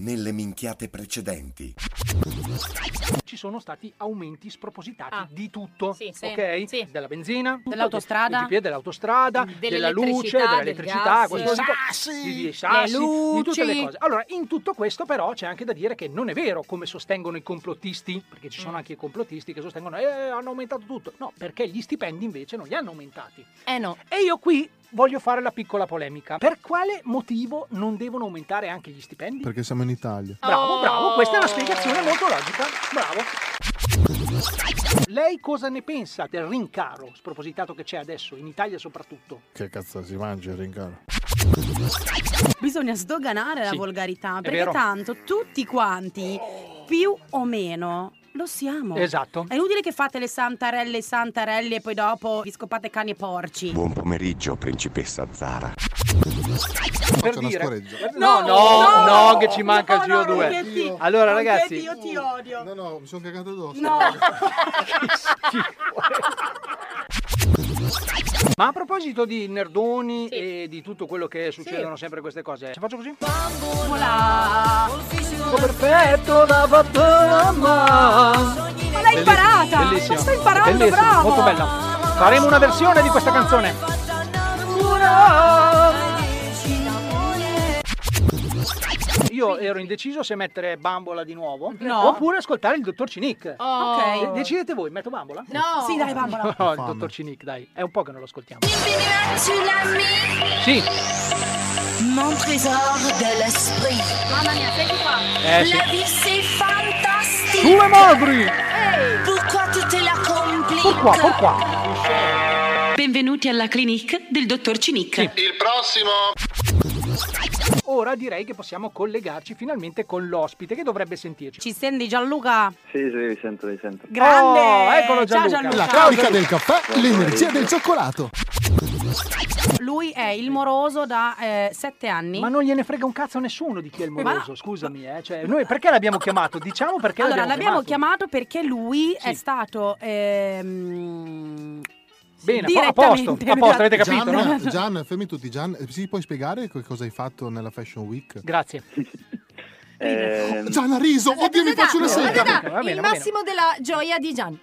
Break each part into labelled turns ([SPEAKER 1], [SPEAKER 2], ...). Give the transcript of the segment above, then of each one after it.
[SPEAKER 1] nelle minchiate precedenti.
[SPEAKER 2] Ci sono stati aumenti spropositati di tutto,
[SPEAKER 3] Ah. Sì, sì,
[SPEAKER 2] ok? Della benzina, tutto,
[SPEAKER 3] Dell'autostrada.
[SPEAKER 2] del GPL, dell'autostrada, della luce,
[SPEAKER 3] Dell'elettricità,
[SPEAKER 2] dell'elettricità,
[SPEAKER 3] del
[SPEAKER 2] questo-
[SPEAKER 3] gas.
[SPEAKER 2] tutto- di, di sassi,
[SPEAKER 3] Le
[SPEAKER 2] di tutte le
[SPEAKER 3] luci.
[SPEAKER 2] cose. Allora, in tutto questo però c'è anche da dire che non è vero come sostengono i complottisti, perché ci
[SPEAKER 3] Mm.
[SPEAKER 2] sono anche i complottisti che sostengono eh, hanno aumentato tutto. No, perché gli stipendi invece non li hanno aumentati.
[SPEAKER 3] Eh no.
[SPEAKER 2] E io qui voglio fare la piccola polemica. Per quale motivo non devono aumentare anche gli stipendi?
[SPEAKER 4] Perché siamo in Italia.
[SPEAKER 2] Bravo, bravo, questa è una spiegazione molto logica. Bravo. Lei cosa ne pensa del rincaro spropositato che c'è adesso, in Italia soprattutto?
[SPEAKER 4] Che cazzo si mangia il rincaro?
[SPEAKER 5] Bisogna sdoganare la
[SPEAKER 2] Sì,
[SPEAKER 5] volgarità,
[SPEAKER 2] è
[SPEAKER 5] perché
[SPEAKER 2] vero.
[SPEAKER 5] tanto tutti quanti, più o meno, lo siamo.
[SPEAKER 2] Esatto.
[SPEAKER 5] È inutile che fate le santarelle, i santarelli e poi dopo vi scopate cani e porci.
[SPEAKER 6] Buon pomeriggio, principessa Zara.
[SPEAKER 2] Per
[SPEAKER 4] una
[SPEAKER 2] dire...
[SPEAKER 4] scoreggia.
[SPEAKER 2] No, no, no, che ci manca il CO2.
[SPEAKER 5] Ronchetti,
[SPEAKER 2] Allora,
[SPEAKER 5] Ronchetti,
[SPEAKER 2] ragazzi-
[SPEAKER 5] Io ti odio.
[SPEAKER 4] No, no, mi sono cagato addosso. Oh,
[SPEAKER 5] No.
[SPEAKER 2] Ma a proposito di nerdoni e di tutto quello che succedono sempre queste cose, se faccio così? Perfetto da Fatima.
[SPEAKER 5] Ma l'hai imparata!
[SPEAKER 2] Bellissima.
[SPEAKER 5] Lo stai imparando,
[SPEAKER 2] Bellissima,
[SPEAKER 5] bravo!
[SPEAKER 2] Molto bella. Faremo una versione di questa canzone. Io ero indeciso se mettere Bambola di nuovo
[SPEAKER 5] No.
[SPEAKER 2] oppure ascoltare il dottor Cinic.
[SPEAKER 3] Oh.
[SPEAKER 2] De-
[SPEAKER 5] Ok.
[SPEAKER 2] Eh, Decidete voi, metto Bambola?
[SPEAKER 3] No.
[SPEAKER 5] Sì, dai, bambola.
[SPEAKER 2] No, Oh, il
[SPEAKER 4] Fame.
[SPEAKER 2] dottor Cinic, dai, è un po' che non lo ascoltiamo. Sì,
[SPEAKER 7] Mon trésor de l'esprit.
[SPEAKER 3] Mamma mia, senti qua.
[SPEAKER 2] eh sì.
[SPEAKER 7] La vie c'est fantastique.
[SPEAKER 2] Sulle madri!
[SPEAKER 7] Pourquoi tu te la compliques?
[SPEAKER 2] Por qua, por qua.
[SPEAKER 8] Benvenuti alla clinique del dottor Cinic.
[SPEAKER 2] Sì. Ora direi che possiamo collegarci finalmente con l'ospite che dovrebbe sentirci.
[SPEAKER 5] Ci stendi Gianluca?
[SPEAKER 9] Sì, sì, vi sento, vi sento.
[SPEAKER 5] Grande!
[SPEAKER 2] Oh, eccolo
[SPEAKER 5] Ciao
[SPEAKER 2] Gianluca.
[SPEAKER 5] Gianluca.
[SPEAKER 4] La
[SPEAKER 2] Ciao,
[SPEAKER 4] carica del caffè, l'energia del cioccolato.
[SPEAKER 5] Lui è il moroso da eh, sette anni.
[SPEAKER 2] Ma non gliene frega un cazzo a nessuno di chi è il moroso,
[SPEAKER 5] Ma-
[SPEAKER 2] scusami, eh. Cioè, noi perché l'abbiamo chiamato? Diciamo perché
[SPEAKER 5] allora, l'abbiamo chiamato perché lui
[SPEAKER 2] Sì.
[SPEAKER 5] è stato. ehm,
[SPEAKER 2] Bene, a po- a posto,
[SPEAKER 5] direttamente-
[SPEAKER 2] a posto, avete capito,
[SPEAKER 4] Gian,
[SPEAKER 2] no?
[SPEAKER 4] Gian, fermi tutti. Gian, eh, sì, puoi spiegare che cosa hai fatto nella Fashion Week?
[SPEAKER 2] Grazie.
[SPEAKER 9] Eh,
[SPEAKER 4] Gian ha riso, oddio, mi faccio una
[SPEAKER 2] aspetta,
[SPEAKER 4] sega.
[SPEAKER 2] aspetta. Esatto. Va bene,
[SPEAKER 3] il
[SPEAKER 2] va bene.
[SPEAKER 3] massimo della gioia di Gian.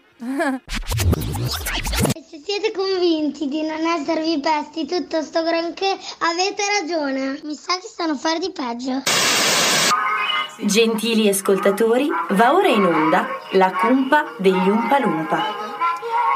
[SPEAKER 10] E Se siete convinti di non esservi pesti tutto sto granché, avete ragione. Mi sa che stanno a fare di peggio.
[SPEAKER 7] Gentili ascoltatori, va ora in onda la cumpa degli Umpalumpa.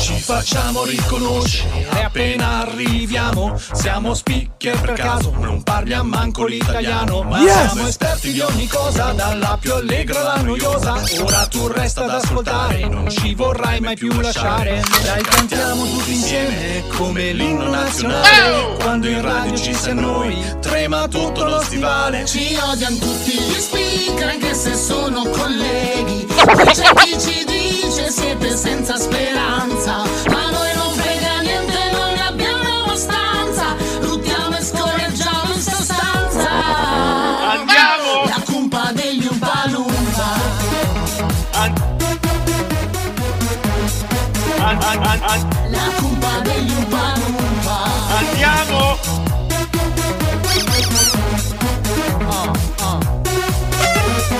[SPEAKER 11] Ci facciamo riconoscere appena arriviamo. Siamo speaker per caso, non parliamo manco l'italiano. Ma
[SPEAKER 4] Yes!
[SPEAKER 11] siamo esperti di ogni cosa, dalla più allegra alla noiosa. Ora tu resta ad ascoltare, non ci vorrai mai più lasciare. Dai, cantiamo tutti insieme come l'inno nazionale. Quando in radio ci sei noi, trema tutto lo stivale.
[SPEAKER 6] Ci odiano tutti gli speaker anche se sono colleghi. C'è chi ci dice siete senza speranza. Ma noi non frega niente, non ne abbiamo abbastanza. Ruttiamo e scorreggiamo in sostanza. Andiamo! La cumpa degli Umpalumpa. La cumpa degli Umpalumpa.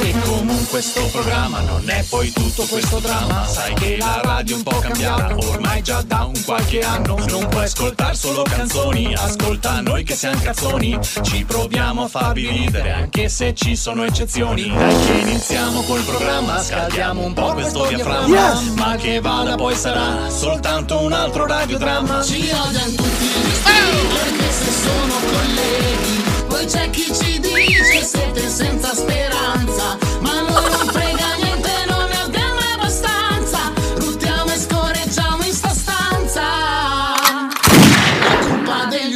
[SPEAKER 11] E comunque sto programma non è poi tutto questo dramma Sai che la radio è un po' cambiata ormai già da un qualche anno Non puoi ascoltare solo canzoni, ascolta noi che siamo cazzoni Ci proviamo a farvi ridere anche se ci sono eccezioni Dai che iniziamo col programma, scaldiamo un po' questo diaframma
[SPEAKER 4] Yes!
[SPEAKER 11] Ma che vada poi sarà soltanto un altro radiodramma
[SPEAKER 6] Ci odiano tutti gli speaker anche se sono colleghi. c'è chi ci dice siete senza speranza Ma a noi non frega niente, non ne abbiamo abbastanza Ruttiamo e scorreggiamo in sta stanza La colpa degli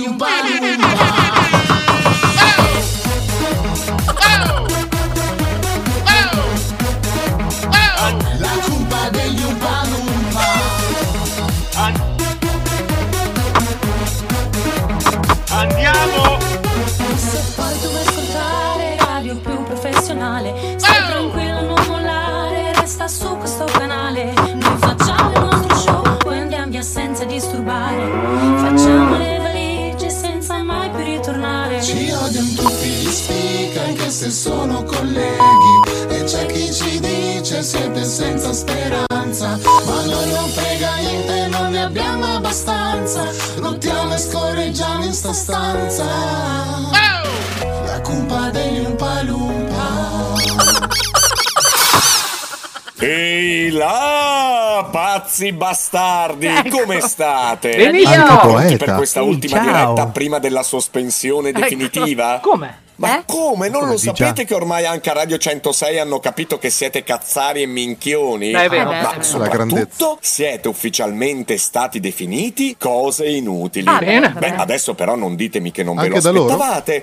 [SPEAKER 6] Umpalumpa La colpa degli Umpalumpa
[SPEAKER 1] Andiamo!
[SPEAKER 11] Se poi dovessi ascoltare radio più professionale, stai tranquillo, non mollare, resta su questo canale. Noi facciamo il nostro show, poi andiamo via senza disturbare. Facciamo le valigie senza mai più ritornare.
[SPEAKER 6] Ci odiano tutti gli speaker anche se sono colleghi E c'è chi ci dice siete senza speranza Ma noi non frega niente, non ne abbiamo abbastanza Lottiamo e scorreggiamo in sta stanza La cumpa degli Umpalumpa
[SPEAKER 1] Ehi là, pazzi bastardi,
[SPEAKER 6] Ecco.
[SPEAKER 1] come state?
[SPEAKER 6] Benissimo.
[SPEAKER 1] Siete
[SPEAKER 6] Tanto
[SPEAKER 1] pronti
[SPEAKER 6] poeta.
[SPEAKER 1] per questa
[SPEAKER 6] Sì,
[SPEAKER 1] ultima
[SPEAKER 6] ciao.
[SPEAKER 1] diretta prima della sospensione
[SPEAKER 6] Ecco. Eh?
[SPEAKER 1] definitiva?
[SPEAKER 2] Come?
[SPEAKER 1] Ma come? Non
[SPEAKER 6] Come
[SPEAKER 1] lo
[SPEAKER 6] di già?
[SPEAKER 1] sapete che ormai anche a Radio 106 hanno capito che siete cazzari e minchioni? Ah,
[SPEAKER 6] Eh, è vero. Eh, beh,
[SPEAKER 1] Ma
[SPEAKER 6] è vero.
[SPEAKER 4] La grandezza.
[SPEAKER 1] soprattutto siete ufficialmente stati definiti cose inutili.
[SPEAKER 6] Ah, bene,
[SPEAKER 1] Beh,
[SPEAKER 6] vabbè.
[SPEAKER 1] adesso però non ditemi che non ve
[SPEAKER 4] Anche
[SPEAKER 1] lo
[SPEAKER 4] da loro?
[SPEAKER 1] aspettavate.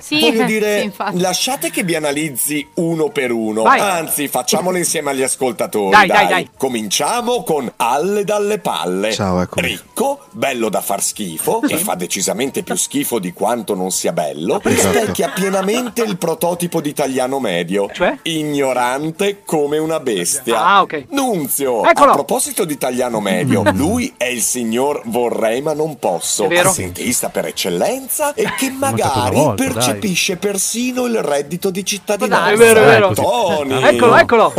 [SPEAKER 6] Sì,
[SPEAKER 1] Voglio
[SPEAKER 6] eh, sì,
[SPEAKER 1] dire,
[SPEAKER 6] infatti.
[SPEAKER 1] lasciate che vi analizzi uno per uno.
[SPEAKER 6] Vai.
[SPEAKER 1] Anzi, facciamolo insieme agli ascoltatori.
[SPEAKER 6] Dai, dai, dai.
[SPEAKER 1] Cominciamo con Alle dalle palle.
[SPEAKER 4] Ciao,
[SPEAKER 1] Ricco, bello da far schifo, che fa decisamente più schifo di quanto non sia bello, rispecchia pienamente il prototipo di italiano medio. Cioè? Ignorante come una bestia.
[SPEAKER 2] Ah, ok.
[SPEAKER 1] Nunzio,
[SPEAKER 2] Eccolo.
[SPEAKER 1] a proposito di italiano medio,
[SPEAKER 6] Mm.
[SPEAKER 1] lui è il signor vorrei ma non posso,
[SPEAKER 2] È vero.
[SPEAKER 1] assenteista per eccellenza e che
[SPEAKER 6] mancato
[SPEAKER 1] magari
[SPEAKER 6] una volta, dai.
[SPEAKER 1] percepisce persino il reddito di cittadinanza. Ecco,
[SPEAKER 2] Dai, è vero, è vero.
[SPEAKER 1] Tony.
[SPEAKER 2] Eccolo, eccolo.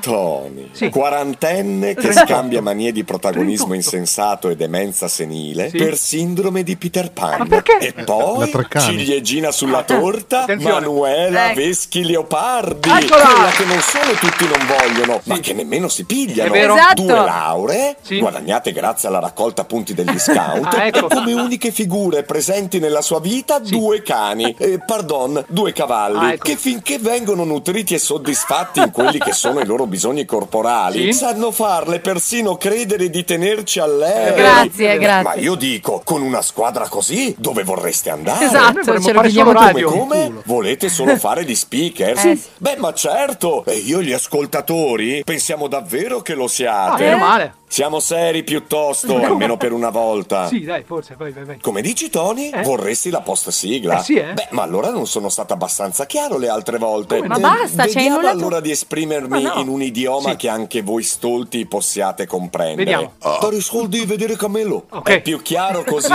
[SPEAKER 1] Tony, quarantenne che
[SPEAKER 2] 38.
[SPEAKER 1] scambia manie di protagonismo insensato e demenza senile
[SPEAKER 6] Sì.
[SPEAKER 1] per sindrome di Peter Pan.
[SPEAKER 6] Ma perché?
[SPEAKER 1] E poi
[SPEAKER 6] Eh, La Treccani.
[SPEAKER 1] ciliegina sulla torta,
[SPEAKER 6] Attenzione.
[SPEAKER 1] Manuela
[SPEAKER 6] Ecco.
[SPEAKER 1] Veschi Leopardi,
[SPEAKER 6] Eccola!
[SPEAKER 1] quella che non solo tutti non vogliono, ma che nemmeno si pigliano.
[SPEAKER 6] È vero. Esatto.
[SPEAKER 1] Due lauree
[SPEAKER 6] Sì.
[SPEAKER 1] guadagnate grazie alla raccolta punti degli scout
[SPEAKER 6] Ah, ecco.
[SPEAKER 1] e come uniche figure presenti nella sua vita due cani, eh, pardon, due cavalli,
[SPEAKER 6] Ah, ecco.
[SPEAKER 1] che finché vengono nutriti e soddisfatti in quelli che sono i loro bisogni corporali,
[SPEAKER 6] Sì.
[SPEAKER 1] sanno farle persino credere di tenerci a lei.
[SPEAKER 6] Grazie, grazie.
[SPEAKER 1] Ma io dico, con una squadra così, dove vorreste andare?
[SPEAKER 6] Esatto, Noi vorremmo ce lo fare solo chiediamo radio. tutti.
[SPEAKER 1] Come? come? Volete solo fare gli speakers?
[SPEAKER 6] Eh, sì.
[SPEAKER 1] Beh, ma certo! E io gli ascoltatori pensiamo davvero che lo siate.
[SPEAKER 2] Ah, meno male.
[SPEAKER 1] Siamo seri piuttosto,
[SPEAKER 2] No.
[SPEAKER 1] almeno per una volta.
[SPEAKER 2] Sì, dai, forse, vai, vai, vai.
[SPEAKER 1] Come dici Tony?
[SPEAKER 2] Eh?
[SPEAKER 1] Vorresti la post sigla?
[SPEAKER 2] Eh sì, eh.
[SPEAKER 1] Beh, ma allora non sono stato abbastanza chiaro le altre volte.
[SPEAKER 6] Come no? Ma
[SPEAKER 1] Eh,
[SPEAKER 6] basta, cioè, c'hai
[SPEAKER 1] Vediamo
[SPEAKER 6] annullato-
[SPEAKER 1] allora di esprimermi
[SPEAKER 6] Ma Ah, no.
[SPEAKER 1] in un idioma che anche voi stolti possiate comprendere.
[SPEAKER 6] Vediamo.
[SPEAKER 1] Pari ah, soldi di vedere Camelo.
[SPEAKER 6] Ok.
[SPEAKER 1] È più chiaro così?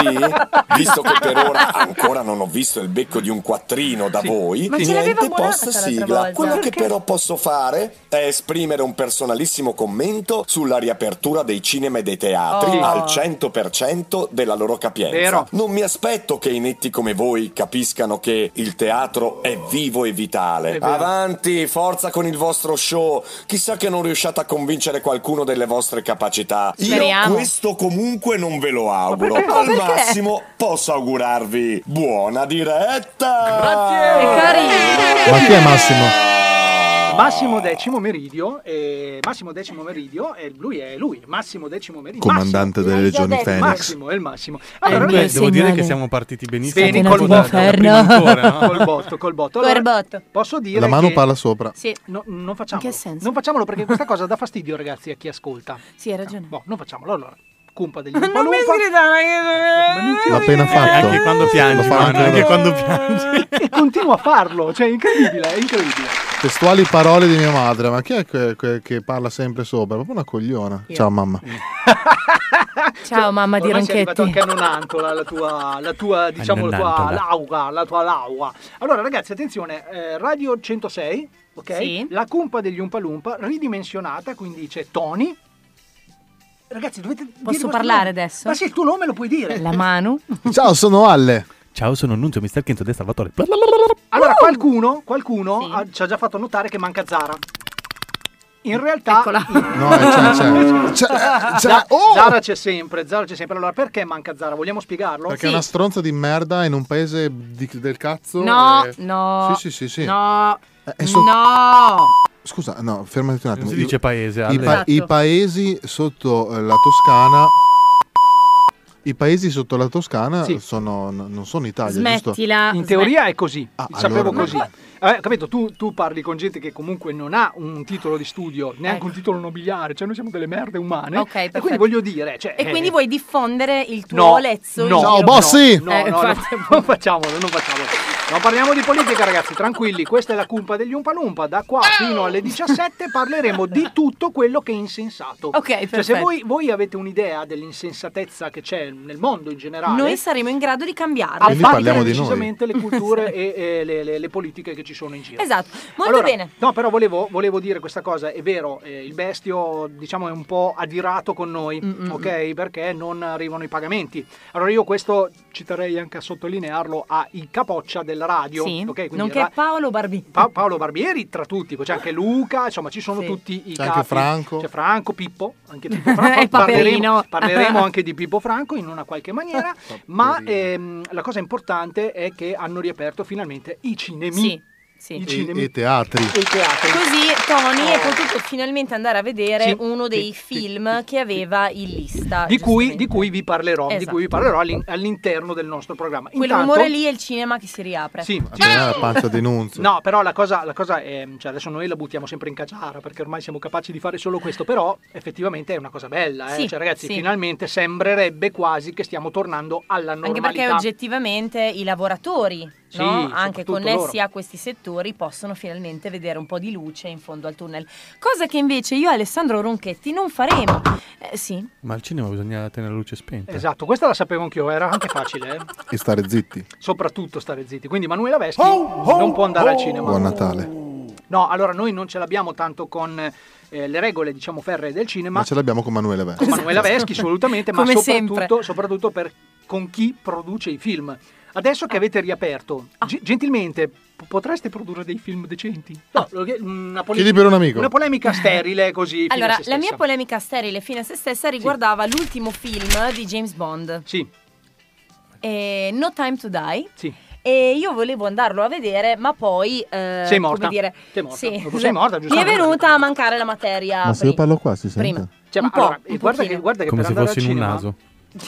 [SPEAKER 1] Visto che per ora ancora non ho visto il becco di un quattrino da voi,
[SPEAKER 6] Ma ce l'aveva
[SPEAKER 1] niente
[SPEAKER 6] Monaca
[SPEAKER 1] post
[SPEAKER 6] l'altra
[SPEAKER 1] sigla.
[SPEAKER 6] volta.
[SPEAKER 1] Quello che
[SPEAKER 6] Perché?
[SPEAKER 1] però posso fare è esprimere un personalissimo commento sulla riapertura dei cinema e dei teatri
[SPEAKER 6] Oh.
[SPEAKER 1] al 100% della loro capienza.
[SPEAKER 6] Vero.
[SPEAKER 1] Non mi aspetto che i netti come voi capiscano che il teatro è vivo e vitale.
[SPEAKER 6] È vero.
[SPEAKER 1] Avanti, forza con il vostro show. Chissà che non riusciate a convincere qualcuno delle vostre capacità. Io
[SPEAKER 6] Speriamo.
[SPEAKER 1] questo comunque non ve lo auguro.
[SPEAKER 6] perché?
[SPEAKER 1] Al
[SPEAKER 6] Ma perché?
[SPEAKER 1] massimo posso augurarvi buona diretta.
[SPEAKER 4] Ma chi è Massimo?
[SPEAKER 2] Massimo Decimo Meridio, eh, Massimo Decimo Meridio, e lui è lui, Massimo Decimo Meridio.
[SPEAKER 12] Comandante delle
[SPEAKER 2] Massimo, Eh,
[SPEAKER 12] legioni Fenix.
[SPEAKER 2] Massimo, è il Massimo. Allora,
[SPEAKER 12] Beh,
[SPEAKER 2] noi-
[SPEAKER 12] devo dire che siamo partiti benissimo.
[SPEAKER 2] Bene,
[SPEAKER 12] Sono
[SPEAKER 2] col
[SPEAKER 12] contento,
[SPEAKER 2] botto,
[SPEAKER 12] da prima ancora, no?
[SPEAKER 2] col botto, eh. col botto. Allora, Posso dire
[SPEAKER 4] La mano
[SPEAKER 2] che-
[SPEAKER 4] palla sopra.
[SPEAKER 2] Sì. No, non facciamolo. Non facciamolo perché questa cosa dà fastidio, ragazzi, a chi ascolta. Sì, hai ragione. No, non facciamolo. Allora, cumpa degli Umpa Lumpa.
[SPEAKER 4] L'ha appena fatto.
[SPEAKER 12] Anche quando piangi,
[SPEAKER 4] Lo fa
[SPEAKER 12] Manu,
[SPEAKER 4] anche
[SPEAKER 12] anche
[SPEAKER 4] loro.
[SPEAKER 12] quando
[SPEAKER 2] eh.
[SPEAKER 12] piangi.
[SPEAKER 2] e continua a farlo. Cioè, è incredibile, è incredibile.
[SPEAKER 4] Testuali parole di mia madre, ma chi è que- que- che parla sempre sopra? Proprio una cogliona.
[SPEAKER 2] Io.
[SPEAKER 4] Ciao mamma.
[SPEAKER 2] Ciao
[SPEAKER 7] mamma di
[SPEAKER 2] Cioè, Ormai sei arrivato
[SPEAKER 7] Ronchetti.
[SPEAKER 2] anche a Nonanto, la, la tua, la tua, diciamo, la tua
[SPEAKER 7] Nonantola.
[SPEAKER 2] lauga, la tua lauga. Allora ragazzi, attenzione, eh, Radio 106, ok?
[SPEAKER 7] Sì.
[SPEAKER 2] La cumpa degli Umpalumpa ridimensionata, quindi c'è Tony. Ragazzi, dovete dire
[SPEAKER 7] Posso
[SPEAKER 2] il vostro
[SPEAKER 7] parlare
[SPEAKER 2] nome.
[SPEAKER 7] adesso?
[SPEAKER 2] Ma sì, il tuo nome lo puoi dire.
[SPEAKER 7] La Manu.
[SPEAKER 4] Ciao, sono Alle.
[SPEAKER 12] Ciao, sono Nunzio, mister Kenzo De Salvatore.
[SPEAKER 2] Allora, qualcuno, qualcuno ha- ci ha già fatto notare che manca Zara. In realtà,
[SPEAKER 4] No, eh, c'è, c'è. C'è, eh, c'è.
[SPEAKER 2] Za-
[SPEAKER 4] Oh!
[SPEAKER 2] Zara c'è sempre, Zara c'è sempre. Allora, perché manca Zara? Vogliamo spiegarlo?
[SPEAKER 4] Perché è una stronza di merda in un paese di- del cazzo.
[SPEAKER 2] No,
[SPEAKER 4] e-
[SPEAKER 2] no,
[SPEAKER 4] Eh, Sì, sì, sì, sì.
[SPEAKER 5] No,
[SPEAKER 4] Eh, è so-
[SPEAKER 5] no.
[SPEAKER 4] Scusa, no, fermati un attimo.
[SPEAKER 12] si dice
[SPEAKER 4] I-
[SPEAKER 12] paese,
[SPEAKER 4] I,
[SPEAKER 12] Ale.
[SPEAKER 4] pa-
[SPEAKER 12] Esatto.
[SPEAKER 4] i paesi sotto eh, la Toscana. I paesi sotto la Toscana
[SPEAKER 2] Sì.
[SPEAKER 4] sono, n- non sono Italia, giusto?
[SPEAKER 5] Smettila.
[SPEAKER 2] Ah, In teoria è così, sapevo
[SPEAKER 4] Ah, allora
[SPEAKER 2] così. Eh, capito, tu, tu parli con gente che comunque non ha un titolo di studio, neanche un titolo nobiliare, cioè noi siamo delle merde umane.
[SPEAKER 7] Ecco. Ok,
[SPEAKER 2] e
[SPEAKER 7] perfetto.
[SPEAKER 2] quindi voglio dire... Cioè,
[SPEAKER 7] E
[SPEAKER 2] eh,
[SPEAKER 7] quindi vuoi diffondere il tuo
[SPEAKER 2] No,
[SPEAKER 7] lezzo? in
[SPEAKER 2] no,
[SPEAKER 7] giro?
[SPEAKER 2] no,
[SPEAKER 4] Bossi!
[SPEAKER 2] No, no,
[SPEAKER 7] Eh,
[SPEAKER 2] no,
[SPEAKER 7] infatti.
[SPEAKER 2] non facciamolo, non facciamolo. Non parliamo di politica, ragazzi, tranquilli. Questa è la cumpa degli Umpalumpa. Da qua fino alle 17 parleremo di tutto quello che è insensato.
[SPEAKER 7] Ok,
[SPEAKER 2] Cioè, se
[SPEAKER 7] perfetto.
[SPEAKER 2] voi, voi avete un'idea dell'insensatezza che c'è nel mondo in generale,
[SPEAKER 7] Noi saremo in grado di cambiarlo.
[SPEAKER 2] abbatte decisamente le culture e, e le, le- le politiche che ci sono in giro.
[SPEAKER 7] Esatto, molto
[SPEAKER 2] Allora,
[SPEAKER 7] bene.
[SPEAKER 2] No, però volevo, volevo dire questa cosa, è vero, eh, il bestio diciamo è un po' adirato con noi,
[SPEAKER 7] mm,
[SPEAKER 2] ok? Perché non arrivano i pagamenti. Allora io questo ci terrei anche a sottolinearlo a il capoccia della radio,
[SPEAKER 7] Sì,
[SPEAKER 2] ok? Quindi
[SPEAKER 7] nonché
[SPEAKER 2] ra-
[SPEAKER 7] Paolo Barbini.
[SPEAKER 2] Pa- Paolo Barbieri tra tutti, poi c'è anche Luca, insomma ci sono tutti i
[SPEAKER 4] C'è anche
[SPEAKER 2] capi.
[SPEAKER 4] Franco.
[SPEAKER 2] C'è Franco, Pippo, anche Pippo Franco.
[SPEAKER 7] E Paperino.
[SPEAKER 2] Parleremo, parleremo anche di Pippo Franco in una qualche maniera,
[SPEAKER 4] Ah,
[SPEAKER 2] ma ehm, la cosa importante è che hanno riaperto finalmente i cinemi.
[SPEAKER 7] Sì, sì.
[SPEAKER 2] I
[SPEAKER 7] E-
[SPEAKER 2] cinemi.
[SPEAKER 4] E, e teatri.
[SPEAKER 2] e i teatri.
[SPEAKER 7] Così Tony è
[SPEAKER 2] Oh.
[SPEAKER 7] potuto finalmente andare a vedere
[SPEAKER 2] Sì,
[SPEAKER 7] uno dei film che aveva in lista.
[SPEAKER 2] Di cui, di cui vi parlerò, di
[SPEAKER 7] Ah, Esatto.
[SPEAKER 2] cui vi parlerò all'in- all'interno del nostro programma.
[SPEAKER 7] Quell'umore lì Certo. è il cinema che si riapre.
[SPEAKER 2] Sì, sì.
[SPEAKER 4] C'è la pancia denunzia.
[SPEAKER 2] No, però la cosa, la cosa è, cioè adesso noi la buttiamo sempre in cacciara perché ormai siamo capaci di fare solo questo, però effettivamente è una cosa bella, eh.
[SPEAKER 7] Sì,
[SPEAKER 2] cioè ragazzi
[SPEAKER 7] sì.
[SPEAKER 2] finalmente sembrerebbe quasi che stiamo tornando alla
[SPEAKER 7] Anche
[SPEAKER 2] normalità.
[SPEAKER 7] perché oggettivamente i lavoratori,
[SPEAKER 2] Sì,
[SPEAKER 7] no? anche
[SPEAKER 2] soprattutto
[SPEAKER 7] connessi
[SPEAKER 2] loro.
[SPEAKER 7] a questi settori, possono finalmente vedere un po' di luce in fondo al tunnel. Cosa che invece io e Alessandro Ronchetti non faremo. Eh, sì,
[SPEAKER 12] Ma al cinema bisogna tenere la luce spenta.
[SPEAKER 2] Esatto, questa la sapevo anch'io, era anche facile, eh.
[SPEAKER 4] E stare zitti.
[SPEAKER 2] soprattutto stare zitti. Quindi Manuela Veschi non può andare al cinema.
[SPEAKER 4] Buon Natale.
[SPEAKER 2] No, allora noi non ce l'abbiamo tanto con eh, le regole, diciamo, ferree del cinema,
[SPEAKER 4] Ma ce l'abbiamo con Manuele Veschi.
[SPEAKER 2] con Manuela Veschi assolutamente, ma
[SPEAKER 7] Come
[SPEAKER 2] soprattutto,
[SPEAKER 7] sempre.
[SPEAKER 2] soprattutto per con chi produce i film. Adesso
[SPEAKER 7] Ah.
[SPEAKER 2] che avete riaperto, ge- gentilmente p- potreste produrre dei film decenti? No, lo- mm, una pole-
[SPEAKER 4] Chiedi per un amico.
[SPEAKER 2] Una polemica sterile così. fine a
[SPEAKER 7] Allora,
[SPEAKER 2] se
[SPEAKER 7] la
[SPEAKER 2] stessa.
[SPEAKER 7] mia polemica sterile fine a se stessa riguardava l'ultimo film di James Bond.
[SPEAKER 2] Sì.
[SPEAKER 7] Eh, no Time to Die.
[SPEAKER 2] Sì.
[SPEAKER 7] E io volevo andarlo a vedere, ma poi... eh,
[SPEAKER 2] Sei morta.
[SPEAKER 7] Come dire,
[SPEAKER 2] Sei morta.
[SPEAKER 7] Sì.
[SPEAKER 2] Tu sei morta,
[SPEAKER 7] Mi è
[SPEAKER 2] giustamente.
[SPEAKER 7] venuta a mancare la materia
[SPEAKER 4] Ma se io
[SPEAKER 7] prima.
[SPEAKER 4] parlo qua si sente?
[SPEAKER 7] prima.
[SPEAKER 2] Cioè, ma
[SPEAKER 7] Un po',
[SPEAKER 2] allora,
[SPEAKER 7] un
[SPEAKER 2] guarda che,
[SPEAKER 7] pochino.
[SPEAKER 2] guarda che
[SPEAKER 12] Come
[SPEAKER 2] per
[SPEAKER 12] se
[SPEAKER 2] andare
[SPEAKER 12] fossi
[SPEAKER 2] al
[SPEAKER 12] in un
[SPEAKER 2] cinema-
[SPEAKER 12] naso.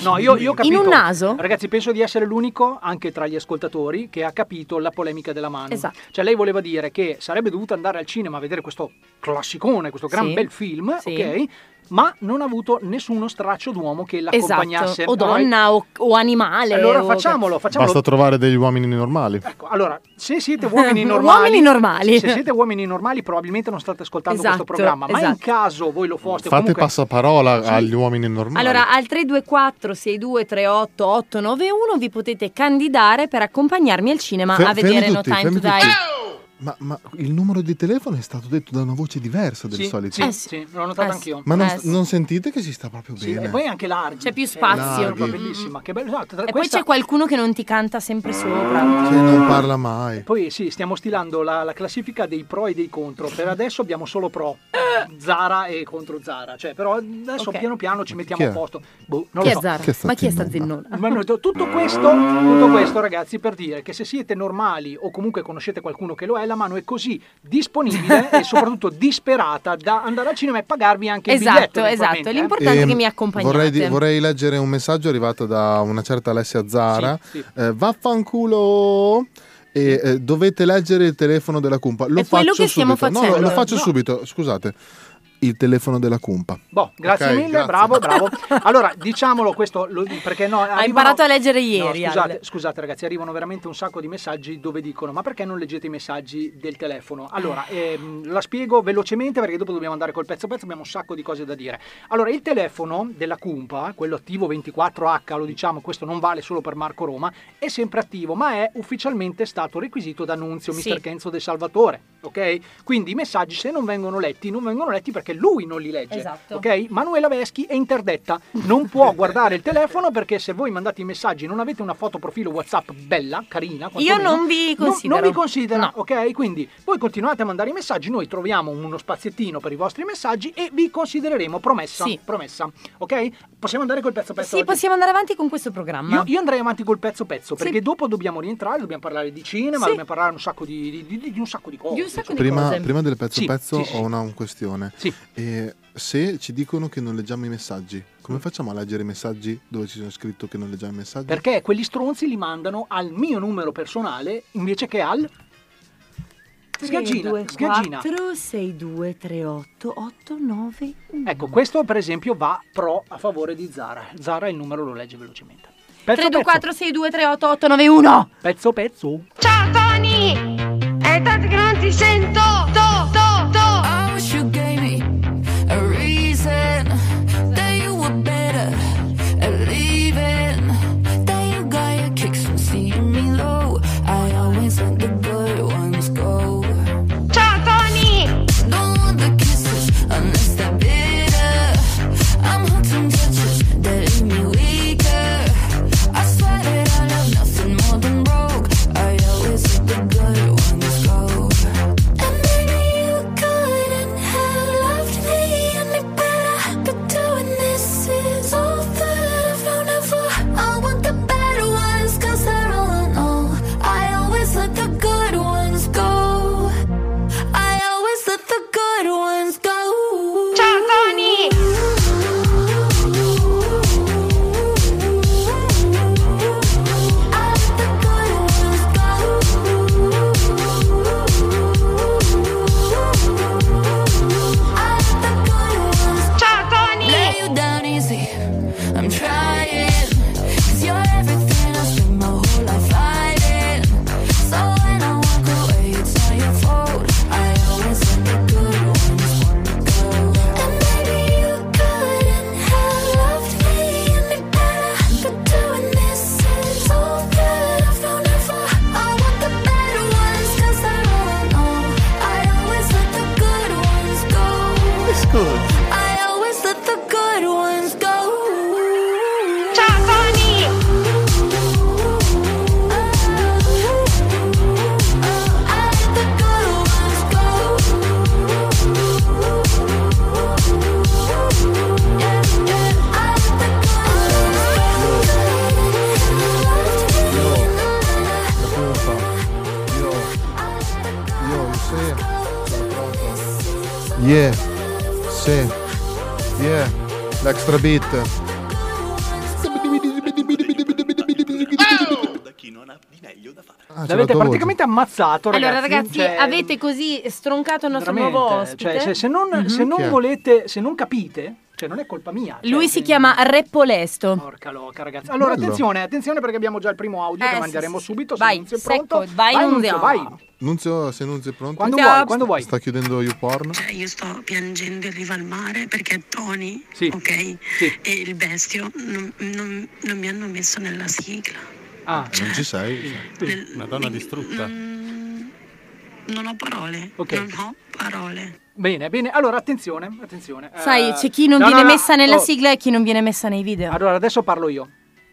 [SPEAKER 2] No, io, io ho capito.
[SPEAKER 7] In un naso?
[SPEAKER 2] Ragazzi, penso di essere l'unico, anche tra gli ascoltatori, che ha capito la polemica della mano.
[SPEAKER 7] Esatto.
[SPEAKER 2] Cioè, lei voleva dire che sarebbe dovuta andare al cinema a vedere questo classicone, questo gran
[SPEAKER 7] Sì.
[SPEAKER 2] bel film,
[SPEAKER 7] Sì.
[SPEAKER 2] ok? Ma non ha avuto nessuno straccio d'uomo che l'accompagnasse.
[SPEAKER 7] Esatto. O
[SPEAKER 2] Allora-
[SPEAKER 7] donna o, o animale.
[SPEAKER 2] Allora
[SPEAKER 7] o-
[SPEAKER 2] facciamolo, facciamolo.
[SPEAKER 4] Basta trovare degli uomini normali.
[SPEAKER 2] Ecco, Allora, se siete uomini normali,
[SPEAKER 7] Uomini normali.
[SPEAKER 2] se siete uomini normali, probabilmente non state ascoltando
[SPEAKER 7] Esatto,
[SPEAKER 2] questo programma. Ma in
[SPEAKER 7] esatto.
[SPEAKER 2] caso voi lo foste, o
[SPEAKER 4] Fate
[SPEAKER 2] comunque
[SPEAKER 4] passaparola agli uomini normali.
[SPEAKER 7] Cioè, Allora, al 324 628 891 vi potete candidare per accompagnarmi al cinema
[SPEAKER 4] Fe-
[SPEAKER 7] a
[SPEAKER 4] fermi
[SPEAKER 7] vedere
[SPEAKER 4] tutti,
[SPEAKER 7] No Time to
[SPEAKER 4] fermi
[SPEAKER 7] Die.
[SPEAKER 4] tutti. Ma, ma il numero di telefono è stato detto da una voce diversa del
[SPEAKER 2] Sì,
[SPEAKER 4] solito.
[SPEAKER 2] sì, sì, l'ho notato
[SPEAKER 7] Eh,
[SPEAKER 2] anch'io.
[SPEAKER 4] Ma non,
[SPEAKER 7] Eh, sì.
[SPEAKER 4] non sentite che si sta proprio
[SPEAKER 2] Sì,
[SPEAKER 4] bene?
[SPEAKER 2] e poi anche larghi.
[SPEAKER 7] C'è più
[SPEAKER 2] Eh,
[SPEAKER 7] spazio.
[SPEAKER 2] larghi,
[SPEAKER 4] Larghi.
[SPEAKER 2] bellissima, che bello. esatto, tra
[SPEAKER 7] E poi
[SPEAKER 2] questa-
[SPEAKER 7] c'è qualcuno che non ti canta sempre sopra.
[SPEAKER 4] Cioè, non parla mai.
[SPEAKER 2] poi sì, stiamo stilando la, la classifica dei pro e dei contro. Per adesso abbiamo solo pro. Zara e contro Zara. Cioè, però adesso
[SPEAKER 7] Ok.
[SPEAKER 2] piano piano ci mettiamo
[SPEAKER 4] chi
[SPEAKER 2] a
[SPEAKER 4] è?
[SPEAKER 2] posto. Boh, non
[SPEAKER 7] Chi
[SPEAKER 2] lo
[SPEAKER 7] è
[SPEAKER 2] so.
[SPEAKER 7] Zara?
[SPEAKER 4] Chi è sta
[SPEAKER 7] Ma chi è sta
[SPEAKER 4] zinnona?
[SPEAKER 7] zinnona?
[SPEAKER 2] Ma noi- tutto, questo, tutto questo, ragazzi, per dire che se siete normali o comunque conoscete qualcuno che lo è, la mano è così disponibile e soprattutto disperata da andare al cinema e pagarvi anche il biglietto.
[SPEAKER 7] Esatto, esatto.
[SPEAKER 2] eventualmente, eh.
[SPEAKER 7] L'importante è che
[SPEAKER 4] Ehm,
[SPEAKER 7] mi accompagnate.
[SPEAKER 4] Vorrei, di- vorrei leggere un messaggio arrivato da una certa Alessia Zara.
[SPEAKER 2] Sì, sì.
[SPEAKER 4] Eh, vaffanculo! E eh, dovete leggere il telefono della Cumpa. Lo
[SPEAKER 7] È quello
[SPEAKER 4] faccio
[SPEAKER 7] che stiamo
[SPEAKER 4] subito. No,
[SPEAKER 7] facendo.
[SPEAKER 4] lo, lo faccio
[SPEAKER 2] No.
[SPEAKER 4] subito. Scusate, il telefono della Cumpa.
[SPEAKER 2] Boh, grazie
[SPEAKER 4] Ok,
[SPEAKER 2] mille,
[SPEAKER 4] grazie.
[SPEAKER 2] bravo, bravo. Allora, diciamolo questo lo- perché no, arrivano-
[SPEAKER 7] imparato a leggere
[SPEAKER 2] No,
[SPEAKER 7] ieri,
[SPEAKER 2] scusate,
[SPEAKER 7] Ale.
[SPEAKER 2] scusate ragazzi, arrivano veramente un sacco di messaggi dove dicono "Ma perché non leggete i messaggi del telefono?". Allora, ehm, la spiego velocemente perché dopo dobbiamo andare col pezzo a pezzo, abbiamo un sacco di cose da dire. Allora, il telefono della Cumpa, quello attivo 24H, lo diciamo, questo non vale solo per Marco Roma, è sempre attivo, ma è ufficialmente stato requisito da Nunzio
[SPEAKER 7] Sì.
[SPEAKER 2] Mr. Kenzo De Salvatore. ok? Quindi i messaggi se non vengono letti, non vengono letti perché lui non li legge,
[SPEAKER 7] Esatto.
[SPEAKER 2] ok? Manuela Veschi è interdetta, non può guardare il telefono perché se voi mandate i messaggi e non avete una foto profilo WhatsApp bella, carina, quantomeno,
[SPEAKER 7] non vi
[SPEAKER 2] no-
[SPEAKER 7] considero.
[SPEAKER 2] non vi considera, ok? Quindi voi continuate a mandare i messaggi, noi troviamo uno spaziettino per i vostri messaggi e vi considereremo promessa,
[SPEAKER 7] Sì.
[SPEAKER 2] promessa, ok? Possiamo andare col pezzo pezzo?
[SPEAKER 7] Sì,
[SPEAKER 2] oggi?
[SPEAKER 7] possiamo andare avanti con questo programma.
[SPEAKER 2] Io, io andrei avanti col pezzo pezzo
[SPEAKER 7] Sì.
[SPEAKER 2] perché dopo dobbiamo rientrare, dobbiamo parlare di cinema,
[SPEAKER 7] Sì.
[SPEAKER 2] dobbiamo parlare un sacco di, di- di- di un sacco di cose.
[SPEAKER 4] Prima, prima del pezzo
[SPEAKER 2] Sì,
[SPEAKER 4] pezzo
[SPEAKER 2] sì, sì,
[SPEAKER 4] ho una un questione. Eh, se ci dicono che non leggiamo i messaggi, come facciamo a leggere i messaggi dove ci sono scritto che non leggiamo i messaggi?
[SPEAKER 2] Perché quegli stronzi li mandano al mio numero personale invece che al... Sgaggina, sgaggina.
[SPEAKER 7] 4, 6, 2, 3, 8, 8, 9, 1.
[SPEAKER 2] Ecco, questo per esempio va pro a favore di Zara. Zara il numero lo legge velocemente.
[SPEAKER 7] 3, 2, 4, 6, 2, 3, 8, 8, 9, 1.
[SPEAKER 2] Pezzo pezzo.
[SPEAKER 6] Ciao Tony! È tanto che non ti sento! To, to, to! I wish you gave me a reason that you were better at leaving. That you got your kicks from seeing me low. I always let the good ones go. Ciao Tony! Don't want the kisses unless they're bitter. I'm hunting touches that leave me weaker. I swear that I love nothing more than broke. I always let the good ones go. And maybe you were good and had loved me and me better. But doing this is all that I've known ever. I want the better ones, cause they're all in all. I always let the good ones go. I always let the good ones go. Ciao, Ciao Tony! Lay you down easy, I'm trying. Cause you're everything I spend my whole life fighting. So when I walk away, it's not your fault. I always let the good ones go. And maybe you couldn't have loved me any better. But doing this is all that I've known ever. I want the better ones, cause I don't know. I always let the good ones go. I always let the good ones go. Ciao Tony!
[SPEAKER 4] Io se Yeah, se Yeah, l'extra beat. Ah, ce l'ha
[SPEAKER 2] L'avete
[SPEAKER 4] tua
[SPEAKER 2] praticamente ammazzato, ragazzi.
[SPEAKER 7] Allora ragazzi,
[SPEAKER 2] Cioè,
[SPEAKER 7] avete così stroncato il nostro
[SPEAKER 2] veramente,
[SPEAKER 7] nuovo ospite.
[SPEAKER 2] cioè, se, se non, se non volete, se non capite, cioè non è colpa mia. cioè,
[SPEAKER 7] Lui si chiama Reppolesto.
[SPEAKER 2] Porca loca, ragazzi. Allora, attenzione, attenzione perché abbiamo già il primo audio
[SPEAKER 7] Eh,
[SPEAKER 2] che
[SPEAKER 7] sì,
[SPEAKER 2] manderemo
[SPEAKER 7] sì, sì.
[SPEAKER 2] subito. se
[SPEAKER 7] Vai,
[SPEAKER 2] Nunzio è
[SPEAKER 7] secco,
[SPEAKER 2] pronto.
[SPEAKER 7] vai,
[SPEAKER 2] Nunzio,
[SPEAKER 7] Nunzio.
[SPEAKER 2] vai.
[SPEAKER 4] voce. Nunzio, se Nunzio è pronto.
[SPEAKER 2] Quando vuoi, quando vuoi.
[SPEAKER 4] Sta chiudendo YouPorn.
[SPEAKER 13] Cioè, io sto piangendo in riva al mare perché Tony ok? e il bestio non, non- non mi hanno messo nella sigla.
[SPEAKER 2] Ah, Mm.
[SPEAKER 4] non ci sei.
[SPEAKER 12] Una donna distrutta.
[SPEAKER 13] Non ho parole.
[SPEAKER 2] Ok.
[SPEAKER 13] Non ho parole.
[SPEAKER 2] Bene, bene. Allora, attenzione, attenzione.
[SPEAKER 7] Sai,
[SPEAKER 2] Eh,
[SPEAKER 7] c'è chi non
[SPEAKER 2] no,
[SPEAKER 7] viene
[SPEAKER 2] no, no,
[SPEAKER 7] messa nella
[SPEAKER 2] oh,
[SPEAKER 7] sigla e chi non viene messa nei video.
[SPEAKER 2] Allora, adesso parlo io.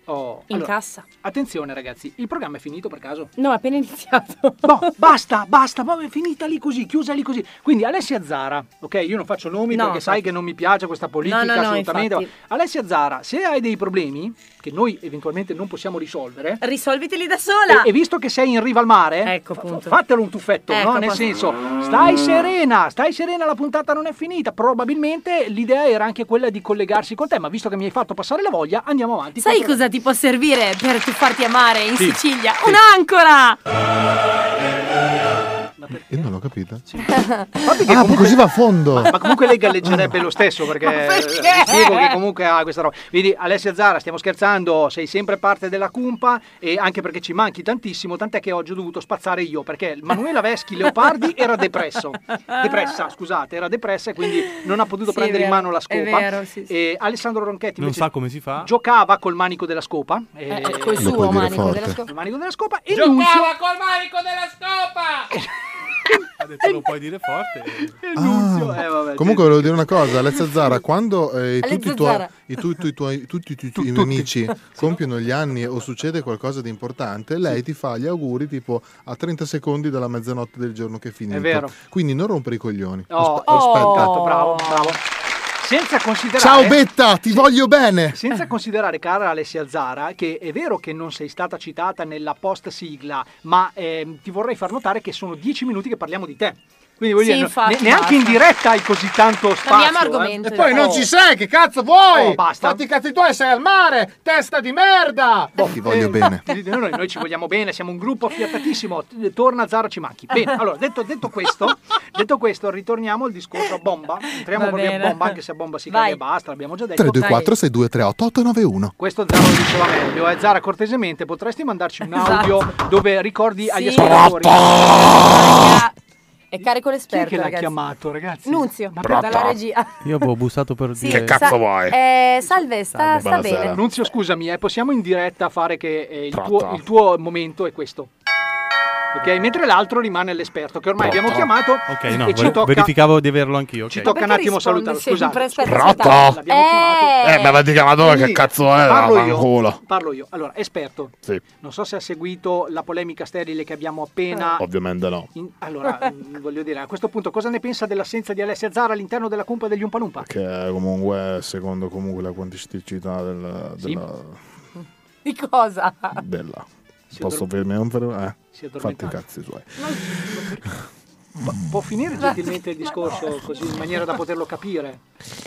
[SPEAKER 2] Oh,
[SPEAKER 7] In
[SPEAKER 2] allora,
[SPEAKER 7] cassa.
[SPEAKER 2] Attenzione, ragazzi, il programma è finito per caso?
[SPEAKER 7] No, appena iniziato.
[SPEAKER 2] No, basta, basta, ma è finita lì così, chiusa lì così. Quindi Alessia Zara, ok, io non faccio nomi
[SPEAKER 7] No,
[SPEAKER 2] perché sai
[SPEAKER 7] infatti.
[SPEAKER 2] che non mi piace questa politica
[SPEAKER 7] No, no, no,
[SPEAKER 2] assolutamente.
[SPEAKER 7] infatti.
[SPEAKER 2] Alessia Zara, se hai dei problemi che noi eventualmente non possiamo risolvere,
[SPEAKER 7] Risolviteli da sola.
[SPEAKER 2] e, e visto che sei in riva al mare, fa- fa- fatelo un tuffetto,
[SPEAKER 7] Ecco,
[SPEAKER 2] no? nel
[SPEAKER 7] posso-
[SPEAKER 2] senso, stai serena, stai serena, la puntata non è finita. Probabilmente l'idea era anche quella di collegarsi con te, ma visto che mi hai fatto passare la voglia, andiamo avanti.
[SPEAKER 7] Sai
[SPEAKER 2] Contro-
[SPEAKER 7] cosa ti può servire per tu farti amare in
[SPEAKER 2] Sì,
[SPEAKER 7] Sicilia? Un'ancora!
[SPEAKER 4] Io non l'ho capita.
[SPEAKER 2] Infatti che
[SPEAKER 4] Ah,
[SPEAKER 2] comunque-
[SPEAKER 4] così va a fondo.
[SPEAKER 2] Ma comunque lei galleggerebbe lo stesso perché,
[SPEAKER 6] perché?
[SPEAKER 2] vi spiego che comunque ha questa roba. Vedi, Alessia Zara, stiamo scherzando, sei sempre parte della cumpa e anche perché ci manchi tantissimo, tant'è che oggi ho dovuto spazzare io perché Manuela Veschi Leopardi era depresso. Depressa, scusate, era depressa e quindi non ha potuto
[SPEAKER 7] Sì, è
[SPEAKER 2] prendere in
[SPEAKER 7] vero,
[SPEAKER 2] mano la
[SPEAKER 7] è
[SPEAKER 2] scopa.
[SPEAKER 7] vero, sì, sì.
[SPEAKER 2] E Alessandro Ronchetti
[SPEAKER 12] Non
[SPEAKER 2] invece
[SPEAKER 12] sa come si fa.
[SPEAKER 2] giocava col manico della scopa.
[SPEAKER 7] Eh,
[SPEAKER 2] e-
[SPEAKER 7] col Lo suo puoi dire manico della forte. scopa.
[SPEAKER 2] Col manico della scopa e
[SPEAKER 6] Giocava
[SPEAKER 2] Nunzio-
[SPEAKER 6] col manico della scopa!
[SPEAKER 12] Ha detto lo puoi dire forte.
[SPEAKER 2] eh, vabbè,
[SPEAKER 4] Comunque volevo dire una cosa, Alessia Zara, quando eh,
[SPEAKER 12] Alessia
[SPEAKER 4] tutti, i tuoi,
[SPEAKER 12] Zara.
[SPEAKER 4] i tu- tu- i tuoi- tutti i tu- i tuoi amici compiono gli anni o succede qualcosa di importante, lei ti fa gli auguri tipo a 30 secondi dalla mezzanotte del giorno che è finito.
[SPEAKER 2] vero.
[SPEAKER 4] Quindi non rompere i coglioni.
[SPEAKER 2] Oh,
[SPEAKER 4] Aspe- aspetta.
[SPEAKER 2] esatto, bravo, bravo.
[SPEAKER 7] Oh.
[SPEAKER 2] Senza considerare
[SPEAKER 4] Ciao Betta, ti voglio bene.
[SPEAKER 14] Eh.
[SPEAKER 2] Senza considerare, cara Alessia Zara, che è vero che non sei stata citata nella post sigla, ma ehm, ti vorrei far notare che sono dieci minuti che parliamo di te. Quindi voglio
[SPEAKER 14] Sì,
[SPEAKER 2] dire,
[SPEAKER 14] infatti,
[SPEAKER 2] ne- neanche
[SPEAKER 14] basta.
[SPEAKER 2] in diretta hai così tanto spazio. eh.
[SPEAKER 14] Cambiamo argomento. E poi non ci sei, che cazzo vuoi?
[SPEAKER 2] Oh, basta.
[SPEAKER 14] Fatti i cazzi tuoi, sei al mare, testa di merda!
[SPEAKER 4] Ti voglio bene.
[SPEAKER 2] No, Noi, noi ci vogliamo bene, siamo un gruppo affiatatissimo. T- Torna Zara ci manchi. Bene, allora, detto, detto questo, detto questo, ritorniamo al discorso a bomba. Entriamo
[SPEAKER 14] Va
[SPEAKER 2] proprio
[SPEAKER 14] bene.
[SPEAKER 2] a bomba, anche se a bomba si
[SPEAKER 14] Vai.
[SPEAKER 2] cambia e basta, l'abbiamo già detto.
[SPEAKER 4] 324 6238 891.
[SPEAKER 2] Questo Zara lo diceva meglio, eh. Zara cortesemente potresti mandarci un audio dove ricordi agli
[SPEAKER 7] Esatto. Sì.
[SPEAKER 2] ascoltatori
[SPEAKER 7] È carico
[SPEAKER 2] chi è
[SPEAKER 7] l'esperto,
[SPEAKER 2] che l'ha
[SPEAKER 7] Certo, ragazzi.
[SPEAKER 2] chiamato ragazzi?
[SPEAKER 7] Nunzio,
[SPEAKER 2] Pronto?
[SPEAKER 7] dalla regia.
[SPEAKER 12] Io avevo bussato per
[SPEAKER 7] Sì,
[SPEAKER 12] dire...
[SPEAKER 7] sa- eh, salve, sta, sta bene.
[SPEAKER 2] Nunzio scusami, eh, possiamo in diretta fare che eh, il,
[SPEAKER 12] Pronto?
[SPEAKER 2] tuo, il tuo momento è questo. Ok, mentre l'altro rimane l'esperto che ormai abbiamo chiamato
[SPEAKER 12] Ok, no,
[SPEAKER 2] e ci
[SPEAKER 12] ver-
[SPEAKER 2] tocca
[SPEAKER 12] verificavo di averlo anch'io. ok.
[SPEAKER 2] Ci tocca un attimo salutarlo, scusate.
[SPEAKER 14] Pronto? Eh, ma vedi chiamato
[SPEAKER 2] Quindi,
[SPEAKER 14] che cazzo è?
[SPEAKER 2] Parlo io,
[SPEAKER 14] Vaffanculo.
[SPEAKER 2] parlo io. Allora, esperto,
[SPEAKER 14] Sì,
[SPEAKER 2] non so se ha seguito la polemica sterile che abbiamo appena...
[SPEAKER 14] Eh. ovviamente no.
[SPEAKER 2] in- allora, mm, voglio dire, a questo punto cosa ne pensa dell'assenza di Alessia Zara all'interno della cumpa degli Umpalumpa?
[SPEAKER 4] Che comunque, secondo comunque la quantisticità del, della...
[SPEAKER 7] Di cosa?
[SPEAKER 4] della.
[SPEAKER 2] Si
[SPEAKER 4] Posso
[SPEAKER 2] addorm-
[SPEAKER 4] fermi non fermi-
[SPEAKER 2] Si è
[SPEAKER 4] Eh, fatti i
[SPEAKER 2] addormentato.
[SPEAKER 4] cazzi suoi.
[SPEAKER 2] Po- può finire gentilmente il discorso così in maniera da poterlo capire?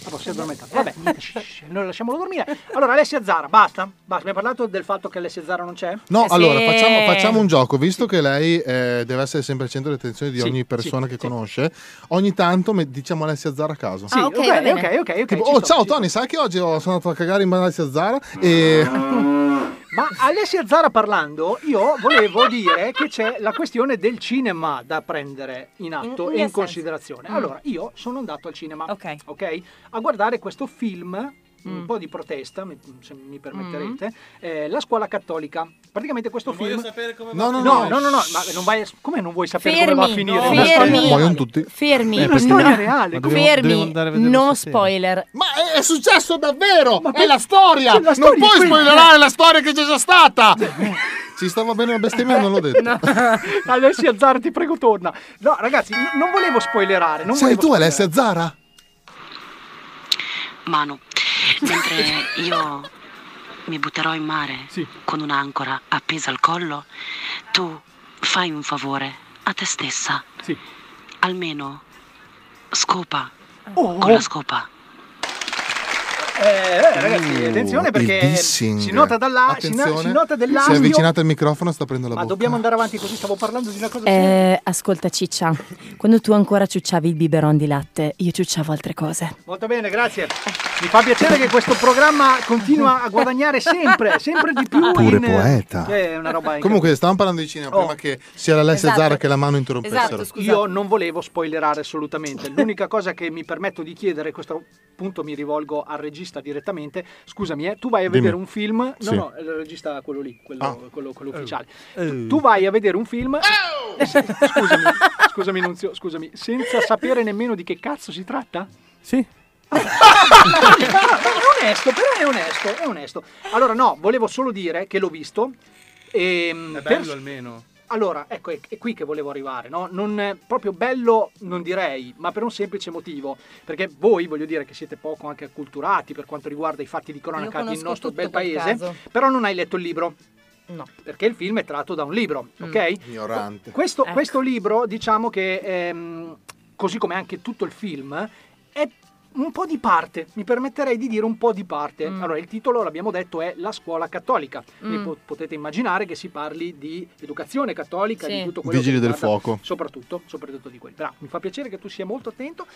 [SPEAKER 2] Ah, boh, si è addormentato. Vabbè, niente, shh, shh, noi lasciamolo dormire. Allora, Alessia Zara, basta? Basta, abbiamo parlato del fatto che Alessia Zara non c'è?
[SPEAKER 4] No, allora facciamo, facciamo un
[SPEAKER 2] gioco.
[SPEAKER 4] gioco, visto che lei eh, deve essere sempre al centro dell'attenzione di
[SPEAKER 2] Sì,
[SPEAKER 4] ogni persona
[SPEAKER 2] sì,
[SPEAKER 4] che
[SPEAKER 2] sì.
[SPEAKER 4] conosce, ogni tanto me- diciamo Alessia Zara a caso.
[SPEAKER 2] Sì, Ah, ok, ok, va bene. ok, ok, ok,
[SPEAKER 4] Tipo,
[SPEAKER 2] ci
[SPEAKER 4] oh,
[SPEAKER 2] sto,
[SPEAKER 4] ciao Tony, sai che oggi ho- sono andato a cagare in Alessia Zara e...
[SPEAKER 2] Ma Alessia Zara parlando, io volevo dire che c'è la questione del cinema da prendere in
[SPEAKER 7] In- in
[SPEAKER 2] atto e
[SPEAKER 7] che
[SPEAKER 2] in
[SPEAKER 7] senso?
[SPEAKER 2] considerazione.
[SPEAKER 7] Mm.
[SPEAKER 2] Allora, io sono andato al cinema,
[SPEAKER 7] Ok.
[SPEAKER 2] ok? A guardare questo film,
[SPEAKER 7] Mm.
[SPEAKER 2] un po' di protesta, mi- se mi permetterete, eh, La scuola cattolica. Praticamente questo film... Voglio sapere come
[SPEAKER 4] No, va
[SPEAKER 2] no,
[SPEAKER 4] a
[SPEAKER 2] no,
[SPEAKER 4] finire.
[SPEAKER 2] no, no, no, ma non vai a- come non vuoi sapere come va a finire? È una storia
[SPEAKER 7] fermi,
[SPEAKER 2] reale.
[SPEAKER 7] fermi,
[SPEAKER 2] È una storia reale.
[SPEAKER 7] no, fermi, no spoiler.
[SPEAKER 14] Ma è, è successo davvero! è la storia!
[SPEAKER 4] Sì, la storia,
[SPEAKER 14] non puoi
[SPEAKER 4] quindi-
[SPEAKER 14] spoilerare la storia che c'è già stata!
[SPEAKER 4] Ci stava bene una bestemmia, non l'ho detto.
[SPEAKER 2] No. Alessia Zara, ti prego, torna. No, ragazzi, n- non volevo spoilerare. Non
[SPEAKER 4] Sei
[SPEAKER 2] volevo
[SPEAKER 4] tu Alessia Zara?
[SPEAKER 13] Manu, mentre io mi butterò in mare con un'ancora appesa al collo, tu fai un favore a te stessa. Almeno scopa
[SPEAKER 2] Oh!
[SPEAKER 13] con la scopa.
[SPEAKER 2] Eh, eh, ragazzi,
[SPEAKER 4] Uh,
[SPEAKER 2] attenzione perché
[SPEAKER 4] il dissing.
[SPEAKER 2] si nota, dalla, si, no-
[SPEAKER 4] Attenzione,
[SPEAKER 2] si nota
[SPEAKER 4] Si è
[SPEAKER 2] dell'audio.
[SPEAKER 4] avvicinato al microfono, sta aprendo la
[SPEAKER 2] Ma
[SPEAKER 4] bocca.
[SPEAKER 2] dobbiamo andare avanti così, stavo parlando di una cosa
[SPEAKER 7] Eh, ascolta Ciccia, quando tu ancora ciucciavi il biberon di latte, io ciucciavo altre cose.
[SPEAKER 2] Molto bene, grazie. Mi fa piacere che questo programma continua a guadagnare sempre, sempre di più.
[SPEAKER 4] Pure
[SPEAKER 2] in-
[SPEAKER 4] poeta.
[SPEAKER 2] Cioè, È una roba incredibile.
[SPEAKER 4] Comunque, stavamo parlando di cinema
[SPEAKER 2] Oh.
[SPEAKER 4] prima che sia l'Alessia
[SPEAKER 2] Esatto.
[SPEAKER 4] Zara che la mano interrompessero.
[SPEAKER 7] Esatto,
[SPEAKER 2] Io non volevo spoilerare assolutamente. L'unica cosa che mi permetto di chiedere, a questo punto mi rivolgo al regista direttamente. Scusami, eh, tu vai a
[SPEAKER 4] Dimmi.
[SPEAKER 2] vedere un film. No,
[SPEAKER 4] Sì.
[SPEAKER 2] no, eh, il regista quello lì, quello,
[SPEAKER 4] Ah.
[SPEAKER 2] quello- quello
[SPEAKER 4] Oh.
[SPEAKER 2] ufficiale.
[SPEAKER 4] Oh.
[SPEAKER 2] Tu- Tu vai a vedere un film. Eh, se- Scusami, scusami, Nunzio, scusami, senza sapere nemmeno di che cazzo si tratta?
[SPEAKER 12] Sì.
[SPEAKER 2] è onesto, però è onesto, è onesto. Allora, no, volevo solo dire che l'ho visto. ehm,
[SPEAKER 12] È
[SPEAKER 2] per-
[SPEAKER 12] bello almeno.
[SPEAKER 2] allora, ecco, è, è qui che volevo arrivare, no? Non, eh, proprio bello non direi, ma per un semplice motivo. Perché voi, voglio dire, che siete poco anche acculturati per quanto riguarda i fatti di cronaca del
[SPEAKER 7] conosco
[SPEAKER 2] nostro
[SPEAKER 7] tutto
[SPEAKER 2] bel
[SPEAKER 7] per
[SPEAKER 2] paese,
[SPEAKER 7] caso.
[SPEAKER 2] però non hai letto il libro.
[SPEAKER 7] No.
[SPEAKER 2] Perché il film è tratto da un libro,
[SPEAKER 7] Mm.
[SPEAKER 2] ok?
[SPEAKER 4] Ignorante.
[SPEAKER 2] Questo,
[SPEAKER 7] Ecco.
[SPEAKER 2] questo libro, diciamo che, ehm, così come anche tutto il film, è un po' di parte, mi permetterei di dire un po' di parte. Allora, il titolo, l'abbiamo detto, è La scuola cattolica. Quindi
[SPEAKER 7] Mm.
[SPEAKER 2] po- potete immaginare che si parli di educazione cattolica,
[SPEAKER 7] Sì.
[SPEAKER 2] di tutto quello
[SPEAKER 4] Vigili
[SPEAKER 2] che
[SPEAKER 4] del
[SPEAKER 2] riguarda-
[SPEAKER 4] fuoco.
[SPEAKER 2] Soprattutto, soprattutto di quelli. Bravo, mi fa piacere che tu sia molto attento.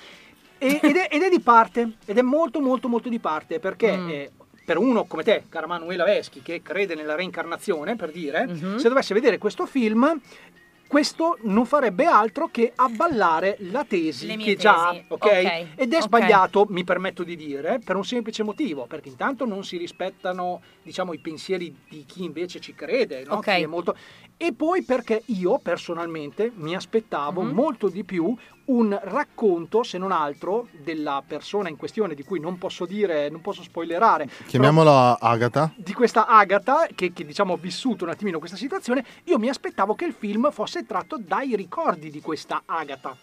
[SPEAKER 2] E- ed, è, ed è di parte, ed è molto molto molto di parte, perché...
[SPEAKER 7] Mm.
[SPEAKER 2] eh, per uno come te, cara Manuela Veschi, che crede nella reincarnazione, per dire,
[SPEAKER 7] Mm-hmm.
[SPEAKER 2] se dovesse vedere questo film, questo non farebbe altro che abballare la tesi
[SPEAKER 7] Le
[SPEAKER 2] che
[SPEAKER 7] mie
[SPEAKER 2] già,
[SPEAKER 7] tesi,
[SPEAKER 2] ok?
[SPEAKER 7] ok,
[SPEAKER 2] Ed è
[SPEAKER 7] ok.
[SPEAKER 2] sbagliato, mi permetto di dire, per un semplice motivo, perché intanto non si rispettano, diciamo, i pensieri di chi invece ci crede, no?
[SPEAKER 7] Ok.
[SPEAKER 2] Chi è molto- E poi perché io personalmente mi aspettavo
[SPEAKER 7] Mhm.
[SPEAKER 2] molto di più un racconto, se non altro, della persona in questione di cui non posso dire, non posso spoilerare.
[SPEAKER 4] Chiamiamola Agata.
[SPEAKER 2] di questa Agatha che, che, diciamo ha vissuto un attimino questa situazione, io mi aspettavo che il film fosse tratto dai ricordi di questa Agatha.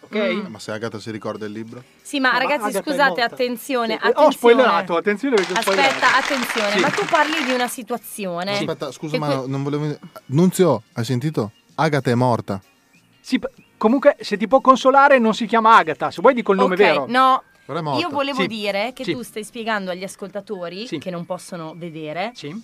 [SPEAKER 2] Ok?
[SPEAKER 4] Eh, Ma se Agata si ricorda il libro?
[SPEAKER 7] Sì, ma
[SPEAKER 2] Ma
[SPEAKER 7] ragazzi,
[SPEAKER 2] Agatha è
[SPEAKER 7] scusate,
[SPEAKER 2] morta.
[SPEAKER 7] attenzione,
[SPEAKER 2] Eh,
[SPEAKER 7] attenzione.
[SPEAKER 2] Ho spoilerato, attenzione perché ho spoilerato.
[SPEAKER 7] Aspetta, attenzione,
[SPEAKER 2] Sì.
[SPEAKER 7] ma tu parli di una situazione.
[SPEAKER 4] Aspetta, scusa,
[SPEAKER 7] che
[SPEAKER 4] ma
[SPEAKER 7] que-
[SPEAKER 4] non volevo. Nunzio, hai sentito? Agata è morta.
[SPEAKER 2] Sì, p- comunque se ti può consolare non si chiama Agatha, se vuoi dico il nome
[SPEAKER 7] Ok,
[SPEAKER 2] vero.
[SPEAKER 7] No,
[SPEAKER 4] Però è
[SPEAKER 2] morta.
[SPEAKER 7] io volevo
[SPEAKER 2] Sì,
[SPEAKER 7] dire che
[SPEAKER 2] sì.
[SPEAKER 7] tu stai spiegando agli ascoltatori
[SPEAKER 2] Sì.
[SPEAKER 7] che non possono vedere
[SPEAKER 2] Sì.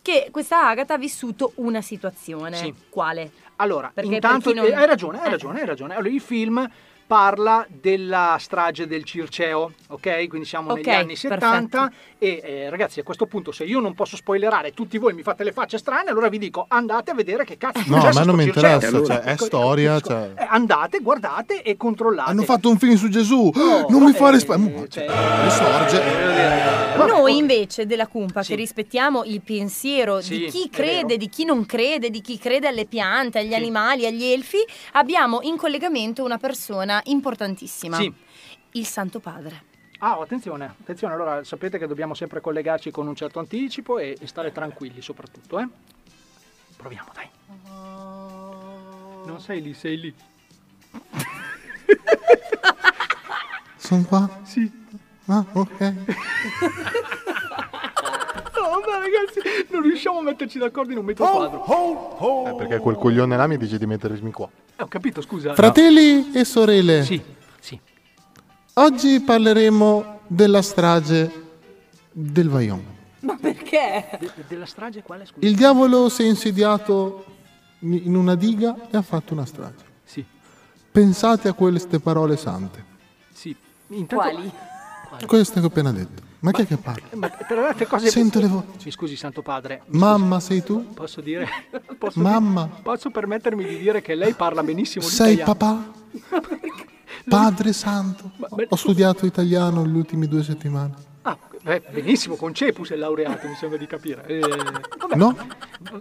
[SPEAKER 7] che questa Agata ha vissuto una situazione.
[SPEAKER 2] Sì.
[SPEAKER 7] Quale?
[SPEAKER 2] Allora,
[SPEAKER 7] Perché
[SPEAKER 2] Intanto,
[SPEAKER 7] per chi non-
[SPEAKER 2] eh, hai ragione, hai
[SPEAKER 7] Eh.
[SPEAKER 2] ragione, hai ragione. Allora, il film parla della strage del Circeo, ok? Quindi siamo
[SPEAKER 7] Ok,
[SPEAKER 2] negli anni 70 e eh, ragazzi a questo punto se io non posso spoilerare, tutti voi mi fate le facce strane, allora vi dico andate a vedere che cazzo è
[SPEAKER 4] No, a
[SPEAKER 2] successo
[SPEAKER 4] me non
[SPEAKER 2] sto
[SPEAKER 4] mi
[SPEAKER 2] Circeo.
[SPEAKER 4] interessa, cioè, è
[SPEAKER 2] Ecco,
[SPEAKER 4] storia. Cioè.
[SPEAKER 2] eh, andate, guardate e controllate.
[SPEAKER 4] Hanno fatto un film su Gesù. non
[SPEAKER 2] eh,
[SPEAKER 4] mi fare Cioè, spazio.
[SPEAKER 2] cioè,
[SPEAKER 4] Risorge.
[SPEAKER 7] Noi invece della Cumpa che rispettiamo il pensiero di chi crede, di chi non crede, di chi crede alle piante, agli animali, agli elfi, abbiamo in collegamento una persona importantissima.
[SPEAKER 2] Sì.
[SPEAKER 7] Il Santo Padre.
[SPEAKER 2] Ah, attenzione, attenzione, allora sapete che dobbiamo sempre collegarci con un certo anticipo e, e stare tranquilli soprattutto, eh? Proviamo, dai. Non sei lì, sei lì.
[SPEAKER 4] Sono qua?
[SPEAKER 2] Sì.
[SPEAKER 4] Ah, ok.
[SPEAKER 2] No, ma ragazzi, non riusciamo a metterci d'accordo in un metro quadro.
[SPEAKER 4] Eh, perché quel coglione là mi dice di mettermi qua.
[SPEAKER 2] Eh, ho capito, scusa.
[SPEAKER 4] Fratelli e sorelle.
[SPEAKER 2] Sì, sì.
[SPEAKER 4] Oggi parleremo della strage del Vajont.
[SPEAKER 2] Ma perché? della strage quale, scusa?
[SPEAKER 4] Il diavolo si è insediato in una diga e ha fatto una strage.
[SPEAKER 2] Sì.
[SPEAKER 4] Pensate a queste parole sante.
[SPEAKER 2] Sì. Intanto...
[SPEAKER 7] Quali?
[SPEAKER 4] Queste che ho appena detto. Ma chi è che parla?
[SPEAKER 2] Ma tra le altre cose...
[SPEAKER 4] Sento le voci.
[SPEAKER 2] Mi scusi, santo padre.
[SPEAKER 4] Mamma sei tu?
[SPEAKER 2] Posso dire... Posso
[SPEAKER 4] Mamma.
[SPEAKER 2] Posso permettermi di dire che lei parla benissimo
[SPEAKER 4] Sei
[SPEAKER 2] l'italiano.
[SPEAKER 4] papà? Padre santo? Ho studiato italiano le ultime due settimane.
[SPEAKER 2] Ah, beh, benissimo, con Cepus è laureato, mi sembra di capire. Eh, vabbè,
[SPEAKER 4] No,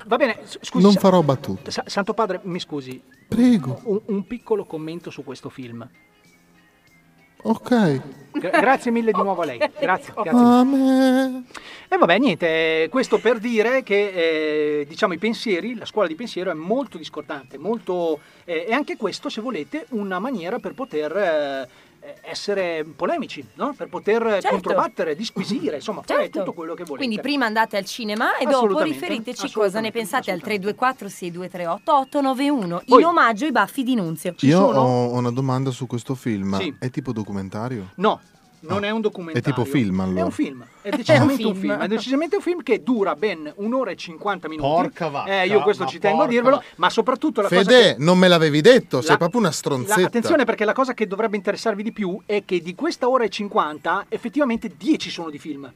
[SPEAKER 2] Va bene, s- scusi.
[SPEAKER 4] non
[SPEAKER 2] sa-
[SPEAKER 4] farò battute.
[SPEAKER 2] Sa- Santo Padre, mi scusi.
[SPEAKER 4] Prego.
[SPEAKER 2] Un, un piccolo commento su questo film.
[SPEAKER 4] Ok.
[SPEAKER 2] Gra- grazie mille di nuovo a lei. Grazie. grazie
[SPEAKER 4] Ah.
[SPEAKER 2] mille.
[SPEAKER 4] Amen.
[SPEAKER 2] E vabbè, niente, eh, questo per dire che eh, diciamo i pensieri, la scuola di pensiero è molto discordante, molto, eh, e anche questo, se volete, una maniera per poter eh, essere polemici, no? per poter
[SPEAKER 7] Certo.
[SPEAKER 2] controbattere, disquisire, insomma, fare tutto quello che volete.
[SPEAKER 7] Quindi prima andate al cinema e dopo
[SPEAKER 2] Assolutamente,
[SPEAKER 7] riferiteci
[SPEAKER 2] assolutamente,
[SPEAKER 7] cosa ne pensate al 324 623 891
[SPEAKER 2] Poi-
[SPEAKER 7] in omaggio ai baffi di Nunzio.
[SPEAKER 4] Io ho ho una domanda su questo film.
[SPEAKER 2] Sì.
[SPEAKER 4] È tipo documentario?
[SPEAKER 2] No, non è un documentario.
[SPEAKER 4] È tipo film,
[SPEAKER 2] È
[SPEAKER 4] allora.
[SPEAKER 2] un film, è decisamente
[SPEAKER 4] film.
[SPEAKER 2] un film. È decisamente un film che dura ben un'ora e 50 minuti.
[SPEAKER 4] Porca vacca,
[SPEAKER 2] Eh, io questo
[SPEAKER 4] ma
[SPEAKER 2] ci tengo a
[SPEAKER 4] porca
[SPEAKER 2] dirvelo,
[SPEAKER 4] vacca.
[SPEAKER 2] ma soprattutto la cosa
[SPEAKER 4] Fede,
[SPEAKER 2] che...
[SPEAKER 4] non me l'avevi detto, sei
[SPEAKER 2] La-
[SPEAKER 4] proprio una
[SPEAKER 2] la-
[SPEAKER 4] stronzetta.
[SPEAKER 2] attenzione perché la cosa che dovrebbe interessarvi di più è che di questa ora e 50 effettivamente 10 sono di film.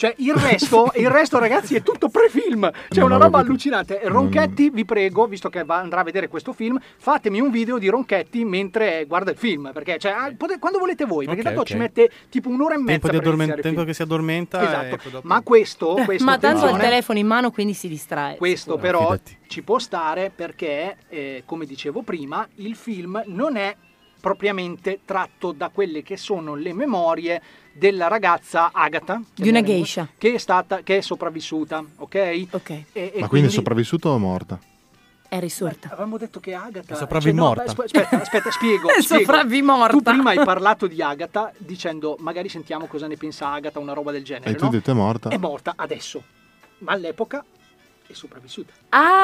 [SPEAKER 2] Cioè il resto, il resto ragazzi è tutto pre-film, c'è
[SPEAKER 4] Non
[SPEAKER 2] una
[SPEAKER 4] avevo
[SPEAKER 2] roba
[SPEAKER 4] capito.
[SPEAKER 2] allucinante.
[SPEAKER 12] Mm.
[SPEAKER 2] Ronchetti, vi prego, visto che va- andrà a vedere questo film, fatemi un video di Ronchetti mentre guarda il film, perché cioè, ah, pote- quando volete voi, perché
[SPEAKER 12] Ok,
[SPEAKER 2] tanto
[SPEAKER 12] ok.
[SPEAKER 2] ci mette tipo un'ora e mezza
[SPEAKER 12] Tempo, di
[SPEAKER 2] per
[SPEAKER 12] addormen-
[SPEAKER 2] iniziare il
[SPEAKER 12] tempo
[SPEAKER 2] film.
[SPEAKER 12] che si addormenta. e
[SPEAKER 11] ecco,
[SPEAKER 2] Esatto,
[SPEAKER 12] poi dopo-
[SPEAKER 2] ma questo, questo
[SPEAKER 7] Ma tanto ha il
[SPEAKER 2] attenzione,
[SPEAKER 7] telefono in mano quindi si distrae.
[SPEAKER 2] questo però ci può stare perché, eh, come dicevo prima, il film non è propriamente tratto da quelle che sono le memorie della ragazza Agatha.
[SPEAKER 7] Di una
[SPEAKER 2] chiamiamola così,
[SPEAKER 7] geisha.
[SPEAKER 2] Che è, stata, che è sopravvissuta, ok?
[SPEAKER 7] Ok.
[SPEAKER 2] eh,
[SPEAKER 4] Ma quindi è sopravvissuto o morta?
[SPEAKER 7] È risorta.
[SPEAKER 2] Avevamo detto che Agatha
[SPEAKER 4] È sopravvimorta.
[SPEAKER 2] Eh, Cioè, no, aspe- aspetta, aspetta, spiego.
[SPEAKER 7] È
[SPEAKER 2] spiego.
[SPEAKER 7] sopravvimorta.
[SPEAKER 2] Tu prima hai parlato di Agatha dicendo magari sentiamo cosa ne pensa Agatha, una roba del genere.
[SPEAKER 4] E tu
[SPEAKER 2] no?
[SPEAKER 4] hai detto è morta.
[SPEAKER 2] È morta adesso, ma all'epoca è sopravvissuta.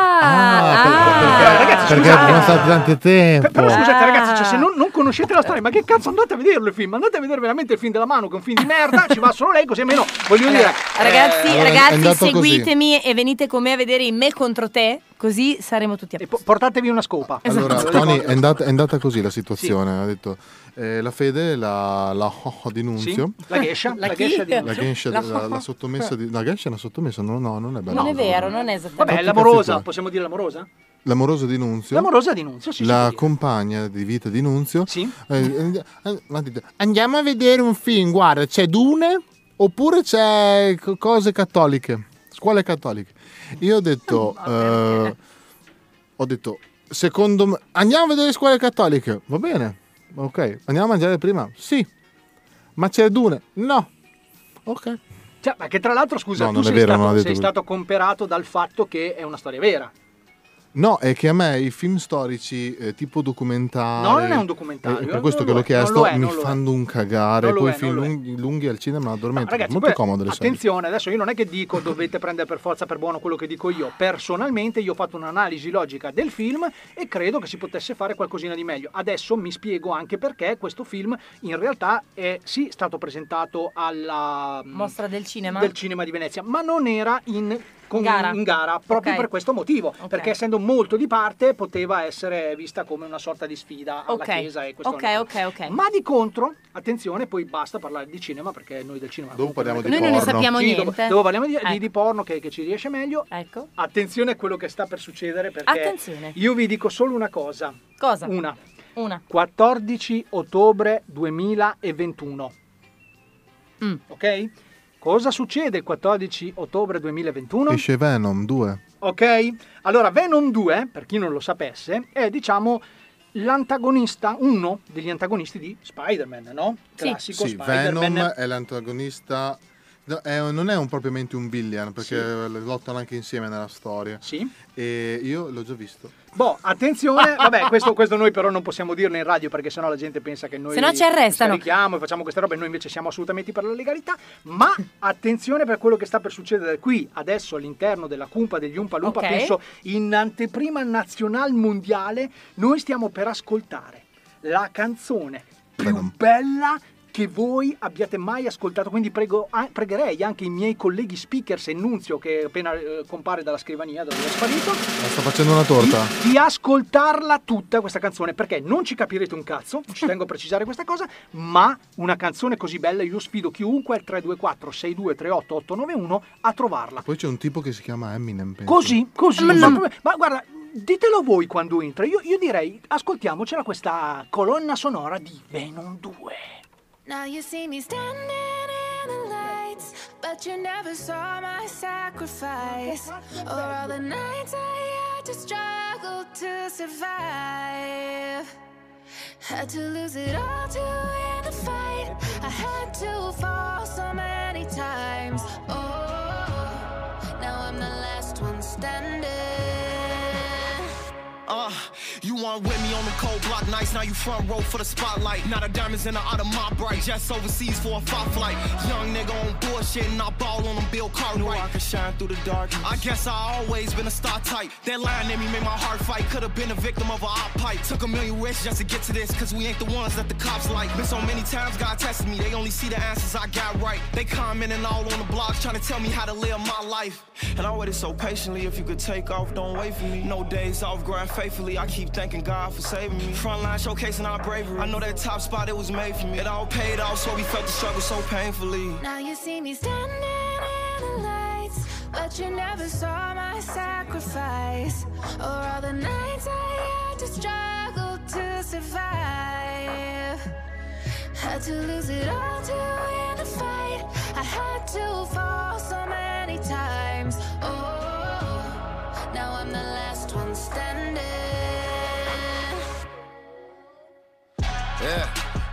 [SPEAKER 7] Ah,
[SPEAKER 2] Eh, ragazzi,
[SPEAKER 4] Perché
[SPEAKER 2] scusate.
[SPEAKER 4] è stato tanto tempo.
[SPEAKER 2] Però scusate
[SPEAKER 7] Ah.
[SPEAKER 2] ragazzi, cioè, se non, non conoscete la storia, ma che cazzo andate a vederlo il film? Andate a vedere veramente il film della mano, che è un film di merda, ci va solo lei così almeno, voglio dire...
[SPEAKER 7] Ragazzi,
[SPEAKER 2] eh,
[SPEAKER 7] ragazzi, seguitemi e venite con me a vedere in me contro te, così saremo tutti a posto.
[SPEAKER 2] portatevi una scopa.
[SPEAKER 4] Allora,
[SPEAKER 2] Esatto.
[SPEAKER 4] Tony, è andata, è andata così la situazione. Ha detto eh, la fede, la, la ho ho di Nunzio.
[SPEAKER 2] Sì, la Gescia,
[SPEAKER 7] La
[SPEAKER 2] la
[SPEAKER 7] chi?
[SPEAKER 2] Gescia di
[SPEAKER 4] La Gensha,
[SPEAKER 7] La-
[SPEAKER 4] la, la sottomessa di. La Gensha è una sottomessa? No, no, non è bella.
[SPEAKER 7] Non è vero, non è esattamente.
[SPEAKER 2] Vabbè, è l'amorosa, possiamo dire l'amorosa?
[SPEAKER 4] L'amorosa di Nunzio.
[SPEAKER 2] L'amorosa di Nunzio, sì.
[SPEAKER 4] la compagna di vita di Nunzio. Eh, eh, eh, ha detto, andiamo a vedere un film, guarda, c'è Dune oppure c'è co- cose cattoliche, scuole cattoliche. Io ho detto, eh, ho detto, secondo me, andiamo a vedere scuole cattoliche. Va bene, ok. Andiamo a mangiare prima? Sì. Ma c'è Dune? No. Ok.
[SPEAKER 2] Cioè, ma che tra l'altro, scusa,
[SPEAKER 4] No,
[SPEAKER 2] tu
[SPEAKER 4] non è
[SPEAKER 2] sei,
[SPEAKER 4] vero, non ho
[SPEAKER 2] stato,
[SPEAKER 4] detto
[SPEAKER 2] sei
[SPEAKER 4] quello.
[SPEAKER 2] stato comperato dal fatto che è una storia vera.
[SPEAKER 4] No, è che a me i film storici eh, tipo documentari.
[SPEAKER 2] No, non è un documentario,
[SPEAKER 4] eh,
[SPEAKER 2] non
[SPEAKER 4] per questo che
[SPEAKER 2] lo
[SPEAKER 4] l'ho
[SPEAKER 2] è, non
[SPEAKER 4] chiesto,
[SPEAKER 2] lo è,
[SPEAKER 4] mi
[SPEAKER 2] non lo è.
[SPEAKER 4] fanno un cagare.
[SPEAKER 2] Non lo
[SPEAKER 4] Poi
[SPEAKER 2] è,
[SPEAKER 4] i film
[SPEAKER 2] non lo è.
[SPEAKER 4] lunghi, lunghi al cinema
[SPEAKER 2] Ma
[SPEAKER 4] addormentano.
[SPEAKER 2] ragazzi,
[SPEAKER 4] molto
[SPEAKER 2] poi,
[SPEAKER 4] comodo le serie.
[SPEAKER 2] attenzione, adesso io non è che dico dovete prendere per forza per buono quello che dico io. Personalmente io ho fatto un'analisi logica del film e credo che si potesse fare qualcosina di meglio. Adesso mi spiego anche perché questo film in realtà è sì stato presentato alla mm,
[SPEAKER 7] Mostra del cinema.
[SPEAKER 2] del cinema di Venezia, ma non era in con-
[SPEAKER 7] Gara.
[SPEAKER 2] in gara proprio
[SPEAKER 7] Ok.
[SPEAKER 2] per questo motivo, perché essendo molto di parte poteva essere vista come una sorta di sfida alla
[SPEAKER 7] Ok.
[SPEAKER 2] Chiesa e questo
[SPEAKER 7] Ok, ok, ok.
[SPEAKER 2] ma di contro, attenzione, poi basta parlare di cinema perché noi del cinema
[SPEAKER 4] Dopo parliamo di
[SPEAKER 2] Noi non ne
[SPEAKER 4] porno.
[SPEAKER 2] sappiamo
[SPEAKER 7] Sì, dopo-
[SPEAKER 2] niente.
[SPEAKER 7] dopo
[SPEAKER 2] parliamo di, di porno che, ci riesce meglio.
[SPEAKER 7] Ecco.
[SPEAKER 2] Attenzione a quello che sta per succedere perché
[SPEAKER 7] Attenzione.
[SPEAKER 2] io vi dico solo una cosa.
[SPEAKER 7] Cosa?
[SPEAKER 2] Una.
[SPEAKER 7] Una.
[SPEAKER 2] 14 ottobre 2021.
[SPEAKER 7] Mm.
[SPEAKER 2] Ok? Cosa succede il 14 ottobre 2021?
[SPEAKER 4] Esce Venom 2.
[SPEAKER 2] Ok? Allora, Venom 2, per chi non lo sapesse, è diciamo l'antagonista, uno degli antagonisti di Spider-Man, no? Classico
[SPEAKER 4] Sì,
[SPEAKER 2] Spider-Man.
[SPEAKER 4] Venom è l'antagonista. no, è un- non è un- propriamente un villain perché lottano anche insieme nella storia.
[SPEAKER 2] Sì.
[SPEAKER 4] E io l'ho già visto.
[SPEAKER 2] Boh, attenzione, vabbè, questo, questo noi però non possiamo dirlo in radio perché sennò la gente pensa che noi
[SPEAKER 7] Sennò ci arrestano.
[SPEAKER 2] scarichiamo e facciamo queste robe, noi invece siamo assolutamente per la legalità, ma attenzione per quello che sta per succedere qui, adesso all'interno della cumpa degli Umpa Lumpa,
[SPEAKER 7] Ok.
[SPEAKER 2] penso in anteprima nazionale mondiale, noi stiamo per ascoltare la canzone più bella che voi abbiate mai ascoltato, quindi prego- a- pregherei anche i miei colleghi speakers e Nunzio che appena eh, compare dalla scrivania da dove è sparito
[SPEAKER 4] Ma sta Ah, facendo una torta.
[SPEAKER 2] di ascoltarla tutta questa canzone perché non ci capirete un cazzo, ci tengo a precisare questa cosa, ma una canzone così bella io sfido chiunque al 324 6238 891 a trovarla.
[SPEAKER 4] Poi c'è un tipo che si chiama Eminem. penso.
[SPEAKER 2] Così, così,
[SPEAKER 4] Ma
[SPEAKER 2] ma,
[SPEAKER 4] no.
[SPEAKER 2] proprio- ma guarda, ditelo voi quando entra, io, io direi ascoltiamocela questa colonna sonora di Venom 2.
[SPEAKER 15] Now you see me standing in the lights, but you never saw my sacrifice. Or all the nights I had to struggle to survive. Had to lose it all to win the fight. I had to fall so many times. Oh, now I'm the last one standing.
[SPEAKER 16] Uh, you on with me on the cold block nights. Now you front row for the spotlight. Not a diamonds in the out of my bright. Jets overseas for a five flight. Young nigga on bullshit and I ball on them Bill Cartwright. I can shine through the dark. I guess I always been a star type. That line in me made my heart fight. Could have been a victim of a op pipe. Took a million risks just to get to this. Cause we ain't the ones that the cops like. Been so many times God tested me. They only see the answers I got right. They commenting all on the blocks trying to tell me how to live my life. And I waited so patiently. If you could take off, don't wait for me. No days off, grind faithfully. I keep thanking God for saving me. Frontline showcasing our bravery. I know that top spot it was made for me. It all paid off, so we felt the struggle so painfully.
[SPEAKER 15] Now you see me standing in the lights, but you never saw my sacrifice. Or all the nights I had to struggle to survive. Had to lose it all to win the fight. I had to fall so many times. Oh, now I'm the last one standing.
[SPEAKER 17] Yeah,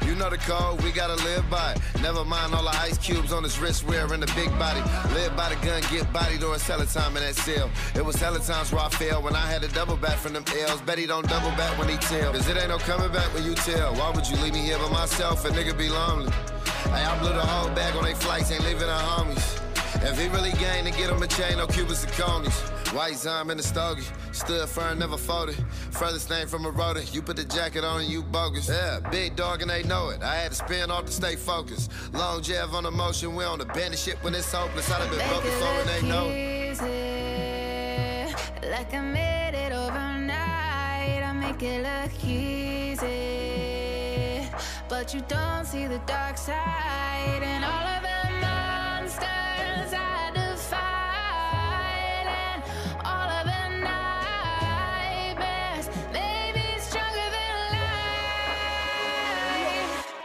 [SPEAKER 17] you know the code, we gotta live by it. Never mind all the ice cubes on his wrist, wearing the big body. Live by the gun, get body during cellar time in that cell. It was cellar times where I failed when I had to double back from them L's. Bet he don't double back when he tell. Cause it ain't no coming back when you tell. Why would you leave me here by myself? A nigga be lonely. Hey, I blew the whole bag on they flights, ain't leaving our homies. If he really gang, then get him a chain, no Cubans and conies. White Zime in the stogie, stood firm, never folded. Furthest thing from a rodent, you put the jacket on and you bogus. Yeah, big dog and they know it. I had to spin off to stay focused. Long jab on the motion, we on the bandit shit when it's hopeless. I done been broke before and they know it.
[SPEAKER 15] easy. Like I made it overnight, I make it look easy. But you don't see the dark side and all of the monsters I defied and all of the nightmares made me stronger than life.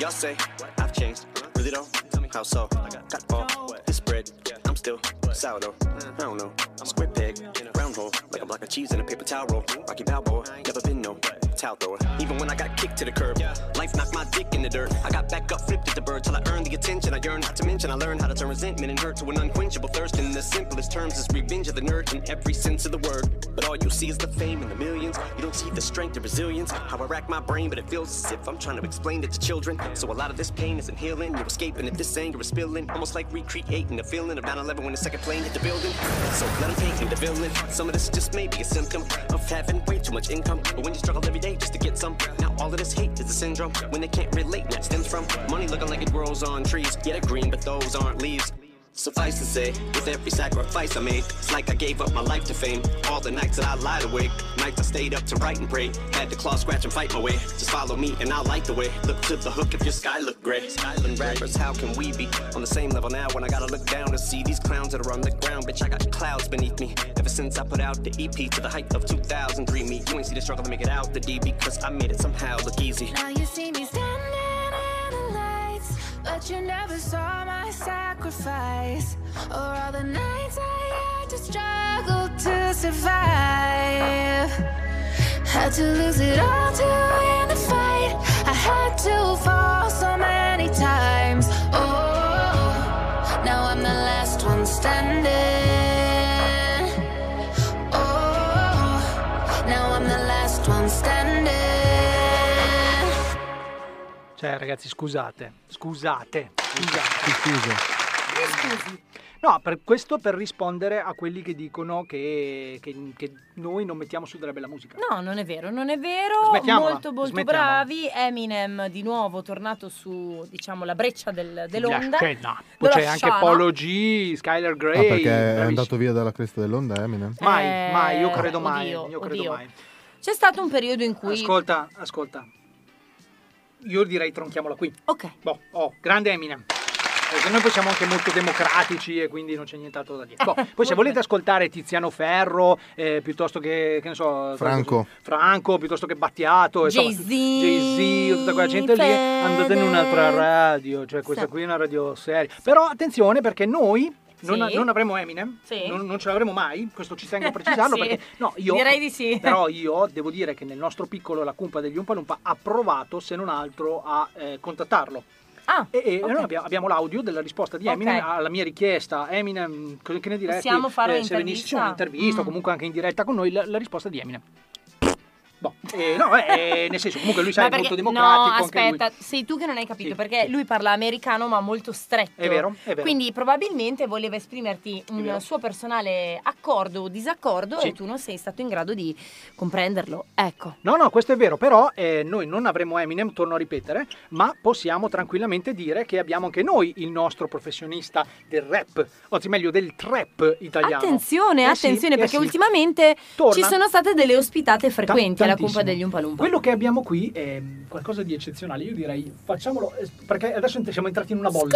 [SPEAKER 18] Y'all say I've changed, really don't. How so? Got all this bread. I'm still sourdough. I don't know. Square peg, round hole, like a block of cheese in a paper towel roll. Rocky Balboa, never been no towel thrower. Even when I got kicked to the curb, life knocked my dick in the dirt. I got back up, flipped at the bird till I earned the attention. I yearned not to mention. I learned how to turn resentment and hurt to an unquenchable thirst. In the simplest terms, is revenge of the nerd in every sense of the word. But all you see is the fame and the millions. You don't see the strength and resilience. How I rack my brain, but it feels as if I'm trying to explain it to children. So a lot of this pain isn't healing. You're escaping if this anger is spilling. Almost like recreating the feeling of 9 11 when the second plane hit the building. So let 'em take you to villain. Some of this just may be a symptom of having way too much income. But when you struggle every day just to get some, now all of this hate is a syndrome. When they can't relate, that stems from money looking like it grows on trees. Yeah, they're green, but those aren't leaves. Suffice to say, with every sacrifice I made, it's like I gave up my life to fame. All the nights that I lied awake, nights I stayed up to write and pray. Had to claw, scratch, and fight my way. Just follow me and I'll light the way. Look to the hook if your sky look gray. Skyland rappers, how can we be on the same level now when I gotta look down to see these clowns that are on the ground? Bitch, I got clouds beneath me. Ever since I put out the EP to the height of 2003, me, you ain't see the struggle to make it out the D because I made it somehow look easy.
[SPEAKER 15] Now you see me standing in the lights, but you never saw my sacrifice or all the nights I had to struggle to survive. Had to lose it all to win the fight. I had to fall so many times. Oh, now I'm the last one standing. Oh, now I'm the last one standing.
[SPEAKER 2] Cioè, ragazzi, scusate, scusate, scusate.
[SPEAKER 5] scusi.
[SPEAKER 2] No, per questo per rispondere a quelli che dicono che, che- che noi non mettiamo su della bella musica.
[SPEAKER 7] No, non è vero, non è vero.
[SPEAKER 2] Smettiamola,
[SPEAKER 7] molto molto
[SPEAKER 2] smettiamola.
[SPEAKER 7] bravi. Eminem di nuovo tornato su, diciamo, la breccia del- dell'onda.
[SPEAKER 2] Cioè, no.
[SPEAKER 7] Lo
[SPEAKER 2] Poi c'è anche
[SPEAKER 7] lasciano.
[SPEAKER 2] Polo G, Skylar
[SPEAKER 4] Ah,
[SPEAKER 2] Grey.
[SPEAKER 4] perché è
[SPEAKER 2] bravissimi.
[SPEAKER 4] andato via dalla cresta dell'onda Eminem?
[SPEAKER 2] Mai, mai, io credo
[SPEAKER 7] Eh,
[SPEAKER 2] mai,
[SPEAKER 7] oddio,
[SPEAKER 2] io credo
[SPEAKER 7] oddio.
[SPEAKER 2] mai.
[SPEAKER 7] C'è stato un periodo in cui
[SPEAKER 2] Ascolta, ascolta. Io direi tronchiamola qui.
[SPEAKER 7] Ok.
[SPEAKER 2] Boh, oh, grande Eminem. Perché noi poi siamo anche molto democratici e quindi non c'è nient'altro da dire. Boh, poi se volete ascoltare Tiziano Ferro, eh, piuttosto che, che ne so,
[SPEAKER 4] Franco.
[SPEAKER 2] Franco, piuttosto che Battiato, insomma,
[SPEAKER 7] Jay-Z,
[SPEAKER 2] Jay-Z, tutta quella gente lì, andate in un'altra radio, cioè questa
[SPEAKER 7] Sì.
[SPEAKER 2] qui è una radio seria. Però attenzione perché noi non,
[SPEAKER 7] Sì.
[SPEAKER 2] non avremo Eminem, non, non ce l'avremo mai, questo ci tengo a precisarlo
[SPEAKER 7] Sì.
[SPEAKER 2] perché no, io
[SPEAKER 7] Direi di sì.
[SPEAKER 2] Però io devo dire che nel nostro piccolo la cumpa degli Umpalumpa ha provato se non altro a eh, contattarlo. e e
[SPEAKER 7] Ah, ok.
[SPEAKER 2] noi abbia- abbiamo, l'audio della risposta di
[SPEAKER 7] Ok.
[SPEAKER 2] Eminem alla mia richiesta. Eminem, co- che ne diresti? Eh,
[SPEAKER 7] Possiamo fare
[SPEAKER 2] se venissi
[SPEAKER 7] un'intervista?
[SPEAKER 2] su
[SPEAKER 7] Mm.
[SPEAKER 2] un'intervista o comunque anche in diretta con noi, la, la risposta di Eminem. Boh, eh, no, eh, nel senso, comunque lui sa
[SPEAKER 7] Ma
[SPEAKER 2] è
[SPEAKER 7] perché-
[SPEAKER 2] molto democratico.
[SPEAKER 7] No,
[SPEAKER 2] anche lui.
[SPEAKER 7] aspetta, sei tu che non hai capito
[SPEAKER 2] Sì,
[SPEAKER 7] perché lui parla americano ma molto stretto.
[SPEAKER 2] È vero, è vero.
[SPEAKER 7] Quindi probabilmente voleva esprimerti un
[SPEAKER 2] vero.
[SPEAKER 7] suo personale accordo o disaccordo
[SPEAKER 2] Sì.
[SPEAKER 7] e tu non sei stato in grado di comprenderlo. Ecco.
[SPEAKER 2] No, no, questo è vero, però eh, noi non avremo Eminem, torno a ripetere, ma possiamo tranquillamente dire che abbiamo anche noi il nostro professionista del rap, o meglio del trap italiano.
[SPEAKER 7] Attenzione,
[SPEAKER 2] Eh sì,
[SPEAKER 7] attenzione
[SPEAKER 2] eh
[SPEAKER 7] perché
[SPEAKER 2] sì.
[SPEAKER 7] ultimamente
[SPEAKER 2] Torna.
[SPEAKER 7] ci sono state delle ospitate
[SPEAKER 2] Ta-
[SPEAKER 7] frequenti alla
[SPEAKER 2] tantissimo.
[SPEAKER 7] cumpa degli Umpalumpa.
[SPEAKER 2] Quello che abbiamo qui è qualcosa di eccezionale, io direi facciamolo, eh, perché adesso ent- siamo entrati in una bolla.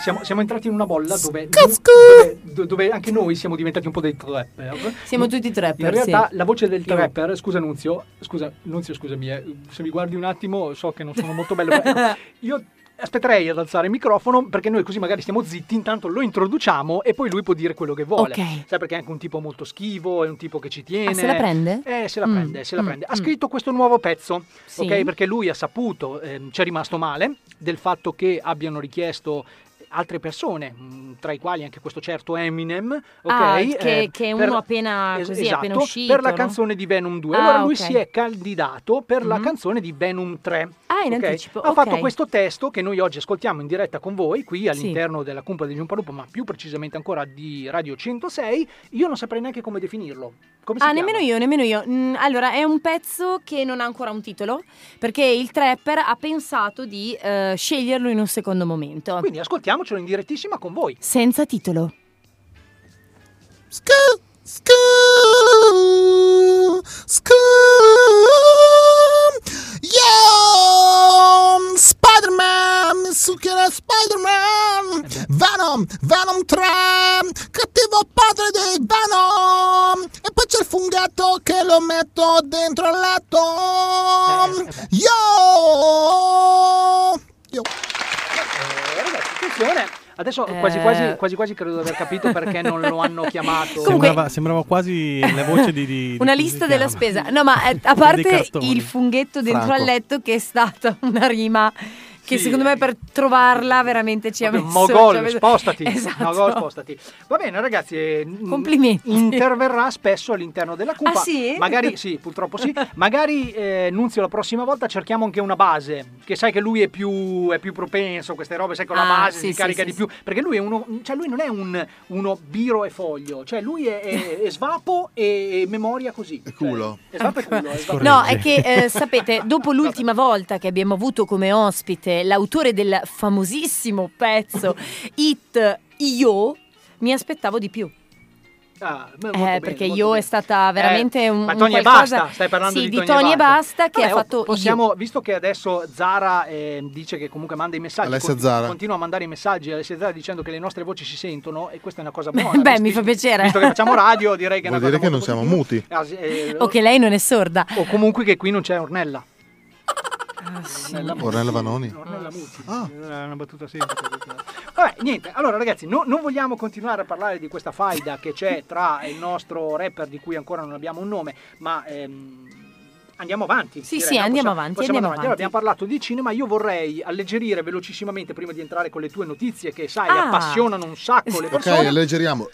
[SPEAKER 2] Siamo, siamo entrati in una bolla dove, dove- do- dove anche noi siamo diventati un po' dei trapper.
[SPEAKER 7] Siamo tutti trapper,
[SPEAKER 2] In realtà
[SPEAKER 7] sì.
[SPEAKER 2] la voce del
[SPEAKER 7] Io-
[SPEAKER 2] trapper, scusa Nunzio, scusa, Nunzio scusami, eh, se mi guardi un attimo so che non sono molto bello. però io aspetterei ad alzare il microfono perché noi così magari stiamo zitti, intanto lo introduciamo e poi lui può dire quello che vuole.
[SPEAKER 7] Ok.
[SPEAKER 2] Sai perché è anche un tipo molto schivo, è un tipo che ci tiene.
[SPEAKER 7] Ah, se la prende?
[SPEAKER 2] Eh, se la
[SPEAKER 7] Mm,
[SPEAKER 2] prende, se la
[SPEAKER 7] mm,
[SPEAKER 2] prende. Ha
[SPEAKER 7] mm.
[SPEAKER 2] scritto questo nuovo pezzo,
[SPEAKER 7] Sì.
[SPEAKER 2] ok? Perché lui ha saputo, ehm, ci è rimasto male, del fatto che abbiano richiesto altre persone, mh, tra i quali anche questo certo Eminem, ok?
[SPEAKER 7] Ah, che-
[SPEAKER 2] Eh,
[SPEAKER 7] che è
[SPEAKER 2] per-
[SPEAKER 7] uno appena
[SPEAKER 2] es-
[SPEAKER 7] così,
[SPEAKER 2] esatto,
[SPEAKER 7] appena uscito,
[SPEAKER 2] per la
[SPEAKER 7] no?
[SPEAKER 2] canzone di Venom 2.
[SPEAKER 7] Ah,
[SPEAKER 2] allora lui
[SPEAKER 7] ok.
[SPEAKER 2] si è candidato per la
[SPEAKER 7] Mhm.
[SPEAKER 2] canzone di Venom 3.
[SPEAKER 7] Ah, in
[SPEAKER 2] ok?
[SPEAKER 7] anticipo,
[SPEAKER 2] Ha
[SPEAKER 7] ok.
[SPEAKER 2] fatto questo testo che noi oggi ascoltiamo in diretta con voi qui all'interno della Cumpa degli Umpalupa, ma più precisamente ancora di Radio 106. Io non saprei neanche come definirlo. Come si
[SPEAKER 7] Ah,
[SPEAKER 2] chiama?
[SPEAKER 7] nemmeno io, nemmeno io. Mm, allora, è un pezzo che non ha ancora un titolo, perché il trapper ha pensato di eh, sceglierlo in un secondo momento.
[SPEAKER 2] Quindi ascoltiamocelo in direttissima con voi.
[SPEAKER 7] Senza titolo.
[SPEAKER 14] Yo! Spider-Man, succhiere
[SPEAKER 2] Eh
[SPEAKER 14] Spider-Man, Venom, Venom 3, cattivo padre di Venom, e poi c'è il funghetto che lo metto dentro il letto, yo!
[SPEAKER 2] Eh, ragazzi, attenzione, Adesso quasi, quasi,
[SPEAKER 7] Eh.
[SPEAKER 2] quasi, quasi credo di aver capito perché non lo hanno chiamato.
[SPEAKER 12] Sembrava, sembrava quasi la voce di. di- di-
[SPEAKER 7] Una
[SPEAKER 12] come si
[SPEAKER 7] lista della
[SPEAKER 12] chiama?
[SPEAKER 7] spesa. No, ma eh, a
[SPEAKER 12] Dei
[SPEAKER 7] parte
[SPEAKER 12] cartoni.
[SPEAKER 7] il funghetto dentro
[SPEAKER 12] Franco.
[SPEAKER 7] al letto che è stata una rima che secondo me per trovarla veramente ci ha messo...
[SPEAKER 2] Mogol,
[SPEAKER 7] ci ha messo-
[SPEAKER 2] spostati.
[SPEAKER 7] cioè, Esatto.
[SPEAKER 2] Mogol, spostati. Va bene, ragazzi. eh, n- Interverrà spesso all'interno della cumpa.
[SPEAKER 7] Ah, sì?
[SPEAKER 2] Magari, sì, purtroppo sì. Magari, eh, Nunzio, la prossima volta cerchiamo anche una base, che sai che lui è più, è più propenso a queste robe, sai con la
[SPEAKER 7] Ah,
[SPEAKER 2] base
[SPEAKER 7] sì,
[SPEAKER 2] si
[SPEAKER 7] sì,
[SPEAKER 2] carica
[SPEAKER 7] sì,
[SPEAKER 2] di
[SPEAKER 7] sì.
[SPEAKER 2] più. Perché lui, è uno, cioè lui non è un, uno biro e foglio, cioè lui è, è- è svapo e, e memoria così. Cioè,
[SPEAKER 4] Culo.
[SPEAKER 2] è svapo e culo, è svapo e
[SPEAKER 7] No,
[SPEAKER 2] culo.
[SPEAKER 7] è che eh, sapete, dopo l'ultima volta che abbiamo avuto come ospite l'autore del famosissimo pezzo It Io, mi aspettavo di più.
[SPEAKER 2] Ah, beh,
[SPEAKER 7] Eh,
[SPEAKER 2] molto bene,
[SPEAKER 7] perché
[SPEAKER 2] molto
[SPEAKER 7] io
[SPEAKER 2] bene.
[SPEAKER 7] è stata veramente
[SPEAKER 2] Eh,
[SPEAKER 7] un,
[SPEAKER 2] ma
[SPEAKER 7] un
[SPEAKER 2] Tony e
[SPEAKER 7] qualcosa-
[SPEAKER 2] basta, stai parlando
[SPEAKER 7] sì,
[SPEAKER 2] di,
[SPEAKER 7] Tony, e basta che
[SPEAKER 2] Vabbè,
[SPEAKER 7] ha
[SPEAKER 2] oh,
[SPEAKER 7] fatto
[SPEAKER 2] possiamo,
[SPEAKER 7] io.
[SPEAKER 2] Visto che adesso Zara eh, dice che comunque manda i messaggi,
[SPEAKER 4] Alessia
[SPEAKER 2] conti-
[SPEAKER 4] Zara.
[SPEAKER 2] continua a mandare i messaggi a Alessia Zara dicendo che le nostre voci si sentono e questa è una cosa buona.
[SPEAKER 7] Beh, mi fa piacere.
[SPEAKER 2] Visto che facciamo radio direi che è una
[SPEAKER 4] Vuol dire
[SPEAKER 2] cosa
[SPEAKER 4] che non siamo muti.
[SPEAKER 2] molto- ah, eh,
[SPEAKER 7] O che lei non è sorda.
[SPEAKER 2] O comunque che qui non c'è Ornella.
[SPEAKER 7] Ah,
[SPEAKER 4] Ornella Vanoni.
[SPEAKER 2] Ornella Muti.
[SPEAKER 13] Ah.
[SPEAKER 2] Era una battuta semplice. questa. Vabbè, niente. Allora, ragazzi, no- non vogliamo continuare a parlare di questa faida che c'è tra il nostro rapper, di cui ancora non abbiamo un nome, ma. ehm, Andiamo avanti.
[SPEAKER 7] Sì,
[SPEAKER 2] direi,
[SPEAKER 7] sì,
[SPEAKER 2] no?
[SPEAKER 7] andiamo
[SPEAKER 2] Possiamo-
[SPEAKER 7] avanti,
[SPEAKER 2] possiamo
[SPEAKER 7] andiamo
[SPEAKER 2] andare avanti. Allora, abbiamo parlato di cinema. Io vorrei alleggerire velocissimamente prima di entrare con le tue notizie, che sai,
[SPEAKER 7] Ah.
[SPEAKER 2] appassionano un sacco le
[SPEAKER 4] Ok,
[SPEAKER 2] persone.
[SPEAKER 4] alleggeriamo.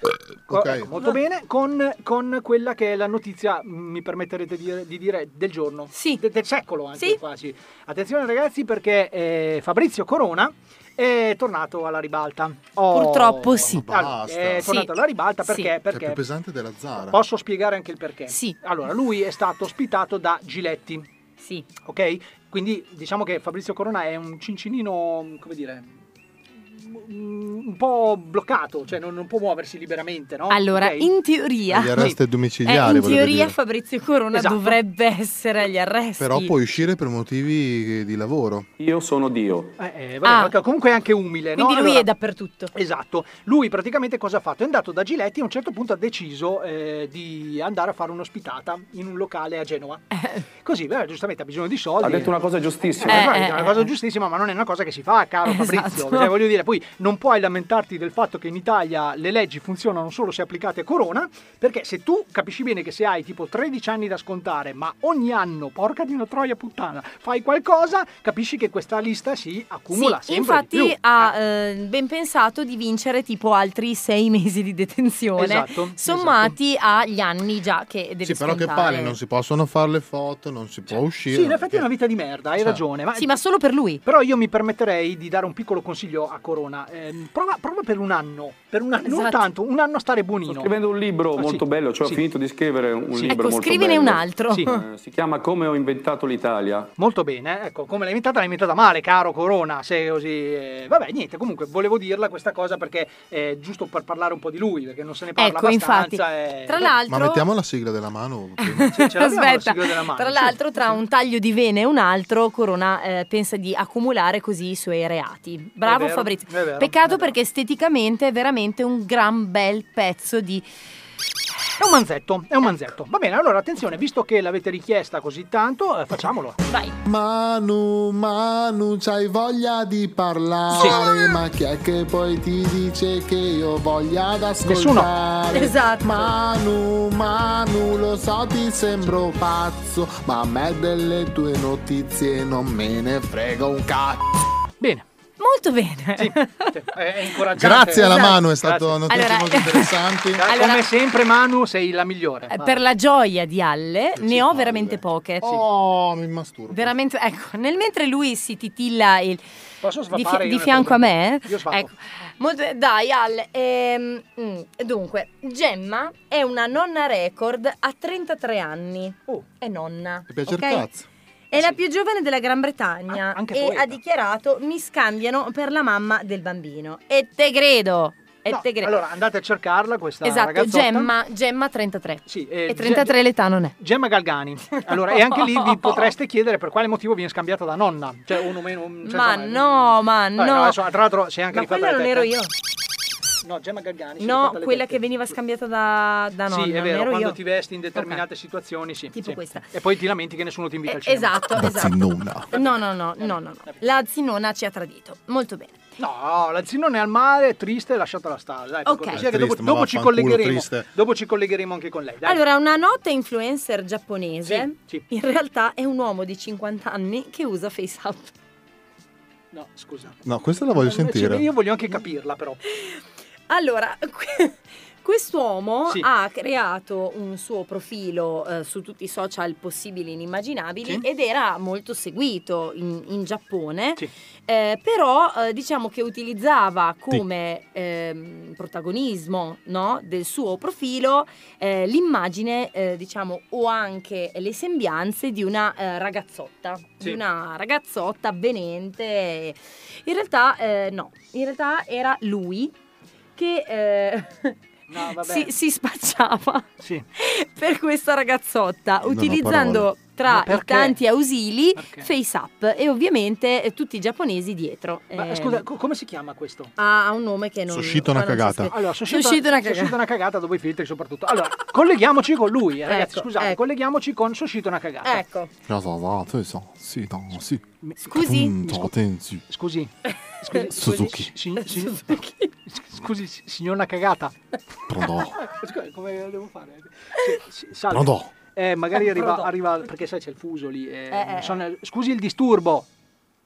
[SPEAKER 2] Co-
[SPEAKER 4] Ok.
[SPEAKER 2] ecco, molto bene, con, con quella che è la notizia, mh, mi permetterete di dire, di dire, del giorno, De- del secolo anche quasi. Attenzione ragazzi perché eh, Fabrizio Corona è tornato alla ribalta. Oh,
[SPEAKER 7] Purtroppo sì.
[SPEAKER 2] ah,
[SPEAKER 4] Basta.
[SPEAKER 2] È tornato
[SPEAKER 7] Sì.
[SPEAKER 2] alla ribalta
[SPEAKER 7] Sì.
[SPEAKER 2] perché?
[SPEAKER 4] È più
[SPEAKER 2] perché
[SPEAKER 4] pesante Cioè, della Zara.
[SPEAKER 2] Posso spiegare anche il perché?
[SPEAKER 7] Sì.
[SPEAKER 2] Allora, lui è stato ospitato da Giletti.
[SPEAKER 7] Sì.
[SPEAKER 2] Ok? Quindi diciamo che Fabrizio Corona è un cincinino, mm, come dire, mm, un un po' bloccato, cioè non, non può muoversi liberamente, no?
[SPEAKER 7] Allora,
[SPEAKER 2] Ok?
[SPEAKER 7] in
[SPEAKER 2] Ah,
[SPEAKER 7] teoria...
[SPEAKER 4] Agli arresti
[SPEAKER 7] Eh,
[SPEAKER 4] domiciliari,
[SPEAKER 7] in
[SPEAKER 4] volevo
[SPEAKER 7] teoria
[SPEAKER 4] dire.
[SPEAKER 7] Fabrizio Corona
[SPEAKER 2] Esatto.
[SPEAKER 7] dovrebbe essere agli arresti.
[SPEAKER 4] Però puoi uscire per motivi eh, di lavoro.
[SPEAKER 18] Io sono Dio.
[SPEAKER 2] Eh, eh, vabbè, ok, comunque è anche umile.
[SPEAKER 7] ah. Quindi
[SPEAKER 2] no?
[SPEAKER 7] lui
[SPEAKER 2] Allora-
[SPEAKER 7] è dappertutto.
[SPEAKER 2] Esatto, lui praticamente cosa ha fatto? È andato da Giletti e a un certo punto ha deciso eh, di andare a fare un'ospitata in un locale a Genova. Così, beh, giustamente ha bisogno di soldi.
[SPEAKER 18] Ha detto una cosa giustissima.
[SPEAKER 2] Eh,
[SPEAKER 18] Eh,
[SPEAKER 2] ma è
[SPEAKER 18] eh,
[SPEAKER 2] una
[SPEAKER 18] eh.
[SPEAKER 2] cosa giustissima, ma non è una cosa che si fa, caro Fabrizio.
[SPEAKER 7] Esatto.
[SPEAKER 2] Cioè, voglio dire, poi non puoi lamentarti del fatto che in Italia le leggi funzionano solo se applicate a corona, perché se tu capisci bene che se hai tipo 13 anni da scontare, ma ogni anno, porca di una troia puttana, fai qualcosa, capisci che questa lista si accumula
[SPEAKER 7] Sì,
[SPEAKER 2] sempre di
[SPEAKER 7] infatti
[SPEAKER 2] più.
[SPEAKER 7] ha eh, ben pensato di vincere tipo altri sei mesi di detenzione,
[SPEAKER 4] Esatto,
[SPEAKER 7] sommati agli anni già che deve
[SPEAKER 4] Sì, però che
[SPEAKER 7] scontare.
[SPEAKER 4] pale, non si possono fare le foto, non si può uscire.
[SPEAKER 2] Sì, in
[SPEAKER 4] non
[SPEAKER 2] effetti è una vita di merda, hai
[SPEAKER 4] Cioè.
[SPEAKER 2] ragione. Ma...
[SPEAKER 7] Sì, ma solo per lui.
[SPEAKER 2] Però io mi permetterei di dare un piccolo consiglio a Corona. Ehm, prova, prova per un anno, per un anno, non
[SPEAKER 7] Esatto.
[SPEAKER 2] tanto, un anno a stare buonino.
[SPEAKER 18] Sto scrivendo un libro
[SPEAKER 2] Ah, sì.
[SPEAKER 18] molto bello, cioè
[SPEAKER 2] Sì.
[SPEAKER 18] ho finito di scrivere un
[SPEAKER 2] Sì.
[SPEAKER 18] libro
[SPEAKER 2] Ecco,
[SPEAKER 18] molto
[SPEAKER 2] scrivine
[SPEAKER 18] bello.
[SPEAKER 2] un altro. Sì.
[SPEAKER 18] Eh, si chiama Come ho inventato l'Italia.
[SPEAKER 2] Molto bene, ecco, come l'hai inventata, l'hai inventata male, caro Corona, se così... eh, vabbè, niente, comunque volevo dirla questa cosa perché eh, giusto per parlare un po' di lui, perché non se ne parla
[SPEAKER 7] Ecco, infatti.
[SPEAKER 2] abbastanza. eh.
[SPEAKER 7] Tra l'altro,
[SPEAKER 4] Ma mettiamo la sigla della mano.
[SPEAKER 2] Sì, ce l'abbiamo la
[SPEAKER 7] Aspetta,
[SPEAKER 2] sigla della mano,
[SPEAKER 7] tra
[SPEAKER 2] sì.
[SPEAKER 7] l'altro tra un taglio di vene e un altro Corona eh, pensa di accumulare così i suoi reati. Bravo
[SPEAKER 2] È vero,
[SPEAKER 7] Fabrizio.
[SPEAKER 2] è vero,
[SPEAKER 7] Peccato
[SPEAKER 2] è vero.
[SPEAKER 7] perché esteticamente è veramente un gran bel pezzo di...
[SPEAKER 2] È un manzetto, è un manzetto. Va bene, allora attenzione, visto che l'avete richiesta così tanto, eh, facciamolo.
[SPEAKER 7] Vai.
[SPEAKER 14] Manu, Manu, c'hai voglia di parlare, ma chi è che poi ti dice che io voglia ad ascoltare?
[SPEAKER 6] Nessuno. Esatto.
[SPEAKER 14] Manu, Manu, lo so ti sembro pazzo, ma a me delle tue notizie non me ne frega un cazzo.
[SPEAKER 2] Bene.
[SPEAKER 7] Molto bene.
[SPEAKER 2] È incoraggiante.
[SPEAKER 4] Grazie alla
[SPEAKER 2] Esatto.
[SPEAKER 4] mano, è stato
[SPEAKER 2] Grazie.
[SPEAKER 4] notizie
[SPEAKER 7] Allora-
[SPEAKER 4] molto interessanti.
[SPEAKER 2] Come sempre Manu sei la migliore.
[SPEAKER 7] Eh,
[SPEAKER 2] Va.
[SPEAKER 7] Per la gioia di Alle ne ho veramente poche.
[SPEAKER 4] Oh, mi masturbo.
[SPEAKER 7] Veramente, ecco, nel mentre lui si titilla il-
[SPEAKER 2] Posso
[SPEAKER 7] di,
[SPEAKER 2] svappare
[SPEAKER 7] fi-
[SPEAKER 2] io
[SPEAKER 7] di
[SPEAKER 2] nel
[SPEAKER 7] fianco a me,
[SPEAKER 2] frattempo? Io svappo.
[SPEAKER 7] Ecco. Molto- dai Alle, ehm, mm, dunque, Gemma è una nonna record a 33 anni,
[SPEAKER 2] Oh.
[SPEAKER 7] è nonna,
[SPEAKER 6] Mi piace il
[SPEAKER 7] ok?
[SPEAKER 6] cazzo.
[SPEAKER 2] Eh,
[SPEAKER 7] È la più giovane della Gran Bretagna
[SPEAKER 2] Ah,
[SPEAKER 6] anche
[SPEAKER 7] e
[SPEAKER 6] poeta.
[SPEAKER 7] ha dichiarato mi scambiano per la mamma del bambino. E te credo, e
[SPEAKER 2] No,
[SPEAKER 7] te credo.
[SPEAKER 2] allora andate a cercarla questa
[SPEAKER 7] esatto,
[SPEAKER 2] ragazzotta.
[SPEAKER 7] Gemma, Gemma 33.
[SPEAKER 2] Sì, eh,
[SPEAKER 7] e 33
[SPEAKER 2] Ge-
[SPEAKER 7] l'età non è.
[SPEAKER 2] Gemma Galgani. Allora, e anche lì vi potreste chiedere per quale motivo viene scambiata da nonna. Cioè, uno meno. un- cioè,
[SPEAKER 7] ma
[SPEAKER 2] insomma,
[SPEAKER 7] no, ma
[SPEAKER 2] Vabbè,
[SPEAKER 7] no.
[SPEAKER 2] no, adesso, tra l'altro, sei anche
[SPEAKER 7] ma
[SPEAKER 2] rifatta
[SPEAKER 7] quella non
[SPEAKER 2] le
[SPEAKER 7] ero
[SPEAKER 2] tette.
[SPEAKER 7] io.
[SPEAKER 2] No, Gemma Galgani. si
[SPEAKER 7] No,
[SPEAKER 2] rifatta le
[SPEAKER 7] quella
[SPEAKER 2] tette.
[SPEAKER 7] che veniva scambiata da, da nonna.
[SPEAKER 2] Sì, è
[SPEAKER 7] non
[SPEAKER 2] vero,
[SPEAKER 7] ero
[SPEAKER 2] quando
[SPEAKER 7] io.
[SPEAKER 2] ti vesti in determinate situazioni, sì. Tipo
[SPEAKER 7] questa.
[SPEAKER 2] E poi ti lamenti che nessuno ti invita
[SPEAKER 7] Eh,
[SPEAKER 2] al cinema.
[SPEAKER 7] esatto, esatto. No, no, no, no, no, no. La zinnona ci ha tradito. Molto bene.
[SPEAKER 2] No, la Zinone è al mare, è triste, lasciatela stare. Dai, per
[SPEAKER 7] Ok.
[SPEAKER 2] cortesia,
[SPEAKER 7] È
[SPEAKER 2] che dopo,
[SPEAKER 7] triste, ma
[SPEAKER 2] dopo ci
[SPEAKER 7] vaffanculo,
[SPEAKER 2] collegheremo,
[SPEAKER 7] triste.
[SPEAKER 2] dopo ci collegheremo anche con lei. Dai.
[SPEAKER 7] Allora, una nota influencer giapponese
[SPEAKER 2] Sì, sì.
[SPEAKER 7] in realtà è un uomo di 50 anni che usa FaceApp.
[SPEAKER 2] No, scusa. Cioè,
[SPEAKER 4] No, questa la voglio sentire.
[SPEAKER 2] Io voglio anche capirla, però.
[SPEAKER 7] Allora, que- quest'uomo
[SPEAKER 2] Sì.
[SPEAKER 7] ha creato un suo profilo eh, su tutti i social possibili e
[SPEAKER 19] Sì.
[SPEAKER 7] inimmaginabili ed era molto seguito in, in Giappone, Eh, però eh, diciamo che utilizzava come ehm, protagonismo no, del suo profilo eh, l'immagine eh, diciamo, o anche le sembianze di una eh, ragazzotta,
[SPEAKER 19] Sì.
[SPEAKER 7] di una ragazzotta avvenente. In realtà eh, no, in realtà era lui che eh, si, si spacciava per questa ragazzotta
[SPEAKER 19] ho
[SPEAKER 7] utilizzando
[SPEAKER 19] parole.
[SPEAKER 7] tra
[SPEAKER 19] Ma
[SPEAKER 7] i
[SPEAKER 19] perché?
[SPEAKER 7] tanti ausili FaceApp e ovviamente eh, tutti i giapponesi dietro.
[SPEAKER 2] Ma
[SPEAKER 7] Eh,
[SPEAKER 2] scusa, co- come si chiama questo?
[SPEAKER 7] ha ha un nome che non
[SPEAKER 4] Sushito una
[SPEAKER 7] qua non c'è
[SPEAKER 4] cagata.
[SPEAKER 7] scritto.
[SPEAKER 2] Allora, suscita,
[SPEAKER 7] Sushito una cagata.
[SPEAKER 2] suscita una cagata dopo i filtri soprattutto. Allora, colleghiamoci con lui, eh, ragazzi,
[SPEAKER 7] Ecco,
[SPEAKER 2] scusate,
[SPEAKER 7] ecco.
[SPEAKER 2] colleghiamoci con suscita una cagata.
[SPEAKER 7] Ecco.
[SPEAKER 2] Scusi?
[SPEAKER 4] Scusi.
[SPEAKER 2] Scusi. Scusi,
[SPEAKER 4] Suzuki.
[SPEAKER 2] Scusi, si- si- scusi, si- signor una cagata.
[SPEAKER 4] Pronto?
[SPEAKER 2] Scusa, come devo fare? Sì, sì, salve.
[SPEAKER 4] Pronto?
[SPEAKER 2] Eh, magari arriva,
[SPEAKER 4] Pronto.
[SPEAKER 2] arriva perché sai c'è il fuso lì. eh,
[SPEAKER 7] Eh, eh.
[SPEAKER 2] sono- scusi il disturbo.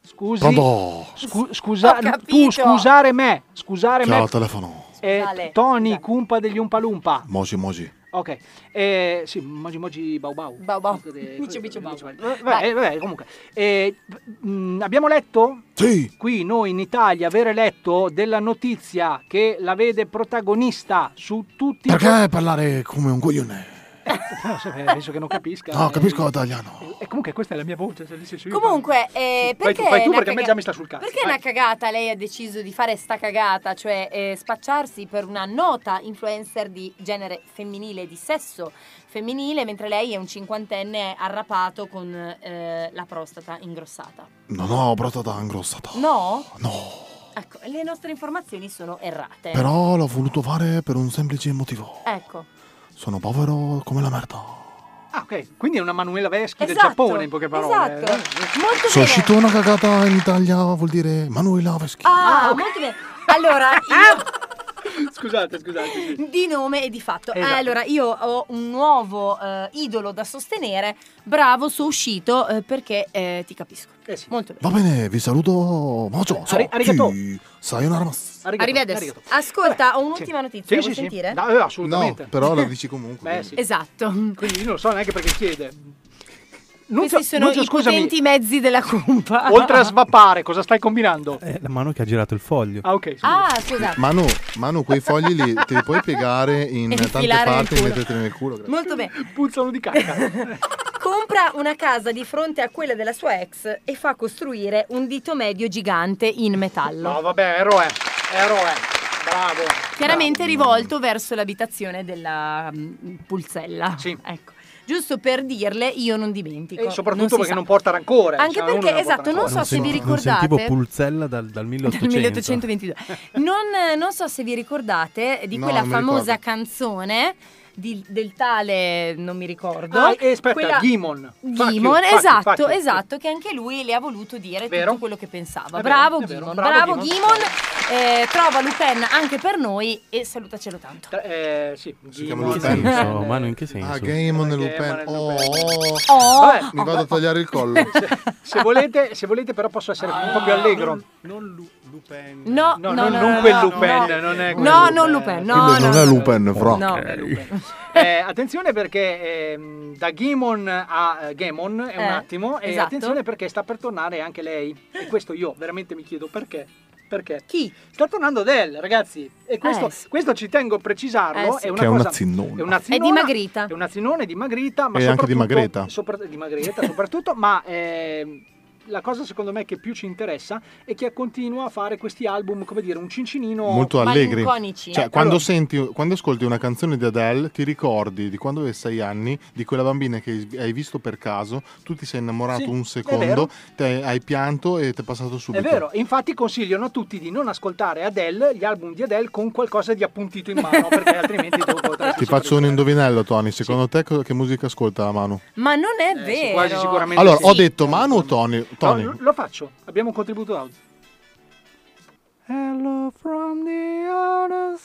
[SPEAKER 2] Scusi.
[SPEAKER 4] Pronto?
[SPEAKER 2] Scu- scusa,
[SPEAKER 7] Ho capito.
[SPEAKER 2] tu scusare me. Scusare
[SPEAKER 4] Ciao
[SPEAKER 2] me.
[SPEAKER 4] al telefono.
[SPEAKER 2] Eh,
[SPEAKER 7] Scusale.
[SPEAKER 2] Tony, cumpa degli Umpalumpa.
[SPEAKER 4] Moji Moji.
[SPEAKER 2] Ok, eh, sì, Moji Moji Bau Bau.
[SPEAKER 7] Bau Bau.
[SPEAKER 2] Micio Micio
[SPEAKER 7] Bau.
[SPEAKER 2] Vabbè, vabbè, comunque. Eh, mh, abbiamo letto?
[SPEAKER 4] Sì.
[SPEAKER 2] Qui noi in Italia avere letto della notizia che la vede protagonista su tutti i...
[SPEAKER 14] Perché parlare come un coglione?
[SPEAKER 2] No, se- eh, penso che non capisca.
[SPEAKER 14] No,
[SPEAKER 2] eh.
[SPEAKER 14] capisco l'italiano.
[SPEAKER 2] E comunque questa è la mia voce. se dice sì,
[SPEAKER 7] Comunque, eh,
[SPEAKER 2] vai
[SPEAKER 7] perché,
[SPEAKER 2] tu, vai tu
[SPEAKER 7] una
[SPEAKER 2] perché a me
[SPEAKER 7] caga-
[SPEAKER 2] già mi sta sul cazzo.
[SPEAKER 7] perché
[SPEAKER 2] vai.
[SPEAKER 7] una cagata lei ha deciso di fare sta cagata, cioè eh, spacciarsi per una nota influencer di genere femminile, di sesso femminile, mentre lei è un cinquantenne arrapato con eh, la prostata ingrossata?
[SPEAKER 4] No, no, prostata ingrossata.
[SPEAKER 7] No?
[SPEAKER 4] No.
[SPEAKER 7] Ecco, le nostre informazioni sono errate.
[SPEAKER 2] Eh.
[SPEAKER 4] Però l'ho voluto fare per un semplice motivo.
[SPEAKER 7] Ecco.
[SPEAKER 4] Sono povero come la merda.
[SPEAKER 2] Ah, ok. Quindi è una Manuela Veschi del
[SPEAKER 7] Esatto,
[SPEAKER 2] Giappone, in poche parole. eh.
[SPEAKER 7] esatto. Molto
[SPEAKER 4] Soshito una cagata in Italia vuol dire Manuel Laveschi.
[SPEAKER 7] Ah, molto bene. Allora, io
[SPEAKER 2] Scusate, scusate.
[SPEAKER 7] di nome e di fatto.
[SPEAKER 2] Esatto.
[SPEAKER 7] Allora, io ho un nuovo eh, idolo da sostenere. Bravo, sono uscito eh, perché eh, ti capisco. Molto bene.
[SPEAKER 4] Va bene, vi saluto. Mojo.
[SPEAKER 7] Ari- arigato.
[SPEAKER 4] Sai un armas.
[SPEAKER 7] Arrivederci. Ascolta, ho un'ultima notizia.
[SPEAKER 2] Sì,
[SPEAKER 7] vuoi
[SPEAKER 2] sì, sì.
[SPEAKER 7] sentire?
[SPEAKER 2] No, eh, assolutamente.
[SPEAKER 4] No, però la dici comunque.
[SPEAKER 2] Beh, sì.
[SPEAKER 7] Esatto.
[SPEAKER 2] Quindi io non so neanche perché chiede. Nunzio,
[SPEAKER 7] Questi sono
[SPEAKER 2] Nunzio,
[SPEAKER 7] i
[SPEAKER 2] scusami,
[SPEAKER 7] potenti mezzi della cumpa.
[SPEAKER 2] oltre a svapare, cosa stai combinando?
[SPEAKER 14] Eh.
[SPEAKER 12] È la mano che ha girato il foglio.
[SPEAKER 2] Ah, ok.
[SPEAKER 7] Ah, scusa.
[SPEAKER 4] Manu, Manu, quei fogli li te li puoi piegare in
[SPEAKER 7] E
[SPEAKER 4] tante
[SPEAKER 7] infilare nel
[SPEAKER 4] parti e
[SPEAKER 7] culo.
[SPEAKER 4] metterteli nel culo. grazie.
[SPEAKER 7] Molto bene.
[SPEAKER 2] Puzzano di cacca.
[SPEAKER 7] Compra una casa di fronte a quella della sua ex e fa costruire un dito medio gigante in metallo.
[SPEAKER 2] No, vabbè, eroe. Eroe. Eh, Bravo.
[SPEAKER 7] Chiaramente rivolto verso l'abitazione della mm, pulzella. Ecco. Giusto per dirle, io non dimentico.
[SPEAKER 2] E soprattutto
[SPEAKER 7] Non si
[SPEAKER 2] perché
[SPEAKER 7] sa.
[SPEAKER 2] non porta rancore.
[SPEAKER 7] Anche
[SPEAKER 2] cioè, uno
[SPEAKER 7] perché,
[SPEAKER 2] porta
[SPEAKER 7] esatto, non so
[SPEAKER 2] rancore.
[SPEAKER 7] se vi
[SPEAKER 12] Non sentivo
[SPEAKER 7] ricordate.
[SPEAKER 12] Pulzella dal, dal 1800.
[SPEAKER 7] Del 1822. Non, non so se vi ricordate di
[SPEAKER 12] No,
[SPEAKER 7] quella
[SPEAKER 12] non mi
[SPEAKER 7] famosa
[SPEAKER 12] ricordo.
[SPEAKER 7] canzone di- del tale, non mi ricordo.
[SPEAKER 2] Ah, e aspetta,
[SPEAKER 7] Quella-
[SPEAKER 2] Gimon. Fuck you,
[SPEAKER 7] Gimon,
[SPEAKER 2] fuck you,
[SPEAKER 7] esatto,
[SPEAKER 2] fuck you.
[SPEAKER 7] esatto, che anche lui le ha voluto dire tutto quello che pensava.
[SPEAKER 2] È Eh vero,
[SPEAKER 7] bravo,
[SPEAKER 2] è vero,
[SPEAKER 7] Gimon,
[SPEAKER 2] bravo
[SPEAKER 7] bravo
[SPEAKER 2] Gimon.
[SPEAKER 7] Gimon, eh, trova Lupin anche per noi e salutacelo tanto.
[SPEAKER 2] Eh, sì.
[SPEAKER 4] chiama
[SPEAKER 12] In che
[SPEAKER 4] Lupin.
[SPEAKER 12] senso? Manu, in che senso?
[SPEAKER 4] Ah, Gaemon e Lupin. Oh,
[SPEAKER 7] Oh.
[SPEAKER 2] Vabbè,
[SPEAKER 4] mi vado a tagliare il collo.
[SPEAKER 2] se, volete, se volete però posso essere un po' più allegro.
[SPEAKER 7] No,
[SPEAKER 2] No,
[SPEAKER 7] no,
[SPEAKER 2] non-
[SPEAKER 7] no,
[SPEAKER 2] non
[SPEAKER 7] no,
[SPEAKER 2] quel
[SPEAKER 7] no,
[SPEAKER 2] Lupin,
[SPEAKER 7] no.
[SPEAKER 2] Eh, non è quel
[SPEAKER 7] No,
[SPEAKER 2] Lupin.
[SPEAKER 7] non Lupin, no,
[SPEAKER 4] Quindi
[SPEAKER 7] no.
[SPEAKER 4] non è Lupin, fra.
[SPEAKER 7] No.
[SPEAKER 2] Eh, attenzione perché ehm, da Gimon a eh, Gemon è un
[SPEAKER 7] Eh,
[SPEAKER 2] attimo e
[SPEAKER 7] esatto.
[SPEAKER 2] attenzione perché sta per tornare anche lei e questo io veramente mi chiedo perché. Perché?
[SPEAKER 7] Chi?
[SPEAKER 2] Sta tornando Del, ragazzi. E questo,
[SPEAKER 7] Eh, sì.
[SPEAKER 2] questo ci tengo a precisarlo.
[SPEAKER 7] Eh, sì.
[SPEAKER 2] È una
[SPEAKER 4] Che è una
[SPEAKER 2] cosa-
[SPEAKER 4] zinnona.
[SPEAKER 2] È, una
[SPEAKER 7] È
[SPEAKER 2] zinnona,
[SPEAKER 7] dimagrita.
[SPEAKER 2] È una zinnone dimagrita. Ma
[SPEAKER 4] E anche
[SPEAKER 2] soprattutto-
[SPEAKER 4] dimagreta.
[SPEAKER 2] sopra- dimagreta soprattutto, ma ehm, la cosa secondo me che più ci interessa è che continua a fare questi album, come dire, un cincinino
[SPEAKER 7] Oh,
[SPEAKER 4] Molto allegri. Cioè, quando,
[SPEAKER 2] Allora,
[SPEAKER 4] senti, quando ascolti una canzone di Adele, ti ricordi di quando avevi sei anni, di quella bambina che hai visto per caso, tu ti sei innamorato
[SPEAKER 2] Sì, è
[SPEAKER 4] un
[SPEAKER 2] vero.
[SPEAKER 4] secondo, te hai pianto e ti è passato subito.
[SPEAKER 2] È vero, e infatti consigliano a tutti di non ascoltare Adele, gli album di Adele, con qualcosa di appuntito in mano, perché altrimenti dopo potresti
[SPEAKER 4] Ti faccio un indovinello, Tony. Secondo te co- che musica ascolta Manu?
[SPEAKER 7] Ma non è vero.
[SPEAKER 2] Eh, quasi sicuramente
[SPEAKER 4] Allora, ho detto Manu o Tony? Tony.
[SPEAKER 2] No, lo- lo faccio, abbiamo un contributo audio. Hello from the other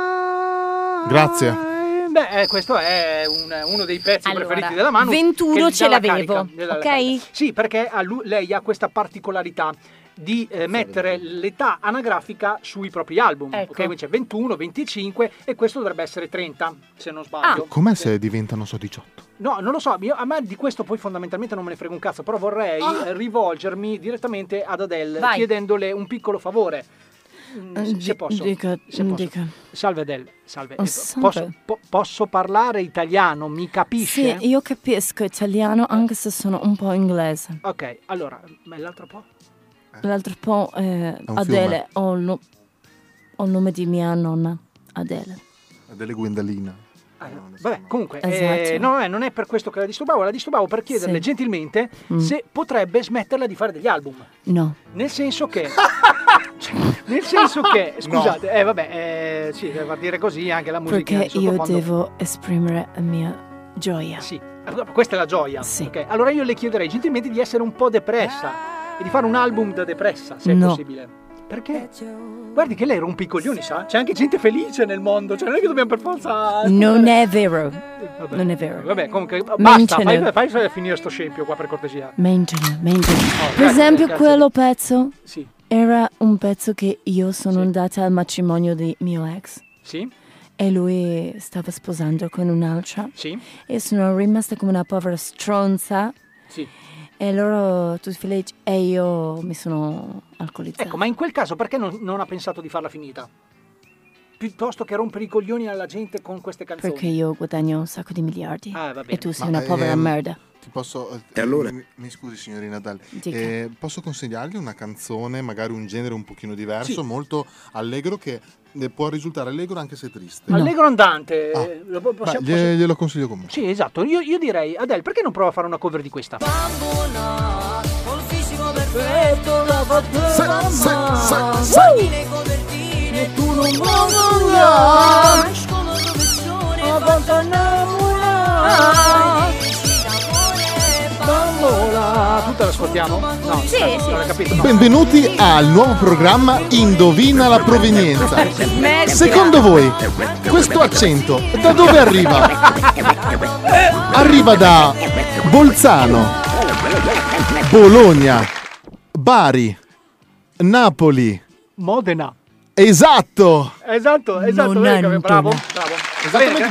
[SPEAKER 2] side.
[SPEAKER 4] Grazie.
[SPEAKER 2] Beh, eh, questo è un- uno dei pezzi
[SPEAKER 7] Allora,
[SPEAKER 2] preferiti della mano.
[SPEAKER 7] 21
[SPEAKER 2] che gli dà
[SPEAKER 7] ce
[SPEAKER 2] la
[SPEAKER 7] l'avevo,
[SPEAKER 2] carica, gli dà la
[SPEAKER 7] ok?
[SPEAKER 2] carica. Sì, perché a lui- lei ha questa particolarità di eh, mettere l'età anagrafica sui propri album.
[SPEAKER 7] Ecco.
[SPEAKER 2] Ok, quindi c'è 21, 25 e questo dovrebbe essere 30, se non
[SPEAKER 7] Ah.
[SPEAKER 2] sbaglio.
[SPEAKER 4] Com'è se diventano so 18?
[SPEAKER 2] No, non lo so, io, a me di questo poi fondamentalmente non me ne frega un cazzo, però vorrei eh, rivolgermi direttamente ad Adele
[SPEAKER 7] Oh. Vai. Eh,
[SPEAKER 2] chiedendole un piccolo favore. Mm, Se se posso. se posso. Salve Adele, salve.
[SPEAKER 7] Oh,
[SPEAKER 2] Eh,
[SPEAKER 7] salve.
[SPEAKER 2] Posso, po- posso parlare italiano, mi eh? capisce?
[SPEAKER 7] Sì, io capisco italiano anche se sono un po' inglese.
[SPEAKER 2] Ok, allora, ma l'altro po'?
[SPEAKER 7] L'altro po' eh,
[SPEAKER 4] un
[SPEAKER 7] Adele, ho il, nu- ho il nome di mia nonna, Adele.
[SPEAKER 4] Delle guendalina.
[SPEAKER 2] Ah, vabbè, comunque,
[SPEAKER 7] Esatto.
[SPEAKER 2] eh, no, eh, non è per questo che la disturbavo, la disturbavo per chiederle
[SPEAKER 7] Sì.
[SPEAKER 2] gentilmente
[SPEAKER 7] Mm.
[SPEAKER 2] se potrebbe smetterla di fare degli album.
[SPEAKER 7] No.
[SPEAKER 2] Nel senso che. Cioè, nel senso che.
[SPEAKER 7] No.
[SPEAKER 2] Scusate, eh vabbè, eh, sì, va a dire così anche la musica.
[SPEAKER 7] Perché
[SPEAKER 2] in
[SPEAKER 7] io
[SPEAKER 2] sottofondo.
[SPEAKER 7] devo esprimere la mia gioia.
[SPEAKER 2] Sì. Allora, Ah, Questa è la gioia. ok? Allora io le chiederei gentilmente di essere un po' depressa e di fare un album da depressa, se
[SPEAKER 7] No.
[SPEAKER 2] è possibile. Perché? Guardi che lei rompe i coglioni, sa? C'è anche gente felice nel mondo, cioè non è che dobbiamo per forza... Eh,
[SPEAKER 7] Non è vero. Non è vero.
[SPEAKER 2] Vabbè, comunque, basta,
[SPEAKER 7] Mencene.
[SPEAKER 2] fai, fai finire sto scempio qua per cortesia.
[SPEAKER 7] Mangino, mangino. per
[SPEAKER 2] grazie,
[SPEAKER 7] esempio,
[SPEAKER 2] grazie.
[SPEAKER 7] quello pezzo
[SPEAKER 2] Oh, Sì.
[SPEAKER 7] era un pezzo che io sono andata al matrimonio di mio ex.
[SPEAKER 2] Sì?
[SPEAKER 7] E lui stava sposando con un'altra.
[SPEAKER 2] Sì?
[SPEAKER 7] E sono rimasta come una povera stronza.
[SPEAKER 2] Sì.
[SPEAKER 7] E loro tutti felici. E io mi sono alcolizzata.
[SPEAKER 2] Ecco, ma in quel caso perché non, non ha pensato di farla finita? Piuttosto che rompere i coglioni alla gente con queste canzoni.
[SPEAKER 7] Perché io guadagno un sacco di miliardi.
[SPEAKER 2] Ah, va bene.
[SPEAKER 7] E tu sei
[SPEAKER 4] Ma,
[SPEAKER 7] una povera
[SPEAKER 4] ehm,
[SPEAKER 7] merda.
[SPEAKER 4] Ti posso. eh,
[SPEAKER 7] E allora?
[SPEAKER 4] Mi, mi scusi, signorina Dal.
[SPEAKER 7] Dica.
[SPEAKER 4] posso consigliargli una canzone, magari un genere un pochino diverso,
[SPEAKER 2] Sì.
[SPEAKER 4] molto allegro, che eh, può risultare allegro anche se triste.
[SPEAKER 2] Allegro andante. lo po-
[SPEAKER 4] Ma
[SPEAKER 2] possiamo-
[SPEAKER 4] glie-
[SPEAKER 2] possiamo-
[SPEAKER 4] Ah, Glielo consiglio comunque.
[SPEAKER 2] Sì, esatto. Io, io direi, Adele, perché non prova a fare una cover di questa?
[SPEAKER 6] Se- se- se- se-
[SPEAKER 2] E tu non
[SPEAKER 6] voglio
[SPEAKER 2] Bambola! Tutta l'ascoltiamo? No,
[SPEAKER 6] Sì,
[SPEAKER 2] non
[SPEAKER 6] sì.
[SPEAKER 2] l'ho capito. no.
[SPEAKER 4] Benvenuti al nuovo programma Indovina la provenienza. Secondo voi, questo accento da dove arriva? Arriva da Bolzano, Bologna, Bari, Napoli.
[SPEAKER 2] Modena.
[SPEAKER 4] Esatto!
[SPEAKER 2] Esatto, esatto.
[SPEAKER 4] Non
[SPEAKER 2] vedi che-
[SPEAKER 4] Antona.
[SPEAKER 2] bravo, bravo.
[SPEAKER 4] Esattamente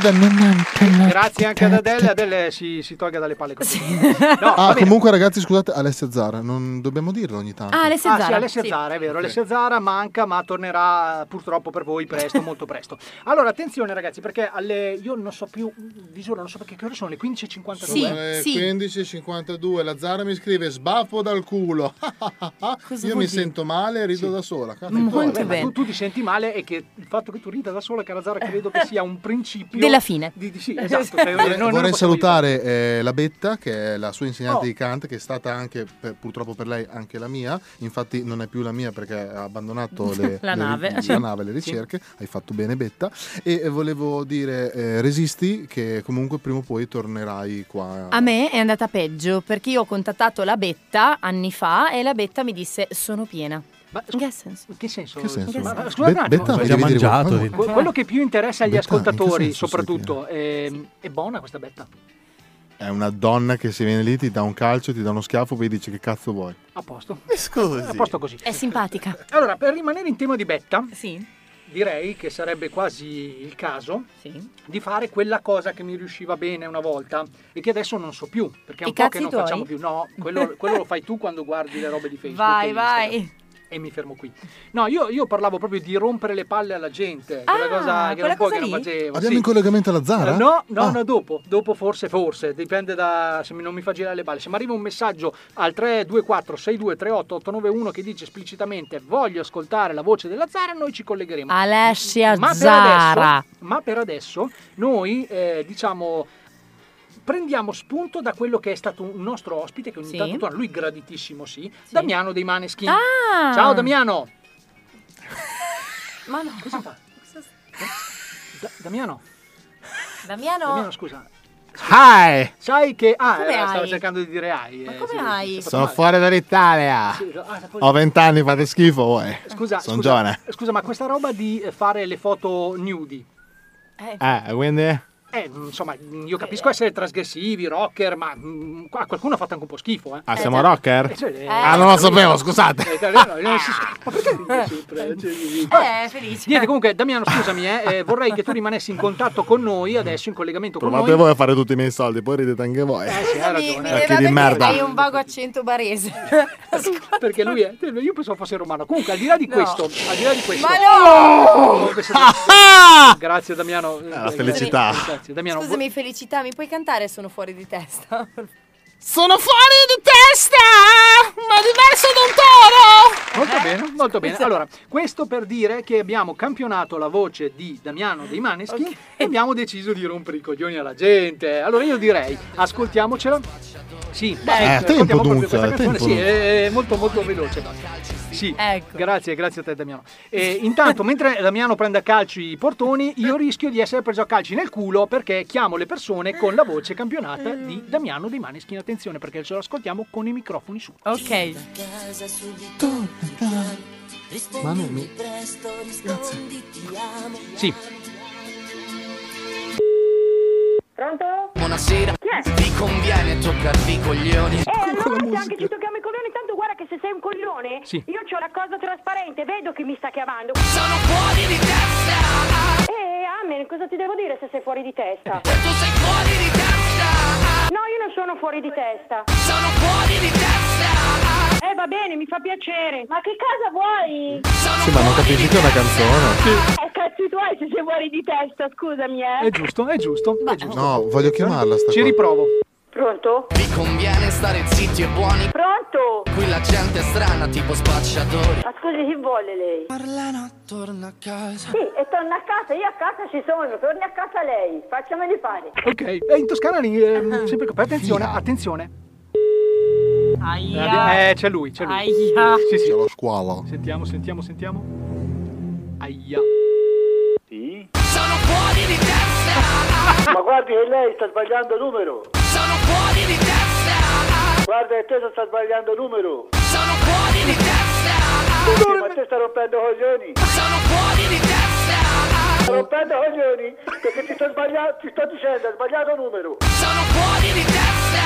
[SPEAKER 2] Bene,
[SPEAKER 4] da Nonantona.
[SPEAKER 2] Grazie anche ad Adele, Adele si, si toglie dalle palle così. No, va
[SPEAKER 4] Ah,
[SPEAKER 2] bene.
[SPEAKER 4] comunque ragazzi, scusate, Alessia Zara, non dobbiamo dirlo ogni tanto.
[SPEAKER 2] Ah,
[SPEAKER 7] Alessia
[SPEAKER 2] sì,
[SPEAKER 7] Zara,
[SPEAKER 2] Alessia
[SPEAKER 7] sì.
[SPEAKER 2] Zara, è vero. Alessia Zara manca, ma tornerà eh, purtroppo per voi presto, molto presto. Allora, attenzione ragazzi, perché alle... io non so più, vi giuro, non so perché che ore sono, le 15.52?
[SPEAKER 4] Sono le 15.52, la Zara mi scrive sbaffo dal culo. Io
[SPEAKER 2] vuol
[SPEAKER 4] mi
[SPEAKER 2] dire?
[SPEAKER 4] sento male e rido da sola. cazzo,
[SPEAKER 2] Vabbè,
[SPEAKER 4] vabbè,
[SPEAKER 2] ma Tu, tu ti senti male e che il fatto che tu rida da sola, cara Zara, credo che sia un principio...
[SPEAKER 7] Della fine.
[SPEAKER 2] Di, di- sì, esatto. cioè, non- non
[SPEAKER 4] Vorrei
[SPEAKER 2] lo possiamo
[SPEAKER 4] salutare eh, la Betta, che è la sua insegnante
[SPEAKER 2] Oh.
[SPEAKER 4] di Kant, che è stata anche, per- purtroppo per lei, anche la mia. Infatti non è più la mia perché ha abbandonato le,
[SPEAKER 7] La
[SPEAKER 4] le-
[SPEAKER 7] nave.
[SPEAKER 4] la
[SPEAKER 7] Sì.
[SPEAKER 4] nave, le
[SPEAKER 7] Sì.
[SPEAKER 4] ricerche. Hai fatto bene Betta. E eh, volevo dire, eh, resisti, che comunque prima o poi tornerai qua.
[SPEAKER 7] A me è andata peggio perché io ho contattato la Betta anni fa e la Betta mi disse sono piena. in che senso?
[SPEAKER 2] Che senso?
[SPEAKER 4] Che senso?
[SPEAKER 2] Ma- ma
[SPEAKER 4] Be-
[SPEAKER 2] scusate un attimo,
[SPEAKER 4] Betta, devi dire qualcosa.
[SPEAKER 2] Que- quello che più interessa agli
[SPEAKER 4] Betta, in che
[SPEAKER 2] ascoltatori,
[SPEAKER 4] senso
[SPEAKER 2] soprattutto, ehm, è, buona questa betta.
[SPEAKER 4] È una donna che se viene lì ti dà un calcio, ti dà uno schiaffo, poi dice che cazzo vuoi.
[SPEAKER 2] A posto.
[SPEAKER 4] Eh, scusi.
[SPEAKER 2] A posto così.
[SPEAKER 7] È simpatica.
[SPEAKER 2] Allora, per rimanere in tema di betta,
[SPEAKER 7] sì.
[SPEAKER 2] direi che sarebbe quasi il caso di fare quella cosa che mi riusciva bene una volta e che adesso non so più, perché è
[SPEAKER 7] I
[SPEAKER 2] un po' che
[SPEAKER 7] cazzi
[SPEAKER 2] non
[SPEAKER 7] tuoi?
[SPEAKER 2] facciamo più. No, quello, quello lo fai tu quando guardi le robe di Facebook.
[SPEAKER 7] Vai,
[SPEAKER 2] e
[SPEAKER 7] vai.
[SPEAKER 2] Instagram. E mi fermo qui. No, io, io parlavo proprio di rompere le palle alla gente, quella
[SPEAKER 7] Ah,
[SPEAKER 2] cosa che
[SPEAKER 7] quella
[SPEAKER 2] era un po'
[SPEAKER 7] cosa
[SPEAKER 2] che non
[SPEAKER 7] lì?
[SPEAKER 2] facevo.
[SPEAKER 4] Abbiamo
[SPEAKER 2] sì.
[SPEAKER 4] in collegamento la Zara?
[SPEAKER 2] Eh, No, no,
[SPEAKER 4] Ah.
[SPEAKER 2] no, dopo, dopo forse, forse, dipende da se mi- non mi fa girare le balle. Se mi arriva un messaggio al 324 6238 891 che dice esplicitamente voglio ascoltare la voce della Zara, noi ci collegheremo.
[SPEAKER 7] Alessia
[SPEAKER 2] Ma per
[SPEAKER 7] Zara.
[SPEAKER 2] adesso, ma per adesso noi eh, diciamo prendiamo spunto da quello che è stato un nostro ospite che ogni
[SPEAKER 7] Sì.
[SPEAKER 2] tanto torna, lui graditissimo sì, Damiano dei Maneskin.
[SPEAKER 7] Ah!
[SPEAKER 2] Ciao Damiano.
[SPEAKER 7] Ma no.
[SPEAKER 2] Cosa fa? Da- Damiano,
[SPEAKER 7] Damiano.
[SPEAKER 2] Damiano scusa.
[SPEAKER 14] Hi!
[SPEAKER 2] Sai che... Ah,
[SPEAKER 7] Come
[SPEAKER 2] era-
[SPEAKER 7] hai?
[SPEAKER 2] stavo cercando di dire AI. Ma
[SPEAKER 7] come hai?
[SPEAKER 14] Sono fuori dall'Italia! Ho vent'anni, fate schifo voi!
[SPEAKER 2] Scusa,
[SPEAKER 14] Sono
[SPEAKER 2] scusa,
[SPEAKER 14] giovane!
[SPEAKER 2] scusa, ma questa roba di eh, fare le foto nudi,
[SPEAKER 14] Eh, quindi...
[SPEAKER 2] eh, insomma, io capisco essere trasgressivi, rocker, ma mm, qua qualcuno ha fatto anche un po' schifo, eh.
[SPEAKER 14] Ah, siamo rocker?
[SPEAKER 2] Eh, sì, eh.
[SPEAKER 14] Ah, non lo sapevo, scusate!
[SPEAKER 2] Eh, no, no, non si- Ma perché ridi sempre? Cioè,
[SPEAKER 7] Eh, felice.
[SPEAKER 2] Niente, comunque, Damiano, scusami, eh, eh, vorrei che tu rimanessi in contatto con noi adesso, in collegamento con
[SPEAKER 4] Provate
[SPEAKER 2] noi.
[SPEAKER 4] voi a fare tutti i miei soldi, poi ridete anche voi.
[SPEAKER 2] Eh,
[SPEAKER 7] Scusami, mi
[SPEAKER 4] Occhi
[SPEAKER 7] deve
[SPEAKER 4] di
[SPEAKER 7] perché
[SPEAKER 4] merda.
[SPEAKER 7] hai un vago accento barese.
[SPEAKER 2] Perché lui è. cioè, Io pensavo fosse romano. Comunque, al di là di
[SPEAKER 7] No.
[SPEAKER 2] questo, al di là di questo.
[SPEAKER 7] Ma no!
[SPEAKER 2] Oh, questo- Grazie Damiano.
[SPEAKER 14] Ah, la felicità.
[SPEAKER 2] Grazie, Damiano.
[SPEAKER 7] Scusami, felicità, mi puoi cantare Sono fuori di testa?
[SPEAKER 6] Sono fuori di testa, ma diverso da un toro.
[SPEAKER 2] Molto bene, molto bene. Allora, questo per dire che abbiamo campionato la voce di Damiano dei Maneschi e abbiamo deciso di rompere i coglioni alla gente. Allora io direi, ascoltiamocela. Sì,
[SPEAKER 4] Eh,
[SPEAKER 2] ascoltiamo
[SPEAKER 4] tempo
[SPEAKER 2] proprio
[SPEAKER 4] dunque,
[SPEAKER 2] questa canzone,
[SPEAKER 4] tempo
[SPEAKER 2] sì,
[SPEAKER 4] dunque.
[SPEAKER 2] è molto molto veloce. Sì, grazie, grazie a te Damiano. E intanto, mentre Damiano prende a calci i portoni, io rischio di essere preso a calci nel culo perché chiamo le persone con la voce campionata di Damiano dei Maneschi. Attenzione perché ce lo ascoltiamo con i microfoni su.
[SPEAKER 7] Ok.
[SPEAKER 6] Ma
[SPEAKER 4] non
[SPEAKER 6] mi...
[SPEAKER 2] Sì.
[SPEAKER 6] Pronto? Buonasera. Chi è? Vi conviene toccarvi i coglioni. Eh, allora anche ci tocchiamo i coglioni, tanto guarda che se sei un coglione,
[SPEAKER 2] Sì.
[SPEAKER 6] io c'ho la cosa trasparente, vedo che mi sta chiamando. Sono fuori di testa! Eh, Amen, cosa ti devo dire se sei fuori di testa? Se tu sei fuori di testa! No, io non sono fuori di testa. Sono fuori di testa! Eh, va bene, mi fa piacere. Ma che cosa vuoi?
[SPEAKER 4] Sì, ma non capisci che è una canzone?
[SPEAKER 6] Eh, cazzi tuoi se sei fuori di testa, scusami, eh.
[SPEAKER 2] È giusto, è giusto, è giusto.
[SPEAKER 4] No, voglio chiamarla sta
[SPEAKER 2] Ci
[SPEAKER 4] qua.
[SPEAKER 2] riprovo.
[SPEAKER 6] Pronto?
[SPEAKER 20] Vi conviene stare zitti e buoni.
[SPEAKER 6] Pronto?
[SPEAKER 20] Qui la gente è strana, tipo spacciatori.
[SPEAKER 6] Ma scusi, chi vuole lei? Marlena torna a casa. Sì, e torna a casa, io a casa ci sono, torni a casa lei, facciameli fare.
[SPEAKER 2] Ok, e in Toscana lì, ehm, sempre per attenzione, attenzione. Eh, c'è lui, c'è lui.
[SPEAKER 6] Aia.
[SPEAKER 2] Sì, sì.
[SPEAKER 4] Lo squalo.
[SPEAKER 2] Sentiamo, sentiamo, sentiamo. Aia.
[SPEAKER 21] Sì?
[SPEAKER 6] Sono fuori di testa! Ma guardi che lei sta sbagliando numero! Sono fuori di testa! Guarda che te sta sbagliando numero! Sono fuori di testa! Ma te sta rompendo coglioni! Sono fuori di testa! Sta rompendo coglioni perché ti sto sbagliando, ti sto dicendo, hai sbagliato numero! Sono fuori di testa!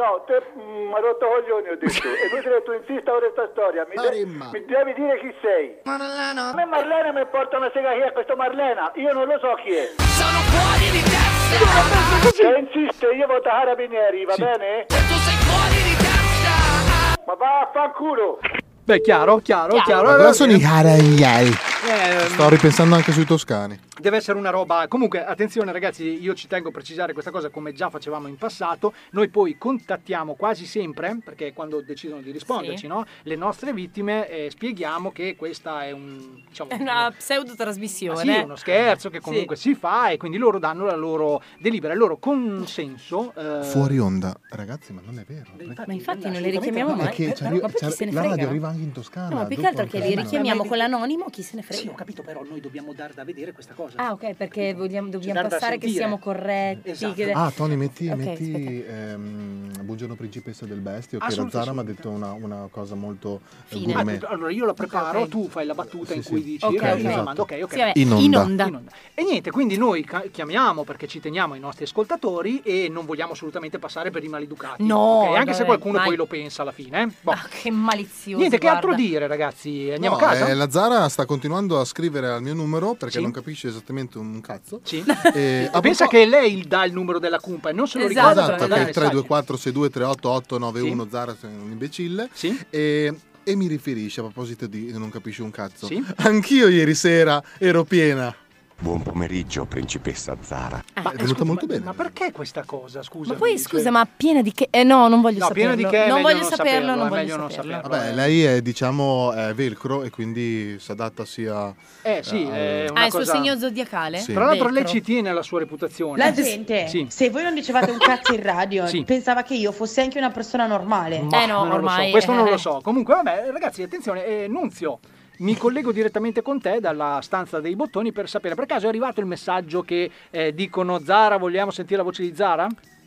[SPEAKER 6] No, te mi ha rotto coglioni ho detto, è inutile che tu insista con questa storia, mi, de- mi devi dire chi sei! Marlena. A me Marlena mi porta una sega chi è questo Marlena. Io non lo so chi è. Sono fuori di testa. Se insiste io voto Carabinieri, va bene? Se tu sei fuori di testa. Ma va a fanculo.
[SPEAKER 2] Beh, chiaro, chiaro, chiaro. eh,
[SPEAKER 4] Allora sono i caraiai.
[SPEAKER 2] Ehm,
[SPEAKER 4] Sto ripensando anche sui toscani.
[SPEAKER 2] Deve essere una roba. Comunque, attenzione, ragazzi, io ci tengo a precisare questa cosa come già facevamo in passato. Noi poi contattiamo quasi sempre, perché quando decidono di risponderci,
[SPEAKER 7] Sì.
[SPEAKER 2] no? Le nostre vittime eh, spieghiamo che questa è un. Diciamo,
[SPEAKER 7] È una
[SPEAKER 2] Ah,
[SPEAKER 7] pseudo-trasmissione.
[SPEAKER 2] sì, è uno scherzo che comunque si fa e quindi loro danno la loro delibera, il loro consenso. eh,
[SPEAKER 4] Fuori onda. Ragazzi, ma non è vero.
[SPEAKER 7] Ma infatti non le
[SPEAKER 2] assolutamente
[SPEAKER 7] richiamiamo
[SPEAKER 2] no.
[SPEAKER 7] mai. Eh,
[SPEAKER 4] È che cioè, ci
[SPEAKER 7] Però-
[SPEAKER 4] arri-
[SPEAKER 7] ma perché
[SPEAKER 4] ci arri-
[SPEAKER 7] se ne
[SPEAKER 4] la
[SPEAKER 7] frega?
[SPEAKER 4] radio arriva anche in Toscana.
[SPEAKER 7] No, ma più che
[SPEAKER 4] dopo
[SPEAKER 7] altro che
[SPEAKER 4] anche
[SPEAKER 7] li
[SPEAKER 4] là.
[SPEAKER 7] richiamiamo con l'anonimo, Oh, chi se ne frega?
[SPEAKER 2] Sì, ho capito, però noi dobbiamo dar da vedere questa cosa.
[SPEAKER 7] Ah, ok, perché vogliamo- dobbiamo
[SPEAKER 2] dar da
[SPEAKER 7] passare che
[SPEAKER 2] sentire.
[SPEAKER 7] siamo corretti.
[SPEAKER 2] Esatto.
[SPEAKER 7] che-
[SPEAKER 4] Ah, Tony, metti,
[SPEAKER 7] Ok,
[SPEAKER 4] metti ehm, Buongiorno principessa del bestio, che la
[SPEAKER 2] Assolutamente,
[SPEAKER 4] Zara mi ha detto una, una cosa molto eh,
[SPEAKER 2] Fine.
[SPEAKER 4] gourmet.
[SPEAKER 2] Ah, allora io la preparo,
[SPEAKER 7] Ok.
[SPEAKER 2] tu fai la battuta in
[SPEAKER 4] sì.
[SPEAKER 2] cui dici
[SPEAKER 4] Ok,
[SPEAKER 2] "Eh, mi
[SPEAKER 4] esatto.
[SPEAKER 2] raccomando", ok, ok.
[SPEAKER 4] Sì, vabbè, In onda. in onda.
[SPEAKER 2] E niente, quindi noi ca- chiamiamo perché ci teniamo ai nostri ascoltatori e non vogliamo assolutamente passare per i maleducati.
[SPEAKER 7] No,
[SPEAKER 2] ok? anche se
[SPEAKER 7] vabbè,
[SPEAKER 2] qualcuno
[SPEAKER 7] mai.
[SPEAKER 2] poi lo pensa alla fine. eh. Boh.
[SPEAKER 7] Che malizioso.
[SPEAKER 2] niente, che altro
[SPEAKER 7] guarda.
[SPEAKER 2] dire ragazzi? Andiamo
[SPEAKER 4] No,
[SPEAKER 2] a casa?
[SPEAKER 4] eh, la Zara sta continuando a scrivere al mio numero perché
[SPEAKER 2] Sì.
[SPEAKER 4] non capisce esattamente un cazzo.
[SPEAKER 2] Sì.
[SPEAKER 4] E, a
[SPEAKER 2] Eh, Pensa
[SPEAKER 4] propos-
[SPEAKER 2] che lei dà il numero della cumpa e non se lo ricorda.
[SPEAKER 4] Esatto,
[SPEAKER 2] per
[SPEAKER 4] che è
[SPEAKER 2] mandare
[SPEAKER 4] il
[SPEAKER 2] messaggi.
[SPEAKER 4] 324 6238891
[SPEAKER 2] Sì.
[SPEAKER 4] Zara sei un imbecille. E, e mi riferisce a proposito di non capisci un cazzo.
[SPEAKER 2] Sì.
[SPEAKER 4] Anch'io ieri sera ero piena.
[SPEAKER 9] Buon pomeriggio, principessa Zara.
[SPEAKER 2] Ma,
[SPEAKER 4] È venuta
[SPEAKER 2] Ah, scusa,
[SPEAKER 4] molto
[SPEAKER 2] ma-
[SPEAKER 4] bene.
[SPEAKER 2] Ma perché questa cosa? Scusa.
[SPEAKER 7] Ma poi scusa, ma piena di che? Eh, no, non voglio
[SPEAKER 2] No,
[SPEAKER 7] saperlo.
[SPEAKER 2] piena di che è
[SPEAKER 7] non
[SPEAKER 2] meglio
[SPEAKER 7] voglio
[SPEAKER 2] non
[SPEAKER 7] saperlo, non
[SPEAKER 2] saperlo, è
[SPEAKER 7] voglio
[SPEAKER 2] meglio non
[SPEAKER 7] saperlo.
[SPEAKER 2] saperlo.
[SPEAKER 4] Vabbè,
[SPEAKER 2] Eh.
[SPEAKER 4] lei è diciamo è velcro e quindi si adatta sia
[SPEAKER 2] Eh sì, è
[SPEAKER 7] Ah,
[SPEAKER 2] una
[SPEAKER 7] è il suo
[SPEAKER 2] cosa-
[SPEAKER 7] segno zodiacale?
[SPEAKER 4] Sì.
[SPEAKER 2] Tra l'altro lei
[SPEAKER 7] Velcro.
[SPEAKER 2] ci tiene alla sua reputazione.
[SPEAKER 22] La gente,
[SPEAKER 2] Sì.
[SPEAKER 22] se voi non dicevate un cazzo in radio,
[SPEAKER 2] Sì.
[SPEAKER 22] pensava che io fossi anche una persona normale.
[SPEAKER 7] Eh,
[SPEAKER 2] Ma non lo so, questo non lo so. Comunque, vabbè, ragazzi, attenzione, eh, Nunzio. mi collego direttamente con te dalla stanza dei bottoni per sapere, per caso è arrivato il messaggio che eh, dicono Zara, vogliamo sentire la voce di Zara?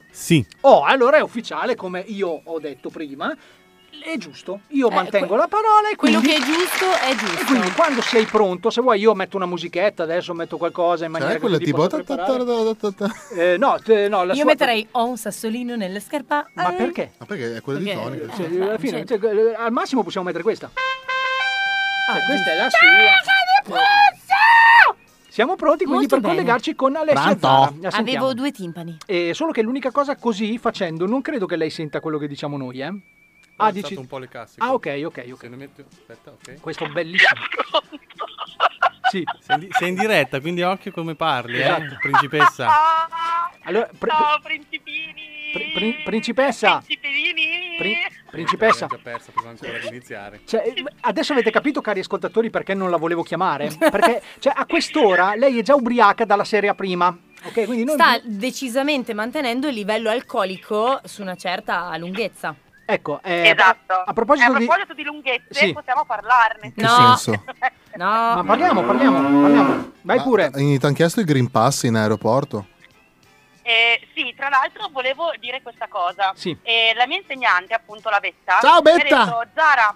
[SPEAKER 12] Sì.
[SPEAKER 2] Oh, allora è ufficiale, come io ho detto prima. È giusto, io
[SPEAKER 7] Eh,
[SPEAKER 2] mantengo
[SPEAKER 7] que-
[SPEAKER 2] la parola e
[SPEAKER 7] quello
[SPEAKER 2] quindi...
[SPEAKER 7] che è giusto è
[SPEAKER 2] E
[SPEAKER 7] giusto.
[SPEAKER 2] quindi quando sei pronto, se vuoi io metto una musichetta, adesso metto qualcosa in maniera
[SPEAKER 4] Sai quella
[SPEAKER 2] che
[SPEAKER 4] tipo...
[SPEAKER 2] così ti possa preparare. Eh, no, te- no, la
[SPEAKER 7] Io
[SPEAKER 2] sua-
[SPEAKER 7] metterei ho un sassolino nella scarpa. Mm,
[SPEAKER 2] Ma perché?
[SPEAKER 4] Ma perché è quella
[SPEAKER 7] Perché-
[SPEAKER 4] di Tony.
[SPEAKER 2] Cioè,
[SPEAKER 7] Eh,
[SPEAKER 2] alla fine,
[SPEAKER 7] cioè-
[SPEAKER 2] cioè, al massimo possiamo mettere questa.
[SPEAKER 7] Ah,
[SPEAKER 2] Cioè, questa è la
[SPEAKER 6] giusto.
[SPEAKER 2] sua. Siamo pronti quindi
[SPEAKER 7] Molto
[SPEAKER 2] per
[SPEAKER 7] bene.
[SPEAKER 2] collegarci con Alessia
[SPEAKER 4] Pronto?
[SPEAKER 2] Zara. La sentiamo.
[SPEAKER 7] Avevo due timpani.
[SPEAKER 2] Eh, solo che l'unica cosa così facendo, non credo che lei senta quello che diciamo noi, eh.
[SPEAKER 12] Ho
[SPEAKER 2] Ah,
[SPEAKER 12] alzato
[SPEAKER 2] dici...
[SPEAKER 12] un po' le casse.
[SPEAKER 2] Ah, ok, ok, ok.
[SPEAKER 12] Se ne metto... Aspetta, ok.
[SPEAKER 2] Questo bellissimo. Sì.
[SPEAKER 12] Sei in, di- sei in diretta, quindi occhio come parli,
[SPEAKER 2] Esatto.
[SPEAKER 12] eh, principessa.
[SPEAKER 2] Allora, pre-
[SPEAKER 23] Ciao principini!
[SPEAKER 2] pre- pri- principessa. Pri- principessa.
[SPEAKER 12] Già persa prima ancora di iniziare.
[SPEAKER 2] Cioè, adesso avete capito, cari ascoltatori, perché non la volevo chiamare? Perché cioè, a quest'ora lei è già ubriaca dalla serie prima. Ok, quindi noi...
[SPEAKER 7] Sta decisamente mantenendo il livello alcolico su una certa lunghezza.
[SPEAKER 2] Ecco, eh, a, a proposito,
[SPEAKER 23] Esatto. Eh, proposito di lunghezze,
[SPEAKER 2] Sì.
[SPEAKER 23] possiamo parlarne.
[SPEAKER 4] Che senso?
[SPEAKER 7] No.
[SPEAKER 2] Ma parliamo, parliamo, parliamo. Vai pure.
[SPEAKER 4] Ti hanno chiesto il Green Pass in aeroporto?
[SPEAKER 23] Eh, sì, tra l'altro volevo dire questa cosa.
[SPEAKER 4] Sì.
[SPEAKER 23] Eh, la mia insegnante, appunto la Betta,
[SPEAKER 4] Ciao,
[SPEAKER 23] mi
[SPEAKER 4] Betta!
[SPEAKER 23] ha detto Zara,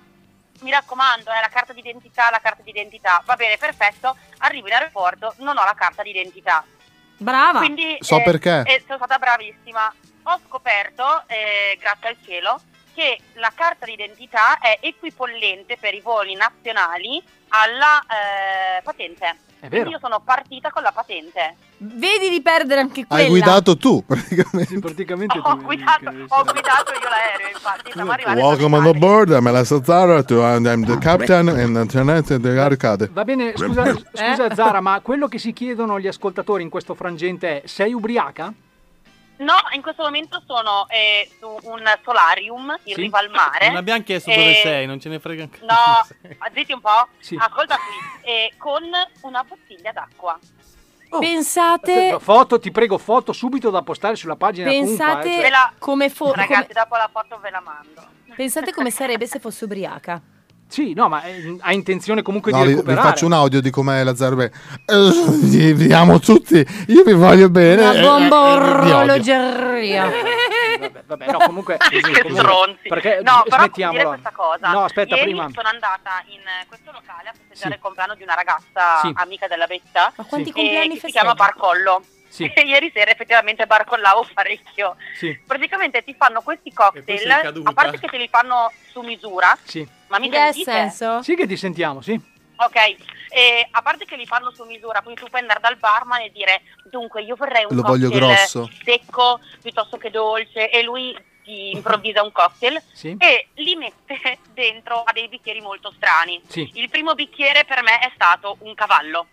[SPEAKER 23] mi raccomando, eh, la carta d'identità, la carta d'identità. Va bene, perfetto, arrivo in aeroporto, non ho la carta d'identità.
[SPEAKER 7] Brava.
[SPEAKER 23] Quindi,
[SPEAKER 4] So perché.
[SPEAKER 23] eh, sono stata bravissima. Ho scoperto, eh, grazie al cielo, che la carta d'identità è equipollente per i voli nazionali alla eh, patente.
[SPEAKER 4] È vero.
[SPEAKER 23] Quindi io sono partita con la patente.
[SPEAKER 7] Vedi di perdere anche quella.
[SPEAKER 4] Hai guidato tu, praticamente.
[SPEAKER 2] praticamente
[SPEAKER 23] ho guidato, ho guidato io l'aereo, infatti, siamo arrivati.
[SPEAKER 4] Welcome on the board, I'm Alessa Zara, to- I'm the captain and the the arcade.
[SPEAKER 2] Va bene, scusa,
[SPEAKER 23] Eh?
[SPEAKER 2] scusa Zara, ma quello che si chiedono gli ascoltatori in questo frangente è sei ubriaca?
[SPEAKER 23] No, in questo momento sono eh, su un solarium in
[SPEAKER 12] Sì?
[SPEAKER 23] riva al mare.
[SPEAKER 12] Non abbiamo chiesto
[SPEAKER 23] Eh,
[SPEAKER 12] dove sei, non ce ne frega anche.
[SPEAKER 23] No, zitti un po'.
[SPEAKER 12] Sì.
[SPEAKER 23] Ascolta qui. eh, con una bottiglia d'acqua. Oh.
[SPEAKER 2] Oh.
[SPEAKER 7] Pensate,
[SPEAKER 2] Eh, Foto, ti prego, foto subito da postare sulla pagina. Cumpa, eh,
[SPEAKER 7] pensate
[SPEAKER 2] cioè-
[SPEAKER 7] come fo-
[SPEAKER 23] Ragazzi,
[SPEAKER 7] come-
[SPEAKER 23] dopo la foto ve la mando.
[SPEAKER 7] pensate come sarebbe se fosse ubriaca.
[SPEAKER 2] Sì, no, ma eh, ha intenzione comunque
[SPEAKER 4] No,
[SPEAKER 2] di
[SPEAKER 4] vi, vi
[SPEAKER 2] recuperare.
[SPEAKER 4] faccio un audio di com'è la Zara. Beh, eh, Vi vediamo tutti, io vi voglio bene.
[SPEAKER 7] Una
[SPEAKER 4] eh,
[SPEAKER 7] bomba
[SPEAKER 4] eh, vi odio.
[SPEAKER 7] orologeria.
[SPEAKER 2] Eh, Vabbè, no, comunque,
[SPEAKER 23] Che
[SPEAKER 2] comunque-
[SPEAKER 23] stronzi. no,
[SPEAKER 2] perché
[SPEAKER 23] però posso dire
[SPEAKER 2] smettiamola.
[SPEAKER 23] questa cosa.
[SPEAKER 2] No, aspetta,
[SPEAKER 23] Ieri
[SPEAKER 2] prima.
[SPEAKER 23] sono andata in eh, questo locale a festeggiare
[SPEAKER 2] Sì.
[SPEAKER 23] il compleanno di una ragazza
[SPEAKER 2] Sì.
[SPEAKER 23] amica della Betta. Ma
[SPEAKER 2] quanti
[SPEAKER 7] compleanni
[SPEAKER 23] che si
[SPEAKER 7] festeggia?
[SPEAKER 23] chiama Barcollo.
[SPEAKER 2] Sì.
[SPEAKER 23] E ieri sera effettivamente barcollavo parecchio.
[SPEAKER 2] Sì.
[SPEAKER 23] Praticamente ti fanno questi
[SPEAKER 2] E poi sei
[SPEAKER 23] cocktail,
[SPEAKER 2] caduta.
[SPEAKER 23] a parte che te li fanno su misura,
[SPEAKER 2] Sì.
[SPEAKER 23] ma mi sentite?
[SPEAKER 2] Sì che ti sentiamo, sì.
[SPEAKER 7] Oh,
[SPEAKER 23] Ok, e a parte che li fanno su misura, quindi tu puoi andare dal barman e dire dunque io vorrei un
[SPEAKER 4] Lo voglio
[SPEAKER 23] cocktail
[SPEAKER 4] grosso."
[SPEAKER 23] secco piuttosto che dolce e lui ti improvvisa un cocktail
[SPEAKER 4] Sì.
[SPEAKER 23] e li mette dentro a dei bicchieri molto strani.
[SPEAKER 2] Sì.
[SPEAKER 23] Il primo bicchiere per me è stato un cavallo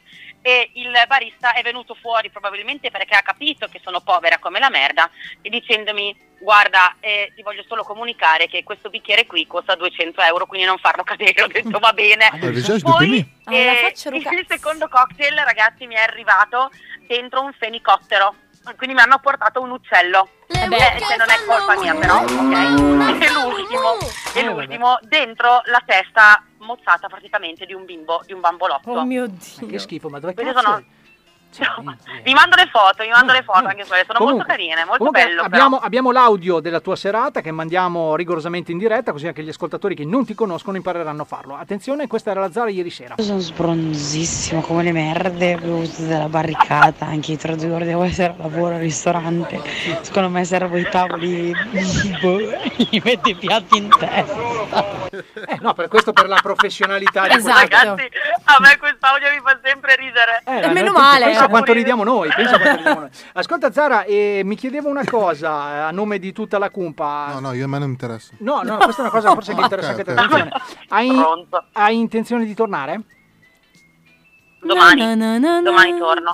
[SPEAKER 23] e il barista è venuto fuori probabilmente perché ha capito che sono povera come la merda e dicendomi guarda eh, ti voglio solo comunicare che questo bicchiere qui costa 200 euro quindi non farlo cadere ho detto va bene
[SPEAKER 4] Arrivederci,
[SPEAKER 23] poi
[SPEAKER 4] Dupini.
[SPEAKER 23] eh, il secondo cocktail ragazzi mi è arrivato dentro un fenicottero quindi mi hanno portato un uccello Vabbè, se non è colpa mia però ok e l'ultimo, e l'ultimo dentro la testa mozzata praticamente di un bimbo di un bambolotto
[SPEAKER 7] Oh mio dio.
[SPEAKER 2] Che schifo, ma dove
[SPEAKER 23] Queste
[SPEAKER 2] cazzo
[SPEAKER 23] sono-
[SPEAKER 2] è? Cioè,
[SPEAKER 23] vi mando le foto vi mando le foto anche quelle sono molto
[SPEAKER 2] Comunque-
[SPEAKER 23] carine molto
[SPEAKER 2] comunque
[SPEAKER 23] bello però.
[SPEAKER 2] abbiamo, abbiamo l'audio della tua serata che mandiamo rigorosamente in diretta così anche gli ascoltatori che non ti conoscono impareranno a farlo. Attenzione, questa era la Zara ieri sera.
[SPEAKER 22] Sono sbronzissimo come le merde, bevuto dalla barricata, anche tra due ore devo essere al lavoro, al ristorante. Secondo me servono i tavoli, boh, gli metto i piatti in testa.
[SPEAKER 2] Eh, no, per questo per la professionalità di
[SPEAKER 7] Esatto.
[SPEAKER 2] questa-
[SPEAKER 23] Cioè, Ragazzi, a me quest'audio mi fa sempre ridere.
[SPEAKER 2] Eh, veramente, Pensa quanto ridiamo noi. pensa quanto ridiamo noi. Ascolta Zara, eh, mi chiedevo una cosa eh, a nome di tutta la cumpa.
[SPEAKER 4] No, no, io a me non mi interessa.
[SPEAKER 2] No, no, questa è una cosa forse che interessa anche a te. attenzione. Hai, hai intenzione di tornare?
[SPEAKER 23] Domani. Domani torno.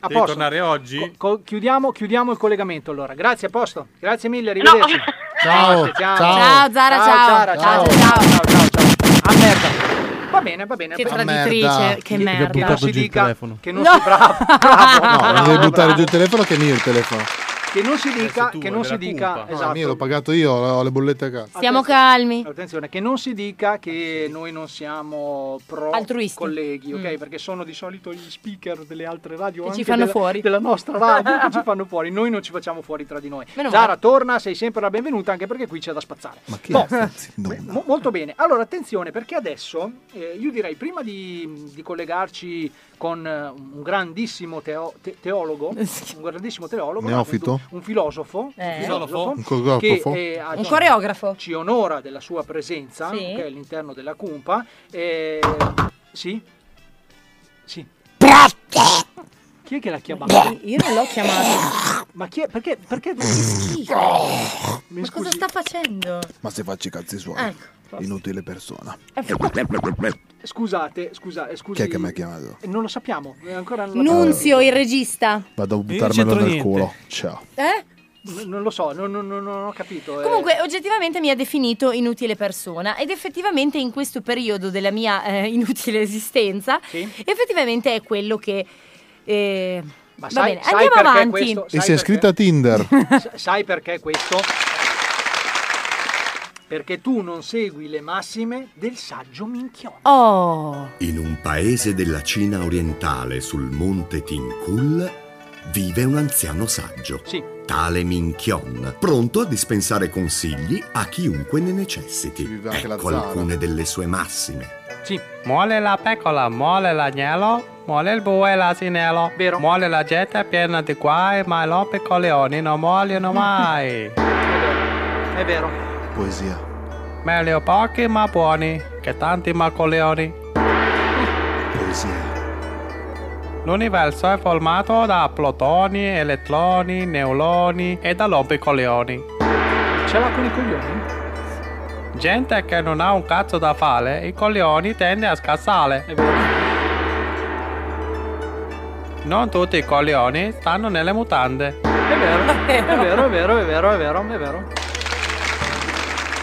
[SPEAKER 2] A
[SPEAKER 12] Devi
[SPEAKER 2] posto.
[SPEAKER 12] tornare oggi?
[SPEAKER 2] Co- co- chiudiamo, chiudiamo il collegamento allora. Grazie, a posto. Grazie mille, arrivederci.
[SPEAKER 4] Ciao, ciao.
[SPEAKER 7] Ciao, Zara,
[SPEAKER 2] Zara, ciao. ciao, ciao, ciao. A merda. Va bene, va bene.
[SPEAKER 7] Che
[SPEAKER 2] va bene.
[SPEAKER 7] traditrice, che merda.
[SPEAKER 2] Che non si
[SPEAKER 4] giù il
[SPEAKER 2] dica
[SPEAKER 4] telefono.
[SPEAKER 2] che non si bravo.
[SPEAKER 4] No, devi buttare giù il telefono che è mio il telefono.
[SPEAKER 2] Che non si dica,
[SPEAKER 4] tu,
[SPEAKER 2] che non
[SPEAKER 4] della
[SPEAKER 2] si dica,
[SPEAKER 4] No,
[SPEAKER 2] esatto.
[SPEAKER 4] il mio l'ho pagato io, ho le bollette a casa.
[SPEAKER 7] Siamo calmi.
[SPEAKER 2] Attenzione, che non si dica che noi non siamo pro colleghi, ok? Perché sono di solito gli speaker delle altre radio
[SPEAKER 7] Mm. Che ci
[SPEAKER 2] anche
[SPEAKER 7] fanno
[SPEAKER 2] della,
[SPEAKER 7] fuori.
[SPEAKER 2] della nostra radio che ci fanno fuori. Noi non ci facciamo fuori tra di noi.
[SPEAKER 7] Meno
[SPEAKER 2] Zara,
[SPEAKER 7] male.
[SPEAKER 2] torna, sei sempre la benvenuta anche perché qui c'è da spazzare. Boh, mo- molto bene. Allora, attenzione perché adesso eh, io direi prima di, di collegarci con eh, un grandissimo teo- te- teologo, un grandissimo teologo,
[SPEAKER 4] Neofito?
[SPEAKER 2] appunto, un filosofo,
[SPEAKER 7] Eh.
[SPEAKER 2] un filosofo
[SPEAKER 4] Un coreografo?
[SPEAKER 2] che eh, ha-
[SPEAKER 7] Un coreografo.
[SPEAKER 2] ci onora della sua presenza
[SPEAKER 7] Sì.
[SPEAKER 2] ok, all'interno della cumpa. Eh, sì? Sì. Chi è che l'ha chiamato?
[SPEAKER 7] Io non l'ho chiamato.
[SPEAKER 2] Ma chi è? Perché? Perché?
[SPEAKER 7] Ma cosa sta facendo?
[SPEAKER 14] Ma se faccio i cazzi suoi,
[SPEAKER 7] Ecco.
[SPEAKER 14] inutile persona.
[SPEAKER 7] Eh,
[SPEAKER 2] Scusate, scusa, eh, scusi.
[SPEAKER 14] Chi è che mi ha chiamato?
[SPEAKER 2] Eh, Non lo sappiamo, eh, ancora non lo
[SPEAKER 7] Nunzio, il regista.
[SPEAKER 14] Vado a
[SPEAKER 2] non
[SPEAKER 14] buttarmelo
[SPEAKER 2] c'entro
[SPEAKER 14] nel
[SPEAKER 2] niente.
[SPEAKER 14] culo. Ciao.
[SPEAKER 7] Eh?
[SPEAKER 2] N- Non lo so, non, non- non- non ho capito. eh.
[SPEAKER 7] Comunque, oggettivamente mi ha definito inutile persona ed effettivamente in questo periodo della mia eh, inutile esistenza, effettivamente è quello che... eh, va
[SPEAKER 2] sai-
[SPEAKER 7] bene,
[SPEAKER 2] sai
[SPEAKER 7] andiamo
[SPEAKER 2] perché
[SPEAKER 7] avanti.
[SPEAKER 2] questo-
[SPEAKER 14] E
[SPEAKER 2] Sai
[SPEAKER 14] si è
[SPEAKER 2] perché?
[SPEAKER 14] iscritta a Tinder.
[SPEAKER 2] S- sai perché questo? Perché tu non segui le massime del saggio minchione.
[SPEAKER 7] Oh.
[SPEAKER 8] In un paese della Cina orientale sul monte Tinkul vive un anziano saggio, tale Minchion, pronto a dispensare consigli a chiunque ne necessiti.
[SPEAKER 12] anche la
[SPEAKER 8] Ecco
[SPEAKER 12] zara.
[SPEAKER 8] alcune delle sue massime.
[SPEAKER 2] Sì.
[SPEAKER 12] Muole la pecora, muole l'agnello, muole il bue e l'asinello.
[SPEAKER 2] Vero.
[SPEAKER 12] Muole la gente piena di guai, ma l'ope con leoni non muoiono mai.
[SPEAKER 2] È vero.
[SPEAKER 14] Poesia.
[SPEAKER 12] Meglio pochi ma buoni, che tanti ma con leoni.
[SPEAKER 14] Poesia.
[SPEAKER 12] L'universo è formato da plotoni, elettroni, neuroni e da lobi con leoni.
[SPEAKER 2] Ce l'ha con i coglioni?
[SPEAKER 12] Gente che non ha un cazzo da fare, i coglioni tende a scassare. Non tutti i coglioni stanno nelle mutande.
[SPEAKER 2] È vero, è vero, è vero, è vero, è vero, è vero.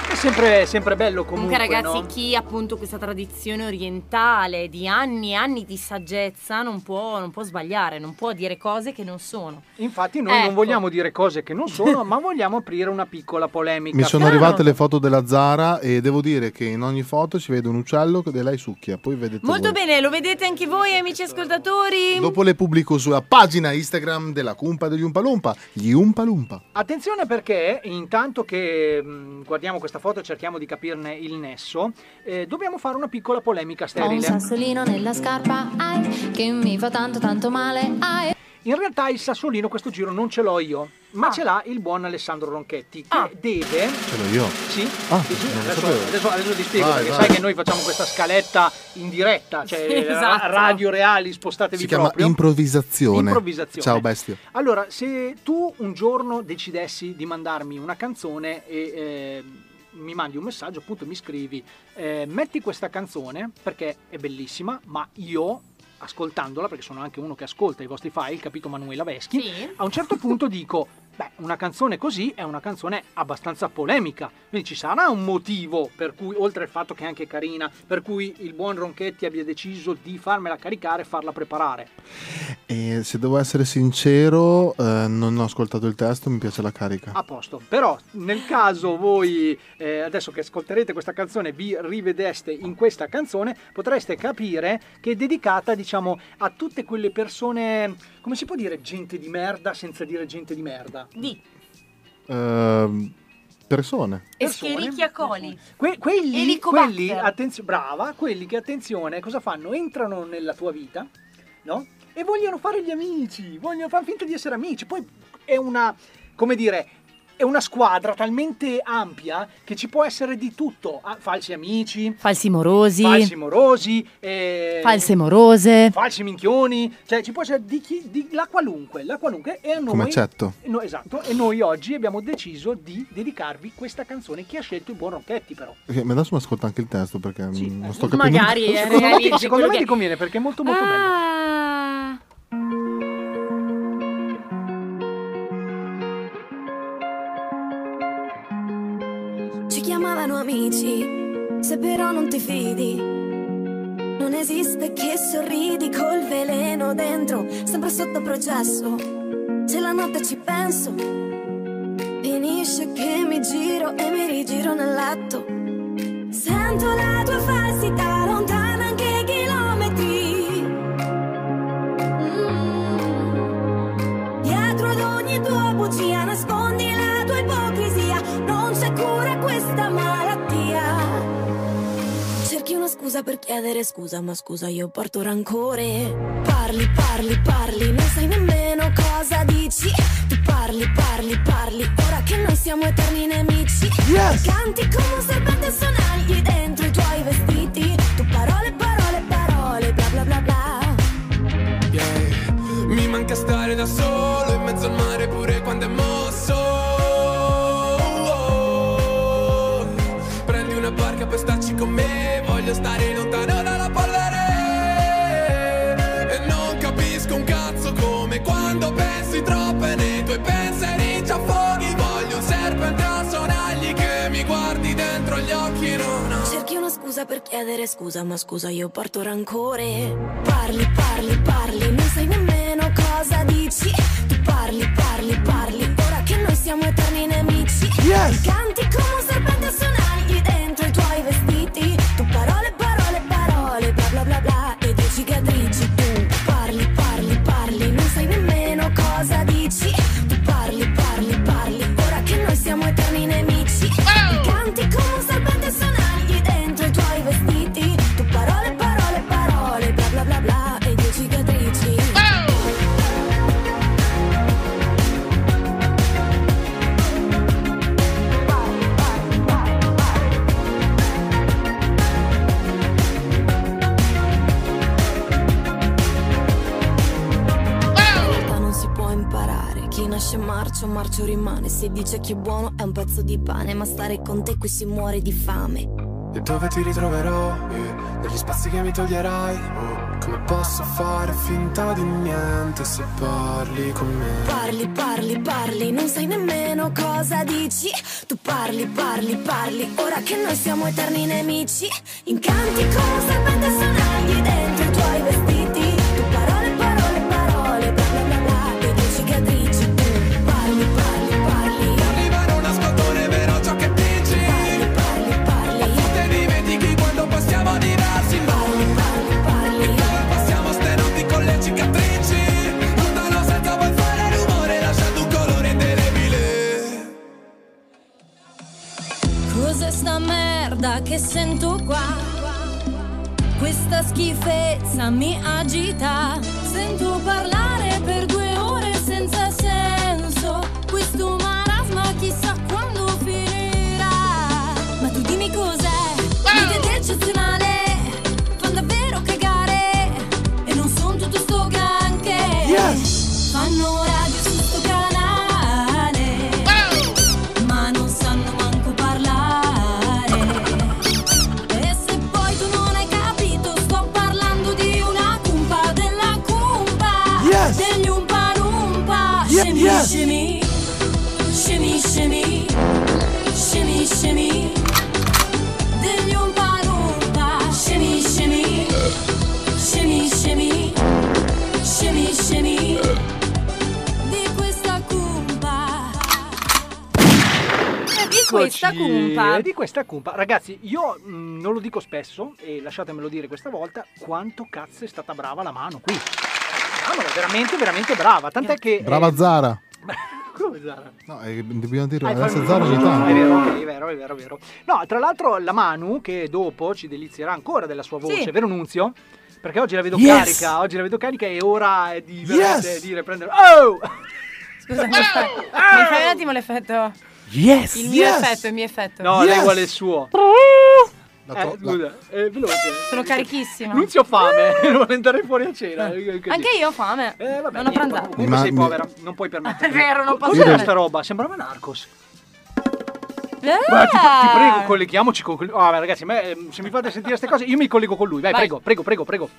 [SPEAKER 2] È sempre, è sempre bello comunque,
[SPEAKER 7] Comunque, ragazzi,
[SPEAKER 2] no?
[SPEAKER 7] chi appunto questa tradizione orientale di anni e anni di saggezza non può, non può sbagliare, non può dire cose che non sono.
[SPEAKER 2] Infatti noi non
[SPEAKER 7] Ecco.
[SPEAKER 2] vogliamo dire cose che non sono, ma vogliamo aprire una piccola polemica.
[SPEAKER 4] Mi sono arrivate le foto della Zara e devo dire che in ogni foto si vede un uccello che lei succhia. Poi vedete
[SPEAKER 7] Molto
[SPEAKER 4] voi.
[SPEAKER 7] bene, lo vedete anche voi, amici ascoltatori?
[SPEAKER 4] Dopo le pubblico sulla pagina Instagram della cumpa degli Umpalumpa. Gli Umpalumpa.
[SPEAKER 2] Attenzione perché intanto che mh, guardiamo questa foto e cerchiamo di capirne il nesso, eh, dobbiamo fare una piccola
[SPEAKER 6] Ho
[SPEAKER 2] polemica
[SPEAKER 6] un
[SPEAKER 2] sterile.
[SPEAKER 6] sassolino nella scarpa, ai, che mi fa tanto tanto male, ai.
[SPEAKER 2] In realtà il sassolino questo giro non ce l'ho io, ma ce l'ha il buon Alessandro Ronchetti che deve...
[SPEAKER 4] Ce l'ho io.
[SPEAKER 2] Sì,
[SPEAKER 4] Ah,
[SPEAKER 2] sì, sì,
[SPEAKER 4] non lo
[SPEAKER 2] adesso,
[SPEAKER 4] sapevo.
[SPEAKER 2] adesso- adesso ti spiego
[SPEAKER 4] Vai,
[SPEAKER 2] perché
[SPEAKER 4] vai.
[SPEAKER 2] sai che noi facciamo questa scaletta in diretta, cioè
[SPEAKER 6] Sì,
[SPEAKER 2] ra-
[SPEAKER 6] esatto.
[SPEAKER 2] radio reali, spostatevi
[SPEAKER 4] Si chiama
[SPEAKER 2] proprio.
[SPEAKER 4] improvvisazione.
[SPEAKER 2] Improvvisazione.
[SPEAKER 4] Ciao bestio.
[SPEAKER 2] Allora, se tu un giorno decidessi di mandarmi una canzone e eh, mi mandi un messaggio, appunto mi scrivi, eh, metti questa canzone perché è bellissima, ma io ascoltandola, perché sono anche uno che ascolta i vostri file, capito Manuela Veschi, a un certo punto dico, beh, una canzone così è una canzone abbastanza polemica, quindi ci sarà un motivo per cui, oltre al fatto che è anche carina, per cui il buon Ronchetti abbia deciso di farmela caricare e farla preparare.
[SPEAKER 4] E se devo essere sincero, eh, non ho ascoltato il testo, mi piace la carica.
[SPEAKER 2] a posto. Però nel caso voi eh, adesso che ascolterete questa canzone vi rivedeste in questa canzone, potreste capire che è dedicata, diciamo, a tutte quelle persone, come si può dire gente di merda senza dire gente di merda?
[SPEAKER 7] Di
[SPEAKER 4] Ehm, persone.
[SPEAKER 7] Escherichia coli.
[SPEAKER 2] Que- quelli,
[SPEAKER 7] Elicobatter.
[SPEAKER 2] quelli, attenzio- brava, quelli che attenzione, cosa fanno? Entrano nella tua vita, no? E vogliono fare gli amici, vogliono far finta di essere amici. Poi è una, come dire, è una squadra talmente ampia che ci può essere di tutto. Ah, falsi amici,
[SPEAKER 7] Falsi morosi.
[SPEAKER 2] falsi morosi, eh,
[SPEAKER 7] False morose.
[SPEAKER 2] falsi minchioni, cioè ci può essere di, chi, di la qualunque, la qualunque. E a noi,
[SPEAKER 4] Come Cetto.
[SPEAKER 2] No, esatto, e noi oggi abbiamo deciso di dedicarvi questa canzone che ha scelto il buon Ronchetti però.
[SPEAKER 4] Eh, Ma adesso mi ascolta anche il testo perché mm, non sto capendo.
[SPEAKER 7] Magari eh,
[SPEAKER 2] Secondo me, ti,
[SPEAKER 7] realizzi
[SPEAKER 2] secondo
[SPEAKER 7] quello
[SPEAKER 2] me
[SPEAKER 7] che-
[SPEAKER 2] ti conviene perché è molto molto bello.
[SPEAKER 7] Ah.
[SPEAKER 10] Ci chiamavano amici, se però non ti fidi. Non esiste che sorridi col veleno dentro, sempre sotto processo. Ce la notte ci penso. Finisce che mi giro e mi rigiro nel letto. Sento la tua falsità lontana anche chilometri. Mm. Dietro ad ogni tua bugia nascondi la tua ipocrisia. Non c'è cura questa malattia. Cerchi una scusa per chiedere scusa, ma scusa io porto rancore. Parli, parli, parli, non sai nemmeno cosa dici. Tu parli, parli, parli, ora che noi siamo eterni nemici. Canti come un serpente sonagli dentro i tuoi vestiti. Tu parole, parole, parole, bla bla bla bla.
[SPEAKER 6] Yeah. eh. Mi manca stare da solo in mezzo al mare pure quando è mosso. Oh, Prendi una barca per starci con me, voglio stare lontano dalla polvere. E non capisco un cazzo come quando pensi troppo e nei tuoi pensieri già fuori. Voglio un serpente a sonagli che mi guardi dentro gli occhi e non ho.
[SPEAKER 10] Cerchi una scusa per chiedere scusa, ma scusa io porto rancore. Parli, parli, parli, non sai nemmeno cosa dici. Tu parli, parli, parli, ora che noi siamo eterni nemici. Canti come un serpente a sonagli dentro i tuoi vestiti. Tu parole, parole, parole, bla bla bla bla e due cicatrici. Tu parli, parli, parli, non sai nemmeno cosa dici. Tu parli, parli, parli, ora che noi siamo eterni nemici. Canti come un serpente a sonagli dentro i tuoi vestiti. Tu parole, parole, parole, bla bla bla bla e due cicatrici. In realtà non si può imparare. Chi nasce marcio, marcio rimane. Se dice che è buono è un pezzo di pane, ma stare con te qui si muore di fame.
[SPEAKER 6] E dove ti ritroverò? Eh, Negli spazi che mi toglierai? Oh, come posso fare finta di niente se parli con me?
[SPEAKER 10] Parli, parli, parli, non sai nemmeno cosa dici. Tu parli, parli, parli, ora che noi siamo eterni nemici. Incanti come un serpente a sonagli dentro i tuoi vestiti. Tu parole, parole, parole, bla bla bla bla, e due cicatrici. Tu parli, parli, parli.
[SPEAKER 6] Parli ma non ascolto nemmeno ciò che dici. Parli,
[SPEAKER 10] parli, parli.
[SPEAKER 6] E tu te dimentichi quando passiamo diversi Parli,
[SPEAKER 10] parli, parli.
[SPEAKER 6] E dove passiamo stenuti con le cicatrici. Lontano senza poi fare rumore, lasciando un colore indelebile.
[SPEAKER 10] Cos'è sta merda che sento qua? Questa schifezza mi agita. Sento parlare per due ore senza senso. Questo marasma chissà quando finirà. Ma tu dimmi cos'è? L'idea è eccezionale. Fa davvero cagare. E non son tutto sto granché. Fanno radio su sto canale. Ma non sanno manco parlare. E se poi tu non hai capito, sto parlando di una cumpa della cumpa.
[SPEAKER 20] Yes.
[SPEAKER 10] Degli umparumpa.
[SPEAKER 20] Ye-
[SPEAKER 10] Scemi,
[SPEAKER 20] yes.
[SPEAKER 10] scemi. Scemi, scemi. Scemi, scemi. Degli umparumpa. Scemi, scemi. Scemi, scemi. Scemi, scemi. Di questa cumpa.
[SPEAKER 7] Di questa
[SPEAKER 2] Eccoci,
[SPEAKER 7] cumpa.
[SPEAKER 2] eh, Di questa cumpa. Ragazzi, io mh, non lo dico spesso e lasciatemelo dire questa volta, quanto cazzo è stata brava la mano qui. Cavolo, veramente, veramente brava. Tant'è che...
[SPEAKER 4] Brava
[SPEAKER 2] eh,
[SPEAKER 4] Zara.
[SPEAKER 2] come Zara?
[SPEAKER 4] No, eh, dobbiamo dire
[SPEAKER 2] Ah,
[SPEAKER 4] adesso
[SPEAKER 2] infatti-
[SPEAKER 4] Zara ogni
[SPEAKER 2] È vero,
[SPEAKER 4] tanto.
[SPEAKER 2] ok, è vero, è vero, è vero. No, tra l'altro la Manu, che dopo ci delizierà ancora della sua voce,
[SPEAKER 7] Sì.
[SPEAKER 2] vero Nunzio? Perché oggi la vedo
[SPEAKER 20] Yes!
[SPEAKER 2] carica, oggi la vedo carica e ora è di veramente
[SPEAKER 20] Yes!
[SPEAKER 2] dire prendere... Oh!
[SPEAKER 7] Scusa, mi fai, mi fai un attimo l'effetto.
[SPEAKER 2] Yes!
[SPEAKER 7] Il mio
[SPEAKER 2] Eh, Yes!
[SPEAKER 7] effetto, il mio effetto.
[SPEAKER 2] No, lei vuole il suo. Eh, scusa, eh, veloce.
[SPEAKER 7] Sono carichissima.
[SPEAKER 2] Nunzio ho fame, vuole andare fuori a cena.
[SPEAKER 7] Anche io ho fame.
[SPEAKER 2] Eh,
[SPEAKER 7] non ho pranzato.
[SPEAKER 2] Comunque
[SPEAKER 4] Ma
[SPEAKER 2] sei
[SPEAKER 4] mi-
[SPEAKER 2] povera, non puoi permetterti.
[SPEAKER 7] È vero, non posso
[SPEAKER 2] Cos'era
[SPEAKER 7] permettermi.
[SPEAKER 2] sta roba? Sembrava Narcos.
[SPEAKER 7] Ah! Eh.
[SPEAKER 2] Guarda, ti, ti prego, colleghiamoci con. quel- Ah, ragazzi, a me, ehm, se mi fate sentire queste cose, io mi collego con lui. Vai,
[SPEAKER 7] Vai.
[SPEAKER 2] prego, prego, prego, prego.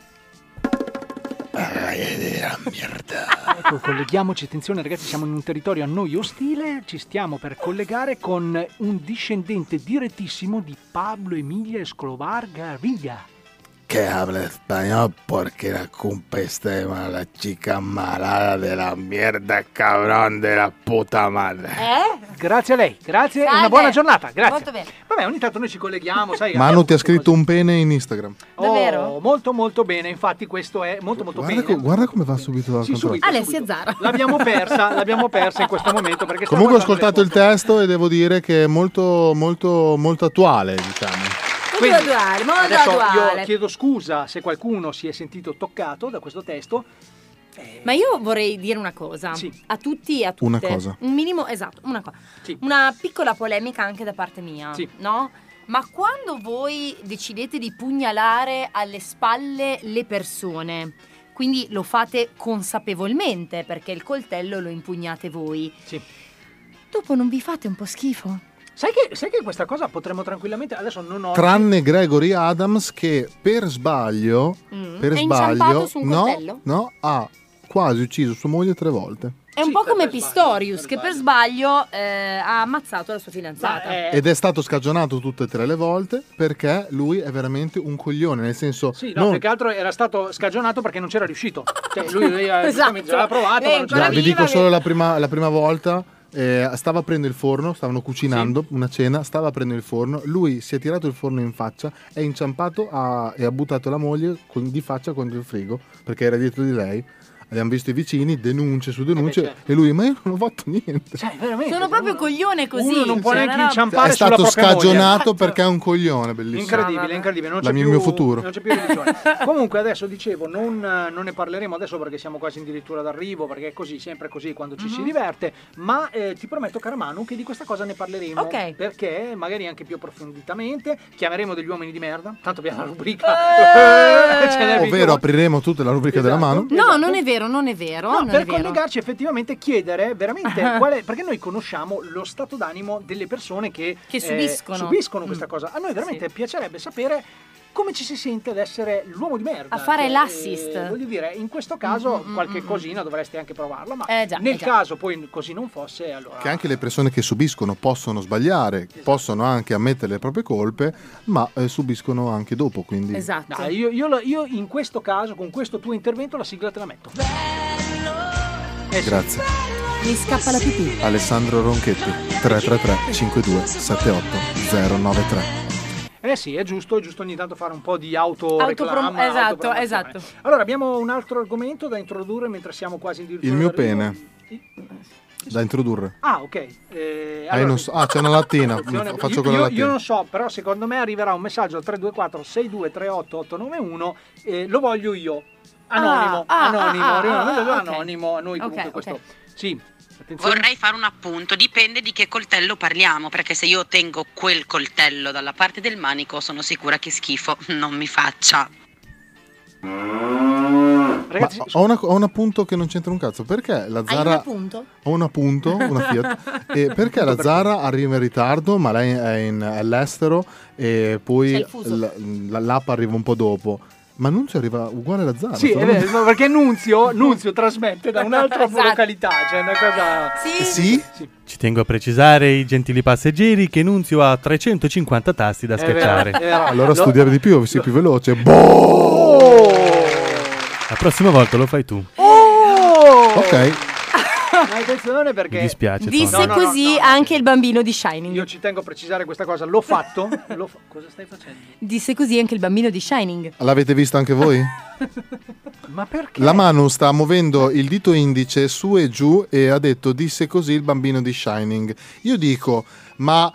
[SPEAKER 2] Ecco, colleghiamoci, attenzione ragazzi, siamo in un territorio a noi ostile, ci stiamo per collegare con un discendente direttissimo di Pablo Emilia Escobar Gaviria.
[SPEAKER 14] que habla español porque la culpa es de la chica malada de la mierda, cabrón de la puta madre.
[SPEAKER 2] Grazie a lei, grazie e una
[SPEAKER 14] Eh? Salve.
[SPEAKER 2] buona giornata. Grazie.
[SPEAKER 14] Molto
[SPEAKER 7] bene.
[SPEAKER 2] Vabbè, ogni tanto noi ci colleghiamo, sai.
[SPEAKER 4] Manu ti ha
[SPEAKER 2] abbiamo-
[SPEAKER 4] scritto un pene in Instagram.
[SPEAKER 2] Oh, molto molto bene, infatti questo è molto molto
[SPEAKER 4] Guarda,
[SPEAKER 2] bene.
[SPEAKER 4] co- guarda come va subito la
[SPEAKER 2] Sì,
[SPEAKER 4] controllo.
[SPEAKER 2] subito, subito. L'abbiamo persa, l'abbiamo persa in questo momento perché stavo
[SPEAKER 4] Comunque ho
[SPEAKER 2] guardando le
[SPEAKER 4] ascoltato il testo e devo dire che è molto, molto, molto attuale, diciamo.
[SPEAKER 2] Quindi,
[SPEAKER 7] attuale, molto
[SPEAKER 2] adesso
[SPEAKER 7] attuale.
[SPEAKER 2] Io chiedo scusa se qualcuno si è sentito toccato da questo testo.
[SPEAKER 7] Ma io vorrei dire una cosa a tutti e a tutte.
[SPEAKER 2] Una cosa.
[SPEAKER 7] Un minimo, esatto, una cosa. Una piccola polemica anche da parte mia,
[SPEAKER 2] Sì.
[SPEAKER 7] no? Ma quando voi decidete di pugnalare alle spalle le persone, quindi lo fate consapevolmente perché il coltello lo impugnate voi.
[SPEAKER 2] Sì.
[SPEAKER 7] Dopo non vi fate un po' schifo?
[SPEAKER 2] Sai che, sai che questa cosa potremmo tranquillamente. Adesso non ho.
[SPEAKER 4] Tranne Gregory Adams che per sbaglio,
[SPEAKER 2] Mm.
[SPEAKER 4] per
[SPEAKER 2] È inciampato
[SPEAKER 4] sbaglio,
[SPEAKER 2] su un coltello?
[SPEAKER 4] no, no, ha quasi ucciso sua moglie tre volte.
[SPEAKER 7] È un po' come Pistorius che per sbaglio eh, ha ammazzato la sua fidanzata.
[SPEAKER 2] Eh.
[SPEAKER 4] Ed è stato scagionato tutte e tre le volte perché lui è veramente un coglione, nel senso...
[SPEAKER 2] Sì, no,
[SPEAKER 4] non-
[SPEAKER 2] più che altro era stato scagionato perché non c'era riuscito. Cioè, lui aveva
[SPEAKER 7] Esatto.
[SPEAKER 2] già provato.
[SPEAKER 7] Lei
[SPEAKER 2] ma non
[SPEAKER 4] Già,
[SPEAKER 2] c'era
[SPEAKER 4] vi dico solo la prima, la prima volta. eh, stava aprendo il forno, stavano cucinando una cena, stava aprendo il forno, lui si è tirato il forno in faccia, è inciampato ha- e ha buttato la moglie con- di faccia contro il frigo perché era dietro di lei. Abbiamo visto i vicini, denunce su denunce
[SPEAKER 2] certo.
[SPEAKER 4] e lui ma io non ho fatto niente.
[SPEAKER 7] Sono proprio coglione così.
[SPEAKER 2] Uno non può
[SPEAKER 7] cioè,
[SPEAKER 2] neanche
[SPEAKER 7] una roba-
[SPEAKER 2] inciampare
[SPEAKER 4] è
[SPEAKER 2] sulla
[SPEAKER 4] stato
[SPEAKER 2] propria moglie. Esatto.
[SPEAKER 4] scagionato perché è un coglione, bellissimo.
[SPEAKER 2] Incredibile, incredibile. Non
[SPEAKER 4] La
[SPEAKER 2] c'è
[SPEAKER 4] mia-
[SPEAKER 2] più,
[SPEAKER 4] mio futuro.
[SPEAKER 2] Non c'è più religione. Comunque, adesso dicevo, non, eh, non ne parleremo adesso perché siamo quasi addirittura d'arrivo, perché è così, sempre così quando ci si diverte. Ma eh, ti prometto, cara Manu, che di questa cosa ne parleremo.
[SPEAKER 7] Ok.
[SPEAKER 2] Perché magari anche più approfonditamente chiameremo degli uomini di merda. Tanto abbiamo la rubrica. Ce n'è
[SPEAKER 4] Ovvero apriremo tutta la rubrica della
[SPEAKER 2] esatto.
[SPEAKER 4] mano.
[SPEAKER 7] No, non è vero, non è vero.
[SPEAKER 2] No,
[SPEAKER 7] non
[SPEAKER 2] per
[SPEAKER 7] è vero.
[SPEAKER 2] collegarci effettivamente chiedere veramente qual è, perché noi conosciamo lo stato d'animo delle persone che, eh,
[SPEAKER 7] Che subiscono. Mm.
[SPEAKER 2] subiscono questa cosa. A noi veramente piacerebbe sapere come ci si sente ad essere l'uomo di merda.
[SPEAKER 7] A fare
[SPEAKER 2] Cioè,
[SPEAKER 7] l'assist. Mm,
[SPEAKER 2] eh, voglio dire, in questo caso qualche cosina dovresti anche provarla, ma
[SPEAKER 7] Eh già,
[SPEAKER 2] nel
[SPEAKER 7] eh già.
[SPEAKER 2] caso poi così non fosse, allora
[SPEAKER 4] Che anche le persone che subiscono possono sbagliare, possono anche ammettere le proprie colpe, ma eh, subiscono anche dopo. Quindi
[SPEAKER 1] Esatto.
[SPEAKER 7] Esatto.
[SPEAKER 2] No, io, io lo- io in questo caso, con questo tuo intervento, la sigla te la metto. Eh
[SPEAKER 4] grazie.
[SPEAKER 7] Mi scappa la pipì.
[SPEAKER 4] Alessandro Ronchetti 333 52 78 093.
[SPEAKER 2] Eh sì, è giusto, è giusto ogni tanto fare un po' di auto
[SPEAKER 7] Autoprom- esatto, esatto.
[SPEAKER 2] Allora, abbiamo un altro argomento da introdurre mentre siamo quasi addirittura
[SPEAKER 4] Il mio
[SPEAKER 2] d'arrivo.
[SPEAKER 4] pene da introdurre.
[SPEAKER 2] Ah, ok. Eh,
[SPEAKER 4] Ah, io
[SPEAKER 2] allora,
[SPEAKER 4] non so- ah, c'è una lattina,
[SPEAKER 2] attenzione,
[SPEAKER 4] faccio
[SPEAKER 2] io,
[SPEAKER 4] quella
[SPEAKER 2] io-
[SPEAKER 4] lattina.
[SPEAKER 2] io non so, però secondo me arriverà un messaggio al 324 6238 891 eh, lo voglio io. Anonimo,
[SPEAKER 23] Ah, ah,
[SPEAKER 2] anonimo,
[SPEAKER 23] ah, ah,
[SPEAKER 2] arriva un
[SPEAKER 23] ah,
[SPEAKER 2] messaggio
[SPEAKER 23] ah, ok.
[SPEAKER 2] anonimo, a noi comunque
[SPEAKER 23] Ok,
[SPEAKER 2] questo.
[SPEAKER 23] ok.
[SPEAKER 2] Sì. attenzione.
[SPEAKER 1] Vorrei fare un appunto, dipende di che coltello parliamo, perché se io tengo quel coltello dalla parte del manico sono sicura che schifo non mi faccia.
[SPEAKER 4] Ma ho, una- ho un appunto che non c'entra un cazzo. Perché
[SPEAKER 1] Hai
[SPEAKER 4] la
[SPEAKER 1] un
[SPEAKER 4] Zara.
[SPEAKER 1] appunto?
[SPEAKER 4] Ho un appunto, una Fiat. e perché la Zara arriva in ritardo, ma lei è, in- è all'estero e
[SPEAKER 2] C'è
[SPEAKER 4] poi
[SPEAKER 2] il fuso.
[SPEAKER 4] l- la- l'app arriva un po' dopo. Ma non ci arriva uguale la Zara.
[SPEAKER 2] Ah, Sì, è
[SPEAKER 4] solamente-
[SPEAKER 2] vero, perché Nunzio, Nunzio trasmette da un'altra
[SPEAKER 7] Esatto.
[SPEAKER 2] località, cioè è una cosa...
[SPEAKER 7] Sì.
[SPEAKER 4] Sì?
[SPEAKER 11] Ci tengo a precisare, i gentili passeggeri, che Nunzio ha 350 tasti da
[SPEAKER 2] È vero,
[SPEAKER 11] schiacciare.
[SPEAKER 2] è vero.
[SPEAKER 4] Allora
[SPEAKER 2] Lo-
[SPEAKER 4] studiare di più, sei più veloce. Boh!
[SPEAKER 11] La prossima volta lo fai tu.
[SPEAKER 2] Oh!
[SPEAKER 4] Ok.
[SPEAKER 2] Ma attenzione perché...
[SPEAKER 11] Mi dispiace, Tony.
[SPEAKER 7] Disse
[SPEAKER 2] No, no, no,
[SPEAKER 7] così anche il bambino di Shining.
[SPEAKER 2] Io ci tengo a precisare questa cosa, l'ho fatto? L'ho fa- cosa stai facendo?
[SPEAKER 7] Disse così anche il bambino di Shining.
[SPEAKER 4] L'avete visto anche voi?
[SPEAKER 2] Ma perché?
[SPEAKER 4] La Manu sta muovendo il dito indice su e giù e ha detto disse così il bambino di Shining. Io dico, ma...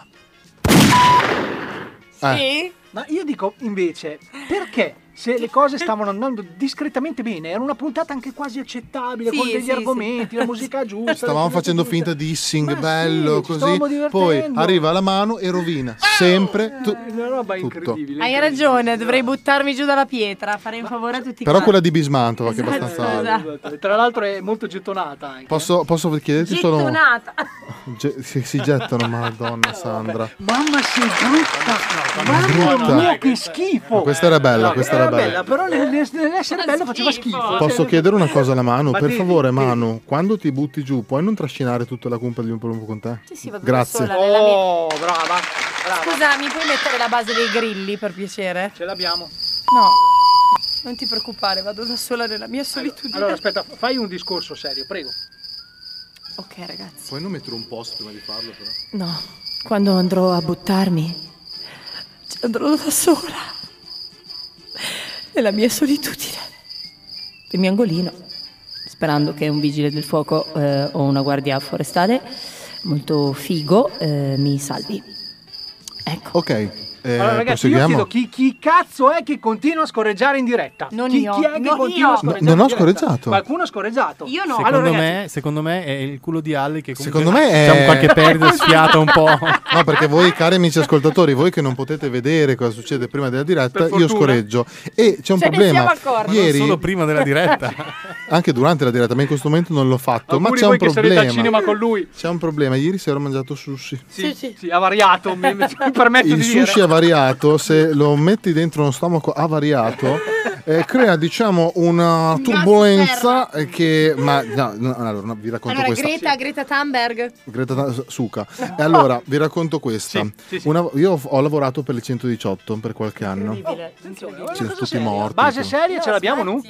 [SPEAKER 4] Eh,
[SPEAKER 2] Ma io dico invece, perché se le cose stavano andando discretamente bene, era una puntata anche quasi accettabile,
[SPEAKER 7] Sì,
[SPEAKER 2] con degli
[SPEAKER 7] sì,
[SPEAKER 2] argomenti, la musica giusta...
[SPEAKER 4] Stavamo facendo finta di hissing, bello,
[SPEAKER 2] ci
[SPEAKER 4] così.
[SPEAKER 2] stavamo divertendo. Ah! Eh,
[SPEAKER 4] Poi arriva la mano e rovina. Sempre. tu-
[SPEAKER 2] Una roba
[SPEAKER 4] tutto.
[SPEAKER 2] incredibile.
[SPEAKER 7] Hai ragione, dovrei buttarmi giù dalla pietra, fare un favore a tutti
[SPEAKER 4] Però
[SPEAKER 7] quanti.
[SPEAKER 4] quella di Bismantova che è abbastanza...
[SPEAKER 7] Esatto,
[SPEAKER 4] alta.
[SPEAKER 2] Esatto, Tra l'altro è molto gettonata anche.
[SPEAKER 4] Posso, posso chiederti solo...
[SPEAKER 7] Gettonata.
[SPEAKER 4] Ge- si, si gettano, madonna Sandra.
[SPEAKER 2] Mamma sei brutta! Mamma
[SPEAKER 4] Brutta.
[SPEAKER 2] mia, che schifo!
[SPEAKER 4] Ma questa era bella,
[SPEAKER 2] No,
[SPEAKER 4] questa era bella.
[SPEAKER 2] però nel- nel- nell'essere bello faceva
[SPEAKER 7] Oh.
[SPEAKER 2] schifo.
[SPEAKER 4] Posso
[SPEAKER 2] Cioè,
[SPEAKER 4] chiedere una cosa alla Manu?
[SPEAKER 2] Ma
[SPEAKER 4] per
[SPEAKER 2] devi-
[SPEAKER 4] favore, Manu, quando ti butti giù, puoi non trascinare tutta la cumpa di un polombo con te? Grazie.
[SPEAKER 2] Oh, brava.
[SPEAKER 7] Scusa, mi puoi mettere la base dei grilli per piacere?
[SPEAKER 2] Ce l'abbiamo.
[SPEAKER 7] No. Non ti preoccupare, vado da sola nella mia solitudine.
[SPEAKER 2] Allora, aspetta, fai un discorso serio, prego.
[SPEAKER 7] Ok, ragazzi.
[SPEAKER 4] Puoi non mettere un post prima di farlo, però?
[SPEAKER 7] No, quando andrò a buttarmi, ci andrò da sola. Nella mia solitudine. Nel mio angolino. Sperando che un vigile del fuoco eh, o una guardia forestale molto figo eh, mi salvi. Ecco.
[SPEAKER 4] Ok. eh,
[SPEAKER 2] allora, ragazzi, io
[SPEAKER 4] proseguiamo.
[SPEAKER 2] chiedo chi, chi cazzo è che continua a scorreggiare in diretta?
[SPEAKER 7] Non
[SPEAKER 2] chi,
[SPEAKER 7] io,
[SPEAKER 2] chi è che
[SPEAKER 7] non
[SPEAKER 2] continua
[SPEAKER 7] io.
[SPEAKER 2] a scorreggiare?
[SPEAKER 4] No, non ho
[SPEAKER 2] in diretta?
[SPEAKER 4] scorreggiato.
[SPEAKER 2] Qualcuno ha scorreggiato. Io
[SPEAKER 11] Secondo,
[SPEAKER 2] Allora, ragazzi,
[SPEAKER 11] me, secondo me è il culo di Alli che comunque
[SPEAKER 4] Secondo me è...
[SPEAKER 11] diciamo, qualche perdita sfiata un po'.
[SPEAKER 4] No, perché voi, cari amici ascoltatori, voi che non potete vedere cosa succede prima della diretta,
[SPEAKER 11] Per
[SPEAKER 4] io
[SPEAKER 11] fortuna.
[SPEAKER 4] scoreggio. E c'è un
[SPEAKER 11] Ce ne siamo
[SPEAKER 4] problema.
[SPEAKER 11] accorti. Ma
[SPEAKER 4] Ieri,
[SPEAKER 11] non solo prima della diretta.
[SPEAKER 4] anche durante la diretta, ma in questo momento non l'ho fatto. ma
[SPEAKER 2] Auguri
[SPEAKER 4] c'è un
[SPEAKER 2] voi che sarete
[SPEAKER 4] problema.
[SPEAKER 2] al cinema con lui.
[SPEAKER 4] C'è un problema. Ieri sera ho mangiato sushi.
[SPEAKER 2] Sì, sì, ha variato, mi, mi permetto
[SPEAKER 4] Il
[SPEAKER 2] di dire.
[SPEAKER 4] sushi avariato, se lo metti dentro uno stomaco avariato, eh, crea diciamo una turbolenza che... Ma no, no, allora, no, vi racconto
[SPEAKER 7] Allora,
[SPEAKER 4] questa.
[SPEAKER 7] Greta, Greta Thunberg.
[SPEAKER 4] Greta Ta- Suca. E allora vi racconto questa. Una- io ho lavorato per le 118 per qualche anno.
[SPEAKER 2] Oh,
[SPEAKER 4] Siete tutti morti.
[SPEAKER 2] Base
[SPEAKER 4] insomma.
[SPEAKER 2] seria ce l'abbiamo, nu?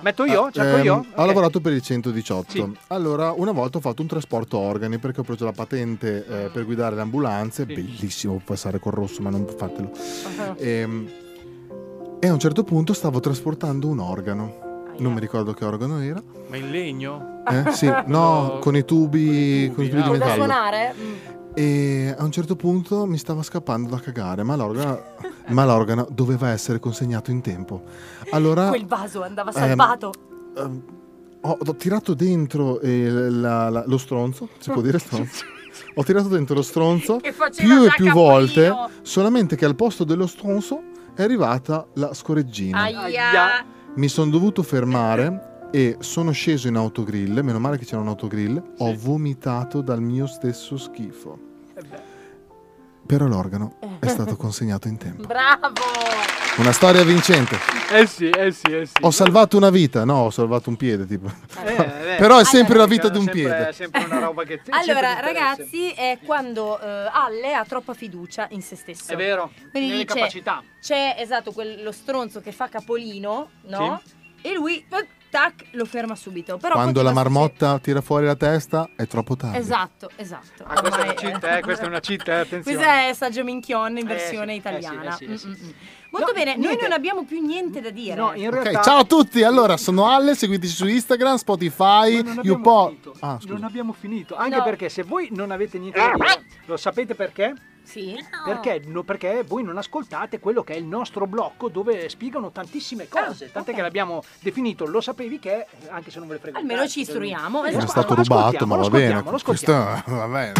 [SPEAKER 2] Metto io? Ciacco
[SPEAKER 4] Ehm,
[SPEAKER 2] io?
[SPEAKER 4] Ho
[SPEAKER 2] Ok.
[SPEAKER 4] lavorato per il 118.
[SPEAKER 2] Sì.
[SPEAKER 4] Allora, una volta ho fatto un trasporto organi perché ho preso la patente
[SPEAKER 2] Ah.
[SPEAKER 4] eh, per guidare le ambulanze. Bellissimo passare col rosso, ma non fatelo.
[SPEAKER 2] Ah.
[SPEAKER 4] Ehm, e a un certo punto stavo trasportando un organo. Non mi ricordo che organo era.
[SPEAKER 11] Ma in legno?
[SPEAKER 2] Ah.
[SPEAKER 4] Eh, sì, no, con i tubi, con i tubi di
[SPEAKER 7] da
[SPEAKER 4] metallo.
[SPEAKER 7] suonare?
[SPEAKER 4] E a un certo punto mi stava scappando da cagare, ma l'organo, ma l'organo doveva essere consegnato in tempo. Allora
[SPEAKER 7] Quel vaso andava
[SPEAKER 4] ehm,
[SPEAKER 7] salvato.
[SPEAKER 4] ehm, ho, ho tirato dentro eh, la- la- lo stronzo, si può dire stronzo? ho tirato dentro lo stronzo
[SPEAKER 6] Che faceva
[SPEAKER 4] più e
[SPEAKER 6] già
[SPEAKER 4] più
[SPEAKER 6] capolino.
[SPEAKER 4] volte, solamente che al posto dello stronzo è arrivata la scoreggina.
[SPEAKER 6] Aia.
[SPEAKER 4] Mi sono dovuto fermare e sono sceso in autogrill, meno male che c'era un autogrill, ho vomitato dal mio stesso schifo. Però l'organo è stato consegnato in tempo.
[SPEAKER 7] Bravo!
[SPEAKER 4] Una storia vincente.
[SPEAKER 2] Eh sì, eh sì, eh sì.
[SPEAKER 4] Ho salvato una vita, no, ho salvato un piede, tipo.
[SPEAKER 2] Eh, eh.
[SPEAKER 4] Però è sempre la
[SPEAKER 2] Allora,
[SPEAKER 4] vita di un
[SPEAKER 2] sempre-
[SPEAKER 4] piede.
[SPEAKER 2] sempre una roba che sempre
[SPEAKER 7] Allora,
[SPEAKER 2] ti
[SPEAKER 7] ragazzi, è quando eh, Alle ha troppa fiducia in se stesso.
[SPEAKER 2] È vero,
[SPEAKER 7] Quindi
[SPEAKER 2] nelle
[SPEAKER 7] dice,
[SPEAKER 2] capacità.
[SPEAKER 7] C'è esatto quello stronzo che fa capolino, no? E lui eh, tac lo ferma subito. Però continua
[SPEAKER 4] Quando la
[SPEAKER 7] a
[SPEAKER 4] marmotta tira fuori la testa è troppo
[SPEAKER 7] succedere.
[SPEAKER 4] tardi.
[SPEAKER 7] Esatto, esatto.
[SPEAKER 2] Ah, questa è una
[SPEAKER 7] Ormai-
[SPEAKER 2] città, eh, questa è una città, eh, attenzione.
[SPEAKER 7] Questa è Saggio Minchion in versione
[SPEAKER 2] sì, eh sì,
[SPEAKER 7] italiana.
[SPEAKER 2] eh sì, eh sì,
[SPEAKER 7] Mm, mm, mm. Molto bene, noi
[SPEAKER 2] niente.
[SPEAKER 7] non abbiamo più niente da dire.
[SPEAKER 2] No, in
[SPEAKER 4] Ok, ciao a tutti. Allora, sono Ale, seguiteci su Instagram, Spotify, YouPo. Ah, scusa.
[SPEAKER 2] Non abbiamo finito, anche
[SPEAKER 7] No.
[SPEAKER 2] perché se voi non avete niente da dire, lo sapete perché?
[SPEAKER 7] Sì.
[SPEAKER 2] Perché, no, perché voi non ascoltate quello che è il nostro blocco dove spiegano tantissime cose, tant'è che l'abbiamo definito, lo sapevi che, è, anche se non Eh, ve le frega.
[SPEAKER 7] Almeno ci istruiamo,
[SPEAKER 4] Mi è
[SPEAKER 7] esatto.
[SPEAKER 4] stato
[SPEAKER 2] lo
[SPEAKER 4] rubato,
[SPEAKER 2] ascoltiamo,
[SPEAKER 4] ma
[SPEAKER 2] lo
[SPEAKER 4] va bene.
[SPEAKER 2] ascoltiamo, lo
[SPEAKER 4] Questo va bene.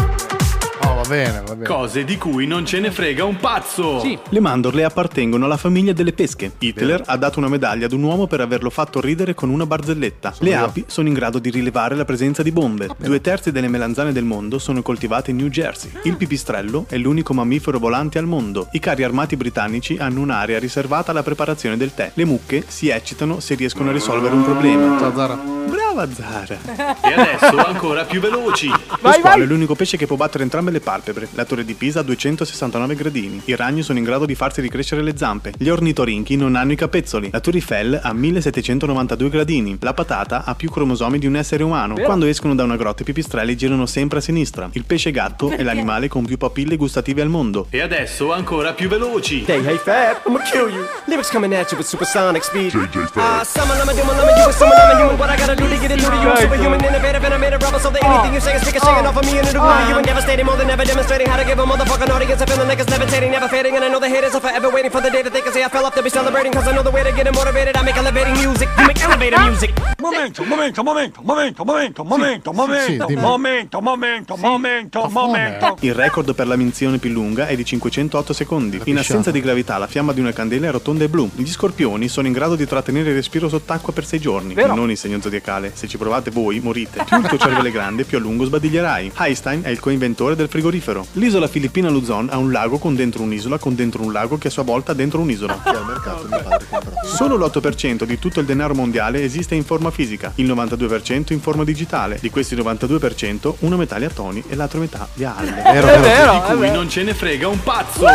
[SPEAKER 4] Oh, va bene, va bene.
[SPEAKER 13] Cose di cui non ce ne frega un pazzo!
[SPEAKER 2] Sì.
[SPEAKER 13] Le mandorle appartengono alla famiglia delle pesche. Hitler ha dato una medaglia ad un uomo per averlo fatto ridere con una barzelletta. Le io. api sono in grado di rilevare la presenza di bombe. Due terzi delle melanzane del mondo sono coltivate in New Jersey. Il pipistrello è l'unico mammifero volante al mondo. I carri armati britannici hanno un'area riservata alla preparazione del tè. Le mucche si eccitano se riescono a risolvere un problema.
[SPEAKER 4] Ciao Zara.
[SPEAKER 13] Brava Zara. E adesso ancora più veloci. Lo Vai, squalo vai. è l'unico pesce che può battere entrambe le palpebre. La torre di Pisa ha 269 gradini. I ragni sono in grado di farsi ricrescere le zampe. Gli ornitorinchi non hanno i capezzoli. La Torre Eiffel ha 1792 gradini. La patata ha più cromosomi di un essere umano.
[SPEAKER 16] Vero.
[SPEAKER 13] Quando escono da una grotta i pipistrelli girano sempre a sinistra. Il pesce gatto è
[SPEAKER 16] Perché?
[SPEAKER 13] l'animale con più papille gustative al mondo.
[SPEAKER 16] E adesso ancora più veloci. Hey, hey, Fab, I'ma kill you. Lyrics coming at you with supersonic speed. JJ Ah, summon, I'ma do my lemon, you a summon, I'm a human. What I gotta do to get it through to you? I'm superhuman, innovative, and I made a rubber. So that anything you say is taking shaking off of me and into the water. You ain't devastating, more than ever demonstrating how to give a motherfucking audience a feeling like it's levitating, never fading. And I know the haters are forever waiting for the day that they can say I fell off. They'll be celebrating, cause I know the way to get it motivated. I make elevating music. You make elevator music.
[SPEAKER 17] Momento, momento, momento, momento, momento, momento,
[SPEAKER 13] sì,
[SPEAKER 17] momento,
[SPEAKER 13] dimmi.
[SPEAKER 17] momento, momento, momento, momento.
[SPEAKER 13] Il record per la menzione più lunga è di 508 secondi. In
[SPEAKER 17] pisciata.
[SPEAKER 13] assenza di gravità, la fiamma di una candela è rotonda e blu. Gli scorpioni sono in grado di trattenere il respiro sott'acqua per 6 giorni.
[SPEAKER 16] Vero.
[SPEAKER 13] Non il segno zodiacale. Se ci provate voi, morite. Più il tuo cervello è grande, più a lungo sbadiglierai. Einstein è il coinventore del frigorifero. L'isola filippina Luzon ha un lago con dentro un'isola, con dentro un lago che a sua volta ha dentro un'isola.
[SPEAKER 4] Al mercato mio padre compra.
[SPEAKER 13] Solo l'8% di tutto il denaro mondiale esiste in forma fisica, il 92% in forma digitale. Di questi 92%, una metà li ha Tony e l'altra metà li ha Ale.
[SPEAKER 6] È vero, È vero,
[SPEAKER 13] Di
[SPEAKER 6] è
[SPEAKER 13] cui
[SPEAKER 6] vero.
[SPEAKER 13] non ce ne frega un pazzo.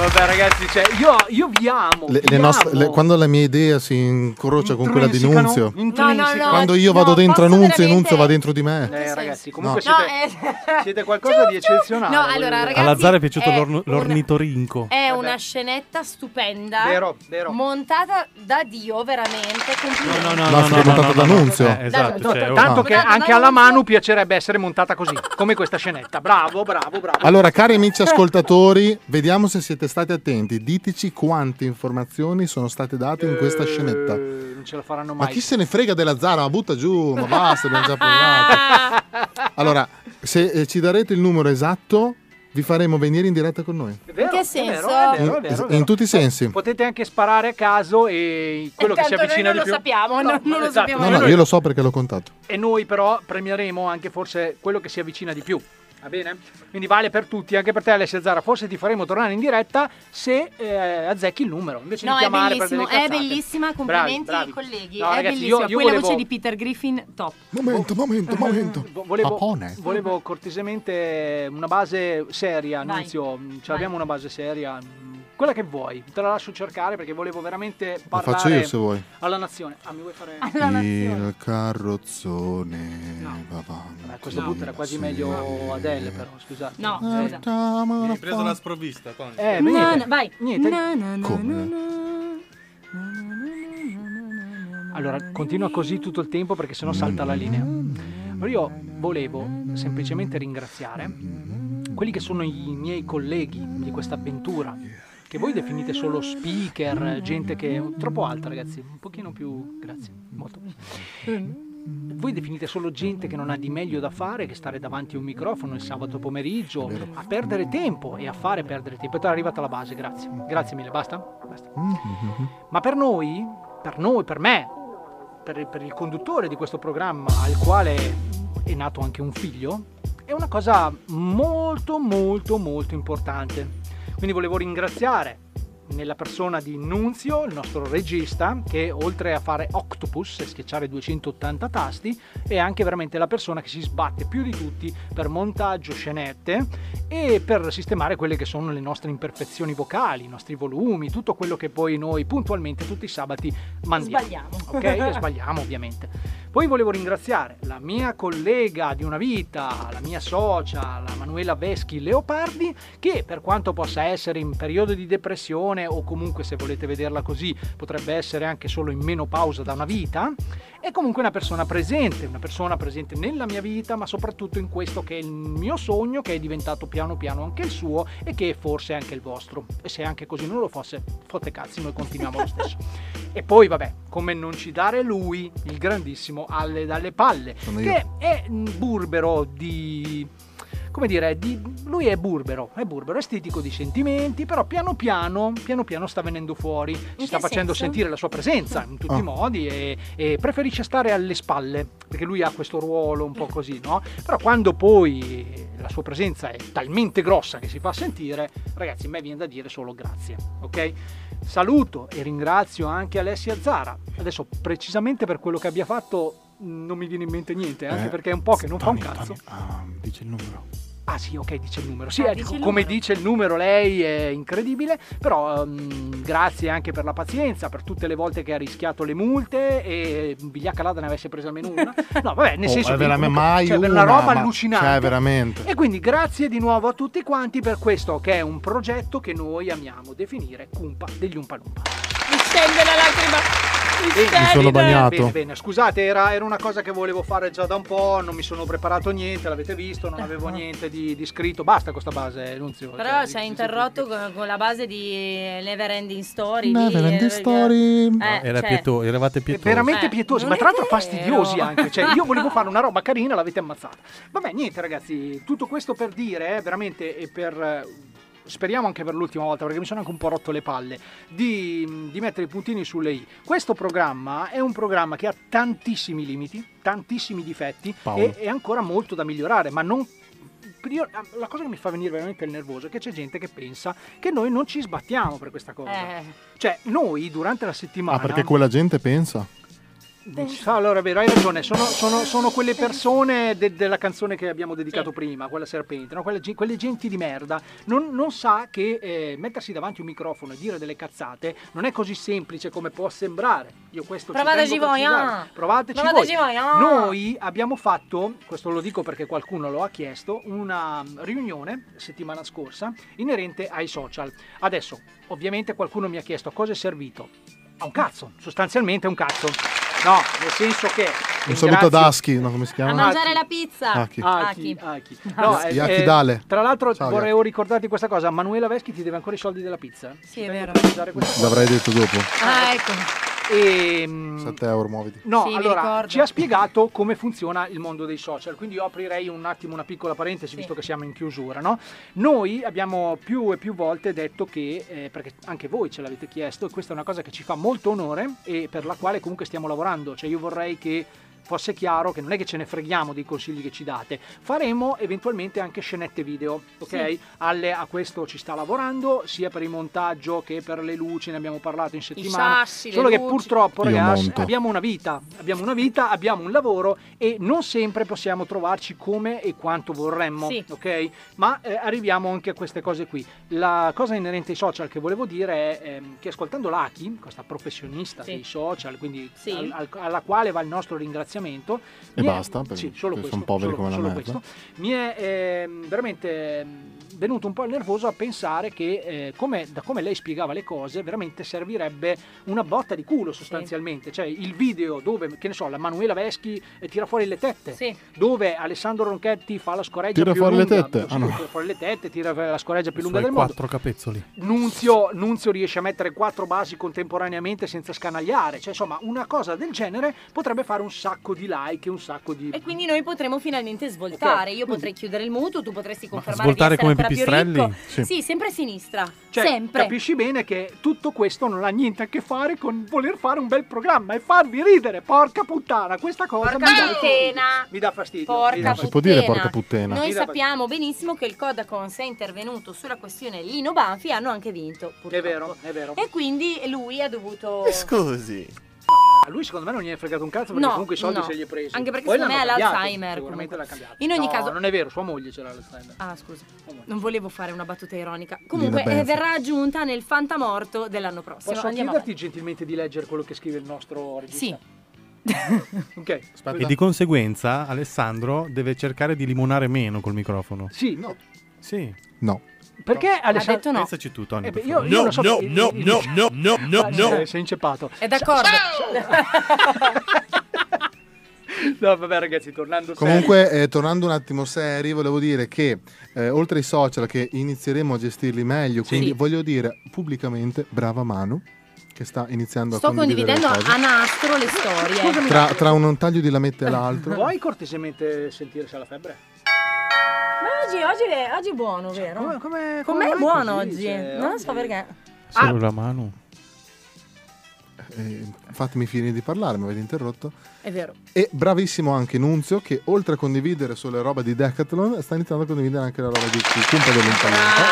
[SPEAKER 2] Vabbè ragazzi, cioè, io, io vi amo.
[SPEAKER 4] Le- le
[SPEAKER 2] vi
[SPEAKER 4] nostre-
[SPEAKER 2] amo.
[SPEAKER 4] le- quando la mia idea si incrocia con quella di
[SPEAKER 2] Intrinsecano?
[SPEAKER 4] Nunzio,
[SPEAKER 2] Intrinsecano. No, no, no,
[SPEAKER 4] quando io
[SPEAKER 2] no,
[SPEAKER 4] vado dentro a
[SPEAKER 2] posso
[SPEAKER 4] Nunzio e
[SPEAKER 2] veramente-
[SPEAKER 4] Nunzio va dentro di me.
[SPEAKER 2] Eh, ragazzi, comunque
[SPEAKER 7] No,
[SPEAKER 2] siete, siete qualcosa di eccezionale.
[SPEAKER 7] No,
[SPEAKER 2] voglio
[SPEAKER 7] allora,
[SPEAKER 2] dire.
[SPEAKER 7] ragazzi, eh,
[SPEAKER 11] A Lazzaro è piaciuto
[SPEAKER 7] è
[SPEAKER 11] l'orn-
[SPEAKER 7] una-
[SPEAKER 11] l'ornitorinco.
[SPEAKER 7] È una scenetta stupenda.
[SPEAKER 2] Eh Vero, vero.
[SPEAKER 7] Montata da Dio, veramente. complimenti.
[SPEAKER 4] No, no, no, montato da Nunzio.
[SPEAKER 2] Eh, esatto,
[SPEAKER 4] Esatto,
[SPEAKER 2] t-
[SPEAKER 4] cioè,
[SPEAKER 2] tanto
[SPEAKER 4] oh.
[SPEAKER 2] che anche alla Manu piacerebbe essere montata così, come questa scenetta. Bravo, bravo, bravo.
[SPEAKER 4] Allora, cari amici ascoltatori, vediamo se siete stati attenti. Diteci quante informazioni sono state date in questa scenetta.
[SPEAKER 2] Eh, non ce la faranno
[SPEAKER 4] Ma
[SPEAKER 2] mai.
[SPEAKER 4] chi se ne frega della Zara? Ma butta giù, ma basta, abbiamo già provato. Allora, se eh, ci darete il numero esatto, vi faremo venire in diretta con noi.
[SPEAKER 2] È vero,
[SPEAKER 7] che
[SPEAKER 2] È
[SPEAKER 7] senso?
[SPEAKER 2] vero, è vero, è
[SPEAKER 4] In,
[SPEAKER 2] vero, è
[SPEAKER 4] in
[SPEAKER 2] vero.
[SPEAKER 4] tutti i sensi.
[SPEAKER 2] Potete anche sparare a caso e quello che si
[SPEAKER 7] Tanto noi non
[SPEAKER 2] avvicina di
[SPEAKER 7] lo
[SPEAKER 2] più.
[SPEAKER 7] sappiamo,
[SPEAKER 2] No,
[SPEAKER 7] non- non lo
[SPEAKER 2] esatto.
[SPEAKER 7] sappiamo.
[SPEAKER 4] No, no, io lo so perché l'ho contato.
[SPEAKER 2] E noi però premieremo anche forse quello che si avvicina di più. Va bene? Quindi vale per tutti, anche per te Alessia Zara. Forse ti faremo tornare in diretta se eh, azzecchi il numero. Invece
[SPEAKER 7] No,
[SPEAKER 2] di
[SPEAKER 7] è
[SPEAKER 2] chiamare per
[SPEAKER 7] bellissimo,
[SPEAKER 2] delle
[SPEAKER 7] è
[SPEAKER 2] cazzate.
[SPEAKER 7] bellissima, complimenti
[SPEAKER 2] Bravi, bravi.
[SPEAKER 7] colleghi,
[SPEAKER 2] No,
[SPEAKER 7] è
[SPEAKER 2] ragazzi, io-
[SPEAKER 7] bellissima.
[SPEAKER 2] io
[SPEAKER 7] Poi la
[SPEAKER 2] volevo-
[SPEAKER 7] voce di Peter Griffin, top.
[SPEAKER 4] Momento, momento, momento.
[SPEAKER 2] Volevo,
[SPEAKER 4] Papone.
[SPEAKER 2] volevo cortesemente una base seria,
[SPEAKER 7] Vai.
[SPEAKER 2] Nunzio. Mm, Ce l'abbiamo una base seria. Mm, Quella che vuoi, te la lascio cercare perché volevo veramente
[SPEAKER 4] La
[SPEAKER 2] parlare
[SPEAKER 4] faccio io se vuoi.
[SPEAKER 2] alla nazione. Ah, mi vuoi fare?
[SPEAKER 4] Il carrozzone va avanti.
[SPEAKER 2] A questo punto era quasi meglio Adele, però, scusate.
[SPEAKER 7] No,
[SPEAKER 2] Eh,
[SPEAKER 7] scusa.
[SPEAKER 11] Mi hai preso la sprovvista, Tony.
[SPEAKER 2] Eh,
[SPEAKER 7] No,
[SPEAKER 2] niente.
[SPEAKER 7] no, vai.
[SPEAKER 2] Niente.
[SPEAKER 7] No, no, no,
[SPEAKER 2] Come?
[SPEAKER 7] no, no.
[SPEAKER 2] Allora, continua così tutto il tempo perché sennò salta la linea. Ma io volevo semplicemente ringraziare quelli che sono i miei colleghi di questa avventura, che voi definite solo speaker, gente che è troppo alta, ragazzi, un pochino più, grazie, molto. Voi definite solo gente che non ha di meglio da fare che stare davanti a un microfono il sabato pomeriggio a perdere tempo e a fare perdere tempo. E te è arrivata la base, grazie. Grazie mille, basta?
[SPEAKER 4] Mm-hmm.
[SPEAKER 2] Ma per noi, per noi, per me, per, per il conduttore di questo programma, al quale è nato anche un figlio, è una cosa molto molto molto importante. Quindi volevo ringraziare nella persona di Nunzio, il nostro regista, che oltre a fare Octopus e schiacciare 280 tasti, è anche veramente la persona che si sbatte più di tutti per montaggio, scenette e per sistemare quelle che sono le nostre imperfezioni vocali, i nostri volumi, tutto quello che poi noi puntualmente tutti i sabati mandiamo.
[SPEAKER 7] Sbagliamo.
[SPEAKER 2] Ok? E sbagliamo ovviamente. Poi volevo ringraziare la mia collega di una vita, la mia socia, la Manuela Veschi Leopardi, che per quanto possa essere in periodo di depressione o comunque se volete vederla così potrebbe essere anche solo in menopausa da una vita, è comunque una persona presente, una persona presente nella mia vita, ma soprattutto in questo che è il mio sogno, che è diventato piano piano anche il suo e che forse è anche il vostro. E se anche così non lo fosse, fotte cazzi, noi continuiamo lo stesso. E poi, vabbè, come non ci dare lui, il grandissimo Alle dalle palle,
[SPEAKER 4] Sono io.
[SPEAKER 2] che è mm, burbero di. Come dire, di- lui è burbero, è burbero, estetico di sentimenti, però piano piano, piano piano sta venendo fuori, ci sta
[SPEAKER 6] che
[SPEAKER 2] facendo
[SPEAKER 6] senso?
[SPEAKER 2] sentire la sua presenza in tutti
[SPEAKER 6] Ah.
[SPEAKER 2] i modi e, e preferisce stare alle spalle, perché lui ha questo ruolo un po' così, no? Però quando poi la sua presenza è talmente grossa che si fa sentire, ragazzi, a me viene da dire solo grazie, ok? Saluto e ringrazio anche Alessia Zara. Adesso precisamente per quello che abbia fatto mh, non mi viene in mente niente, anche
[SPEAKER 4] Eh,
[SPEAKER 2] perché è un po' che non fa un cazzo.
[SPEAKER 4] Dice il numero.
[SPEAKER 2] Ah sì, ok, dice il numero. Sì,
[SPEAKER 4] Ah,
[SPEAKER 2] eh,
[SPEAKER 4] dice il
[SPEAKER 2] come
[SPEAKER 4] numero.
[SPEAKER 2] dice il numero lei è incredibile, però ehm, grazie anche per la pazienza, per tutte le volte che ha rischiato le multe e Bigliacca Lada ne avesse presa almeno una. No, vabbè, nel
[SPEAKER 4] Oh,
[SPEAKER 2] senso
[SPEAKER 4] è
[SPEAKER 2] che
[SPEAKER 4] veramente
[SPEAKER 2] comunque,
[SPEAKER 4] mai
[SPEAKER 2] cioè, per
[SPEAKER 4] una,
[SPEAKER 2] una roba
[SPEAKER 4] ma-
[SPEAKER 2] allucinante.
[SPEAKER 4] cioè, veramente.
[SPEAKER 2] E quindi grazie di nuovo a tutti quanti per questo che è un progetto che noi amiamo definire Cumpa degli Umpalumpa.
[SPEAKER 7] Mi scende la lacrima.
[SPEAKER 2] Bene,
[SPEAKER 4] Mi sono bagnato.
[SPEAKER 2] Bene, bene. Scusate, era, era una cosa che volevo fare già da un po', non mi sono preparato niente, l'avete visto, non avevo niente di, di scritto. Basta con sta base, Nunzio.
[SPEAKER 7] Eh, Però ci hai interrotto con, con la base di Never Ending Story.
[SPEAKER 2] eh,
[SPEAKER 4] Never
[SPEAKER 7] di-
[SPEAKER 4] Ending Story.
[SPEAKER 7] Eh,
[SPEAKER 11] Era
[SPEAKER 7] cioè,
[SPEAKER 11] pieto- eravate pietosi.
[SPEAKER 2] veramente
[SPEAKER 7] Eh,
[SPEAKER 2] pietosi,
[SPEAKER 7] non
[SPEAKER 2] ma
[SPEAKER 7] è
[SPEAKER 2] tra l'altro
[SPEAKER 7] vero.
[SPEAKER 2] fastidiosi anche. Cioè, io volevo fare una roba carina, l'avete ammazzata. Vabbè, niente, ragazzi, tutto questo per dire, eh, veramente, e per. eh, Speriamo anche per l'ultima volta, perché mi sono anche un po' rotto le palle, di, di mettere i puntini sulle i. Questo programma è un programma che ha tantissimi limiti, tantissimi difetti
[SPEAKER 4] Paolo.
[SPEAKER 2] e, e ancora molto da migliorare, ma non io- la cosa che mi fa venire veramente il nervoso è che c'è gente che pensa che noi non ci
[SPEAKER 7] Eh.
[SPEAKER 2] sbattiamo per questa cosa. Cioè, noi durante la settimana
[SPEAKER 4] Ah, perché quella gente pensa?
[SPEAKER 2] Ah, allora è vero, hai ragione, sono, sono- sono quelle persone de- della canzone che abbiamo dedicato prima, quella serpente, no? quelle, ge- quelle genti di merda, non, non sa che eh, mettersi davanti a un microfono e dire delle cazzate non è così semplice come può sembrare. Io questo
[SPEAKER 7] Provateci
[SPEAKER 2] ci tengo a
[SPEAKER 7] voi,
[SPEAKER 2] precisare.
[SPEAKER 7] ah.
[SPEAKER 2] Provateci,
[SPEAKER 7] Provateci
[SPEAKER 2] voi.
[SPEAKER 7] voi, ah.
[SPEAKER 2] Noi abbiamo fatto, questo lo dico perché qualcuno lo ha chiesto, una mm, riunione settimana scorsa inerente ai social. Adesso, ovviamente qualcuno mi ha chiesto a cosa è servito. A un cazzo, sostanzialmente a un cazzo. No, nel senso che...
[SPEAKER 4] Un saluto ad
[SPEAKER 2] ringrazio-
[SPEAKER 4] Aschi, no, come si
[SPEAKER 7] A
[SPEAKER 4] chiama?
[SPEAKER 7] mangiare la pizza.
[SPEAKER 4] Aki.
[SPEAKER 2] Aki,
[SPEAKER 7] Aki.
[SPEAKER 2] No, eh,
[SPEAKER 7] eh.
[SPEAKER 4] Gli Aki Dale.
[SPEAKER 2] Tra l'altro
[SPEAKER 4] Ciao,
[SPEAKER 2] vorrei ricordarti questa cosa, Manuela Veschi ti deve ancora i soldi della pizza. Sì, è vero.
[SPEAKER 4] L'avrei detto dopo.
[SPEAKER 7] Ah, ecco.
[SPEAKER 2] E,
[SPEAKER 4] 7 euro, muoviti.
[SPEAKER 2] No,
[SPEAKER 7] Sì, mi
[SPEAKER 2] allora
[SPEAKER 7] ricordo.
[SPEAKER 2] ci ha spiegato come funziona il mondo dei social, quindi io aprirei un attimo una piccola parentesi visto che siamo in chiusura, no? Noi abbiamo più e più volte detto che, eh, perché anche voi ce l'avete chiesto, e questa è una cosa che ci fa molto onore e per la quale comunque stiamo lavorando, cioè io vorrei che fosse chiaro che non è che ce ne freghiamo dei consigli che ci date, faremo eventualmente anche scenette video, ok?
[SPEAKER 5] Sì.
[SPEAKER 2] Alle- a questo ci sta lavorando, sia per il montaggio che per le luci, ne abbiamo parlato in settimana,
[SPEAKER 5] sassi, le
[SPEAKER 2] solo che
[SPEAKER 5] luci.
[SPEAKER 2] purtroppo
[SPEAKER 5] Io
[SPEAKER 2] ragazzi
[SPEAKER 5] monto.
[SPEAKER 2] abbiamo una vita, abbiamo una vita, abbiamo un lavoro e non sempre possiamo trovarci come e quanto vorremmo,
[SPEAKER 5] Sì.
[SPEAKER 2] ok? Ma eh, arriviamo anche a queste cose qui. La cosa inerente ai social che volevo dire è ehm, che ascoltando l'Aki, questa professionista
[SPEAKER 5] Sì.
[SPEAKER 2] dei social, quindi
[SPEAKER 5] Sì.
[SPEAKER 2] al- al- alla quale va il nostro ringraziamento,
[SPEAKER 4] E
[SPEAKER 2] mi è-
[SPEAKER 4] basta, perché
[SPEAKER 2] sì, solo
[SPEAKER 4] sono
[SPEAKER 2] questo,
[SPEAKER 4] poveri
[SPEAKER 2] solo-
[SPEAKER 4] come la
[SPEAKER 2] solo
[SPEAKER 4] merda.
[SPEAKER 2] questo. Mi è ehm, veramente ehm, venuto un po' il nervoso a pensare che, eh, come- da come lei spiegava le cose, veramente servirebbe una botta di culo sostanzialmente. Cioè il video dove, che ne so, la Manuela Veschi eh, tira fuori le tette, dove Alessandro Ronchetti fa la scoreggia
[SPEAKER 4] Tira
[SPEAKER 2] più
[SPEAKER 4] fuori le
[SPEAKER 2] lunga.
[SPEAKER 4] tette?
[SPEAKER 2] sì,
[SPEAKER 4] Ah, no.
[SPEAKER 2] Tira fuori le tette, tira fuori la scoreggia più lunga
[SPEAKER 11] Suoi
[SPEAKER 2] del mondo.
[SPEAKER 11] quattro capezzoli.
[SPEAKER 2] Nunzio, Nunzio riesce a mettere quattro basi contemporaneamente senza scanagliare, cioè insomma una cosa del genere potrebbe fare un sacco di like e un sacco di...
[SPEAKER 7] E quindi noi potremo finalmente svoltare.
[SPEAKER 2] Ok,
[SPEAKER 7] Io
[SPEAKER 2] quindi-
[SPEAKER 7] potrei chiudere il mutuo, tu potresti confermare
[SPEAKER 2] svoltare
[SPEAKER 7] di essere
[SPEAKER 2] come
[SPEAKER 7] ancora più
[SPEAKER 2] pipistrelli?
[SPEAKER 7] ricco.
[SPEAKER 2] Sì.
[SPEAKER 7] Sì. sempre a sinistra.
[SPEAKER 2] Cioè,
[SPEAKER 7] sempre.
[SPEAKER 2] capisci bene che tutto questo non ha niente a che fare con voler fare un bel programma e farvi ridere, porca puttana, questa cosa
[SPEAKER 7] Porca
[SPEAKER 2] mi dà
[SPEAKER 7] puttana.
[SPEAKER 2] mi dà fastidio.
[SPEAKER 7] Porca
[SPEAKER 2] mi dà
[SPEAKER 4] Non si
[SPEAKER 2] fastidio.
[SPEAKER 4] può dire porca puttana.
[SPEAKER 7] Noi
[SPEAKER 2] Mi dà
[SPEAKER 7] sappiamo benissimo che il Codacons è intervenuto sulla questione Lino Banfi e hanno anche vinto. purtroppo.
[SPEAKER 2] È vero, è vero.
[SPEAKER 7] E quindi lui ha dovuto...
[SPEAKER 4] Eh,
[SPEAKER 2] Scusi. A lui secondo me non gli è fregato un cazzo perché
[SPEAKER 7] No,
[SPEAKER 2] comunque i soldi
[SPEAKER 7] no.
[SPEAKER 2] se li ha presi.
[SPEAKER 7] Anche perché
[SPEAKER 2] Poi
[SPEAKER 7] secondo
[SPEAKER 2] l'hanno
[SPEAKER 7] me ha
[SPEAKER 2] cambiato,
[SPEAKER 7] l'Alzheimer,
[SPEAKER 2] Sicuramente
[SPEAKER 7] comunque.
[SPEAKER 2] l'ha cambiato.
[SPEAKER 7] In ogni
[SPEAKER 2] No,
[SPEAKER 7] caso-
[SPEAKER 2] non è vero, sua moglie c'era l'Alzheimer.
[SPEAKER 7] Ah, scusa. Non volevo fare una battuta ironica. Comunque
[SPEAKER 2] Benfi.
[SPEAKER 7] eh, verrà aggiunta nel fantamorto dell'anno prossimo.
[SPEAKER 2] Posso
[SPEAKER 7] Andiamo
[SPEAKER 2] chiederti gentilmente di leggere quello che scrive il nostro regista? Sì. ok.
[SPEAKER 11] E di conseguenza Alessandro deve cercare di limonare meno col microfono.
[SPEAKER 2] Sì, no.
[SPEAKER 11] Sì.
[SPEAKER 4] No.
[SPEAKER 2] Perché Alessandro...
[SPEAKER 11] Pensaci tu, Tony.
[SPEAKER 2] Eh,
[SPEAKER 11] per
[SPEAKER 2] beh, io,
[SPEAKER 11] favore.
[SPEAKER 2] io lo so, il- il-
[SPEAKER 11] no, no,
[SPEAKER 2] Guarda, Sei inceppato.
[SPEAKER 7] È d'accordo.
[SPEAKER 2] No, vabbè, ragazzi, tornando seri.
[SPEAKER 4] Comunque, eh, tornando un attimo seri, volevo dire che eh, oltre ai social che inizieremo a gestirli meglio, quindi
[SPEAKER 7] Sì.
[SPEAKER 4] voglio dire pubblicamente brava Manu che sta iniziando
[SPEAKER 7] Sto
[SPEAKER 4] a condividere
[SPEAKER 7] condividendo
[SPEAKER 4] le
[SPEAKER 7] a
[SPEAKER 4] cose.
[SPEAKER 7] nastro le storie.
[SPEAKER 2] Scusami,
[SPEAKER 4] tra, tra un taglio di lamette all'altro.
[SPEAKER 2] Vuoi cortesemente sentire se ha la febbre?
[SPEAKER 7] Ma oggi, oggi è, oggi è buono, vero? Come,
[SPEAKER 2] Cioè, come,
[SPEAKER 7] Con me
[SPEAKER 2] come
[SPEAKER 7] è
[SPEAKER 2] mai
[SPEAKER 7] buono
[SPEAKER 2] così?
[SPEAKER 7] oggi.
[SPEAKER 2] Cioè,
[SPEAKER 7] non lo
[SPEAKER 2] oggi-
[SPEAKER 7] so perché.
[SPEAKER 4] Ah.
[SPEAKER 11] Solo la mano.
[SPEAKER 4] Eh, fatemi finire di parlare, mi avete interrotto.
[SPEAKER 7] È vero.
[SPEAKER 4] E bravissimo anche Nunzio che oltre a condividere solo la roba di Decathlon sta iniziando a condividere anche la roba di di Cumpa dell'Impalata.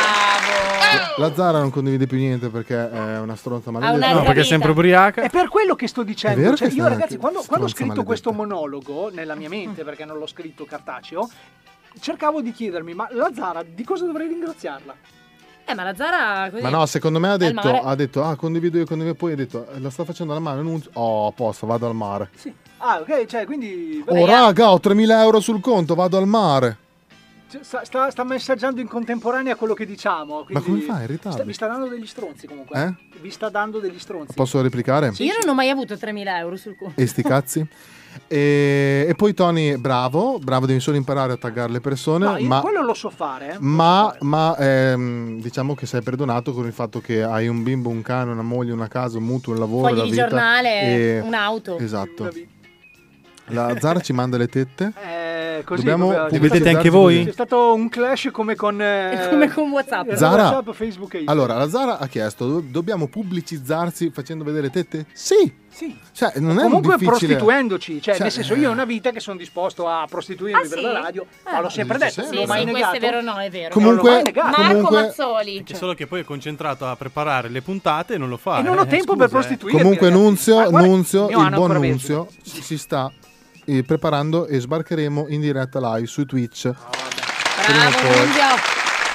[SPEAKER 4] La Zara non condivide più niente perché è una stronza maledetta.
[SPEAKER 11] ubriaca.
[SPEAKER 2] È per quello che sto
[SPEAKER 4] È
[SPEAKER 2] dicendo.
[SPEAKER 4] vero
[SPEAKER 2] Cioè,
[SPEAKER 4] che
[SPEAKER 2] io,
[SPEAKER 4] sta-
[SPEAKER 2] ragazzi,
[SPEAKER 4] che
[SPEAKER 2] quando, quando ho
[SPEAKER 4] stronza
[SPEAKER 2] scritto
[SPEAKER 4] maledetta.
[SPEAKER 2] questo monologo nella mia mente, perché non l'ho scritto cartaceo, cercavo di chiedermi, ma la Zara di cosa dovrei ringraziarla?
[SPEAKER 7] Eh, ma la Zara così.
[SPEAKER 4] Ma no, secondo
[SPEAKER 2] Eh,
[SPEAKER 4] me ha
[SPEAKER 7] Al
[SPEAKER 4] detto,
[SPEAKER 7] mare.
[SPEAKER 4] ha detto ah condivido io, condivido poi ha detto la sta facendo la mano Nunzio. Oh, a posto, vado al mare.
[SPEAKER 2] Sì. Ah, ok, cioè, quindi...
[SPEAKER 4] Oh raga, ho 3000 euro sul conto, vado al mare.
[SPEAKER 2] Cioè, Sta, sta- sta messaggiando in contemporanea quello che diciamo. quindi-
[SPEAKER 4] come fa? È in ritardo. Eh?
[SPEAKER 2] Sta- vi sta dando degli stronzi comunque. Vi sta dando degli stronzi.
[SPEAKER 4] Posso replicare?
[SPEAKER 7] Io non ho mai avuto 3.000 euro sul conto.
[SPEAKER 4] E sti cazzi. E, e poi Tony, bravo, bravo, devi solo imparare a taggare le persone,
[SPEAKER 2] No, io
[SPEAKER 4] ma,
[SPEAKER 2] quello lo so fare. eh.
[SPEAKER 4] ma, ma, ehm, diciamo che sei perdonato con il fatto che hai un bimbo, un cane, una moglie, una casa, un mutuo, un lavoro,
[SPEAKER 7] Fogli
[SPEAKER 4] la
[SPEAKER 7] di
[SPEAKER 4] vita
[SPEAKER 7] giornale,
[SPEAKER 4] e-
[SPEAKER 7] un'auto.
[SPEAKER 4] Esatto. La Zara ci manda le tette.
[SPEAKER 2] Eh, così,
[SPEAKER 4] Dobbiamo
[SPEAKER 2] proprio oggi.
[SPEAKER 4] pubblicizzarci così.
[SPEAKER 2] C'è stato un clash come con, eh,
[SPEAKER 7] Come con WhatsApp.
[SPEAKER 2] era
[SPEAKER 4] Zara.
[SPEAKER 2] WhatsApp, Facebook e
[SPEAKER 4] Allora, la Zara ha chiesto: "Do- dobbiamo pubblicizzarsi facendo vedere tette? Sì.
[SPEAKER 2] Sì.
[SPEAKER 4] Cioè, non è
[SPEAKER 2] comunque
[SPEAKER 4] difficile.
[SPEAKER 2] prostituendoci, cioè,
[SPEAKER 4] Cioè,
[SPEAKER 2] nel senso io ho una vita che sono disposto a prostituirmi
[SPEAKER 5] Ah,
[SPEAKER 2] per
[SPEAKER 5] sì?
[SPEAKER 2] la radio,
[SPEAKER 5] Eh.
[SPEAKER 2] ma l'ho sempre
[SPEAKER 5] Sì,
[SPEAKER 2] detto,
[SPEAKER 5] sì,
[SPEAKER 2] non l'ho mai
[SPEAKER 5] sì, questo
[SPEAKER 2] negato.
[SPEAKER 5] è vero, no, è vero.
[SPEAKER 4] Comunque-
[SPEAKER 2] non l'ho mai negato.
[SPEAKER 5] Marco
[SPEAKER 4] comunque-
[SPEAKER 5] Mazzoli. cioè.
[SPEAKER 11] Perché solo che poi è concentrato a preparare le puntate e non lo fa.
[SPEAKER 2] E non ho
[SPEAKER 11] eh,
[SPEAKER 2] tempo
[SPEAKER 11] scusa,
[SPEAKER 2] per Eh, prostituirmi,
[SPEAKER 4] Comunque, Nunzio, Nunzio
[SPEAKER 2] mio
[SPEAKER 4] il
[SPEAKER 2] anno
[SPEAKER 4] buon
[SPEAKER 2] ancora
[SPEAKER 4] Nunzio, si si sta eh, preparando e sbarcheremo in diretta live su Twitch. Prima o poi.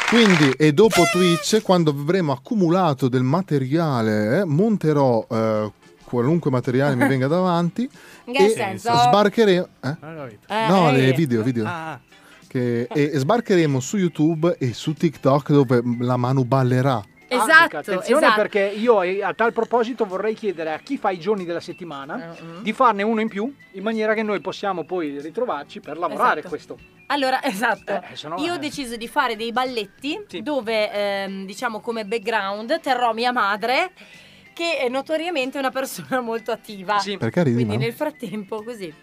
[SPEAKER 4] Quindi, e dopo Twitch, quando avremo accumulato del materiale, eh, monterò eh, qualunque materiale mi venga davanti.
[SPEAKER 6] In che
[SPEAKER 4] e
[SPEAKER 6] senso?
[SPEAKER 4] Sbarcheremo.
[SPEAKER 2] Ah,
[SPEAKER 4] eh?
[SPEAKER 6] Eh,
[SPEAKER 4] no,
[SPEAKER 6] eh,
[SPEAKER 4] le
[SPEAKER 6] eh.
[SPEAKER 4] video, video.
[SPEAKER 6] Ah.
[SPEAKER 4] Che- e, e sbarcheremo su YouTube e su TikTok dove la Manu ballerà.
[SPEAKER 2] Esatto, attenzione
[SPEAKER 5] esatto.
[SPEAKER 2] perché io eh, a tal proposito vorrei chiedere a chi fa i giorni della settimana di farne uno in più in maniera che noi possiamo poi ritrovarci per lavorare
[SPEAKER 7] Esatto.
[SPEAKER 2] questo.
[SPEAKER 7] Allora, esatto.
[SPEAKER 2] Eh, se no,
[SPEAKER 7] Io ho
[SPEAKER 2] eh.
[SPEAKER 7] deciso di fare dei balletti dove, ehm, diciamo, come background terrò mia madre, che è notoriamente una persona molto attiva.
[SPEAKER 4] Sì. Perché ridi,
[SPEAKER 7] Quindi
[SPEAKER 4] Manu?
[SPEAKER 7] nel frattempo, così.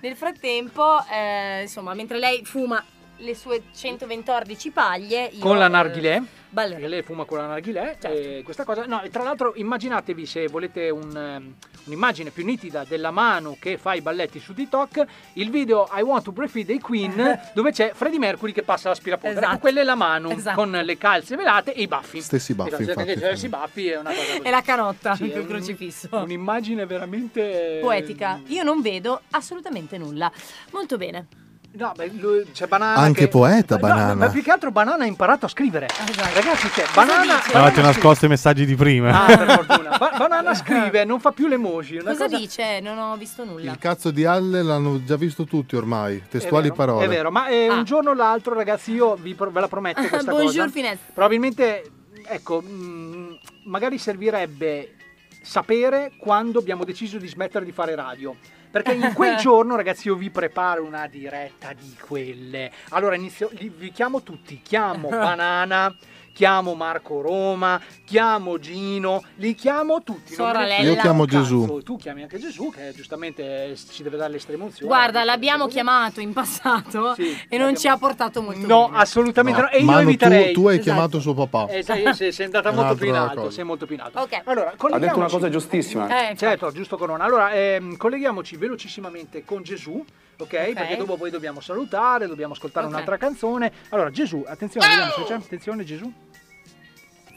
[SPEAKER 7] Nel frattempo, eh, insomma, mentre lei fuma le sue 114 paglie, io,
[SPEAKER 2] con la
[SPEAKER 7] eh, Certo.
[SPEAKER 2] narghilè
[SPEAKER 7] ballerò.
[SPEAKER 2] perché lei fuma con la narghilè e questa cosa no e tra l'altro immaginatevi se volete un, ehm, un'immagine più nitida della mano che fa i balletti su TikTok il video I want to breastfeed dei Queen dove c'è Freddie Mercury che passa l'aspirapolvere
[SPEAKER 7] Esatto.
[SPEAKER 2] ecco, quella è la mano con le calze velate e i baffi
[SPEAKER 4] Stessi baffi,
[SPEAKER 2] Esatto,
[SPEAKER 4] infatti,
[SPEAKER 2] perché
[SPEAKER 4] sì.
[SPEAKER 2] stessi baffi è una cosa
[SPEAKER 7] E la canotta,
[SPEAKER 2] Sì, è
[SPEAKER 7] il
[SPEAKER 2] un-
[SPEAKER 7] crocifisso.
[SPEAKER 2] un'immagine veramente eh,
[SPEAKER 7] Poetica. Io non vedo assolutamente nulla. Molto bene.
[SPEAKER 2] No, beh, lui- c'è banana
[SPEAKER 4] Anche
[SPEAKER 2] che-
[SPEAKER 4] poeta,
[SPEAKER 2] No,
[SPEAKER 4] Banana.
[SPEAKER 2] ma più che altro Banana ha imparato a scrivere.
[SPEAKER 7] Ah, esatto.
[SPEAKER 2] Ragazzi, c'è Banana...
[SPEAKER 11] No,
[SPEAKER 2] Banana
[SPEAKER 11] ti ho
[SPEAKER 2] scrive-
[SPEAKER 11] nascosto i messaggi di prima.
[SPEAKER 2] Ah, per fortuna. Ba- banana scrive, non fa più le emoji. una
[SPEAKER 7] Cosa, dice? Non ho visto nulla.
[SPEAKER 4] Il cazzo di Halle l'hanno già visto tutti ormai, testuali
[SPEAKER 2] è vero,
[SPEAKER 4] parole.
[SPEAKER 2] È vero, ma eh,
[SPEAKER 7] Ah.
[SPEAKER 2] un giorno o l'altro, ragazzi, io vi pro- ve la prometto questa
[SPEAKER 7] Bonjour
[SPEAKER 2] cosa.
[SPEAKER 7] Finesse.
[SPEAKER 2] Probabilmente, ecco, mh, magari servirebbe sapere quando abbiamo deciso di smettere di fare radio. Perché in quel giorno, ragazzi, io vi preparo una diretta di quelle. Allora, inizio, li- vi chiamo tutti. Chiamo Banana, chiamo Marco Roma, chiamo Gino, li chiamo tutti. non me ne
[SPEAKER 7] Soralella.
[SPEAKER 2] frega
[SPEAKER 4] Io chiamo
[SPEAKER 2] un cazzo.
[SPEAKER 4] Gesù.
[SPEAKER 2] Tu chiami anche Gesù, che giustamente eh, ci deve dare le estreme emozioni.
[SPEAKER 7] Guarda, l'abbiamo chiamato in passato e non ci ha portato molto
[SPEAKER 2] No,
[SPEAKER 7] bene.
[SPEAKER 2] assolutamente no.
[SPEAKER 4] No,
[SPEAKER 2] E io
[SPEAKER 4] Manu, tu-
[SPEAKER 2] eviterei. Esatto.
[SPEAKER 4] tu, hai chiamato suo papà.
[SPEAKER 2] Eh, sai, sei, sei andata
[SPEAKER 4] È
[SPEAKER 2] molto più in
[SPEAKER 4] un'altra
[SPEAKER 2] alto.
[SPEAKER 4] cosa.
[SPEAKER 2] Sei molto più in alto.
[SPEAKER 7] Ok.
[SPEAKER 2] Allora, colleghiamoci.
[SPEAKER 21] detto una cosa giustissima.
[SPEAKER 2] Eh, certo, giusto Corona. Allora, ehm, colleghiamoci velocissimamente con Gesù, ok? Perché dopo poi dobbiamo salutare, dobbiamo ascoltare
[SPEAKER 21] Ok.
[SPEAKER 2] un'altra canzone. Allora, Gesù, attenzione, vediamo se c'è. Attenzione, Gesù.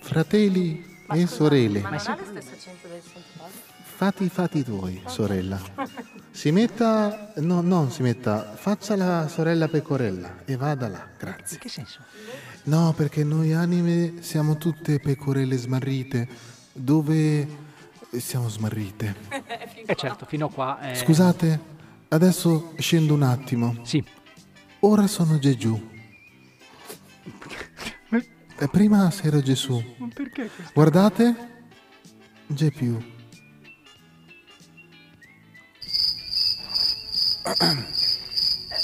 [SPEAKER 4] Fratelli e sorelle,
[SPEAKER 2] non
[SPEAKER 7] stesso accento del Santo
[SPEAKER 4] fate i fatti tuoi, sorella. Si metta, no, non si metta, faccia la sorella pecorella e vada là, grazie.
[SPEAKER 2] Che senso?
[SPEAKER 4] No, perché noi anime siamo tutte pecorelle smarrite, dove siamo smarrite.
[SPEAKER 2] Eh certo, fino a qua. eh,
[SPEAKER 4] Scusate, adesso scendo un attimo.
[SPEAKER 2] Sì.
[SPEAKER 4] Ora sono Gesù. Eh, Prima ero Gesù.
[SPEAKER 2] Ma perché questo?
[SPEAKER 4] Guardate, G più.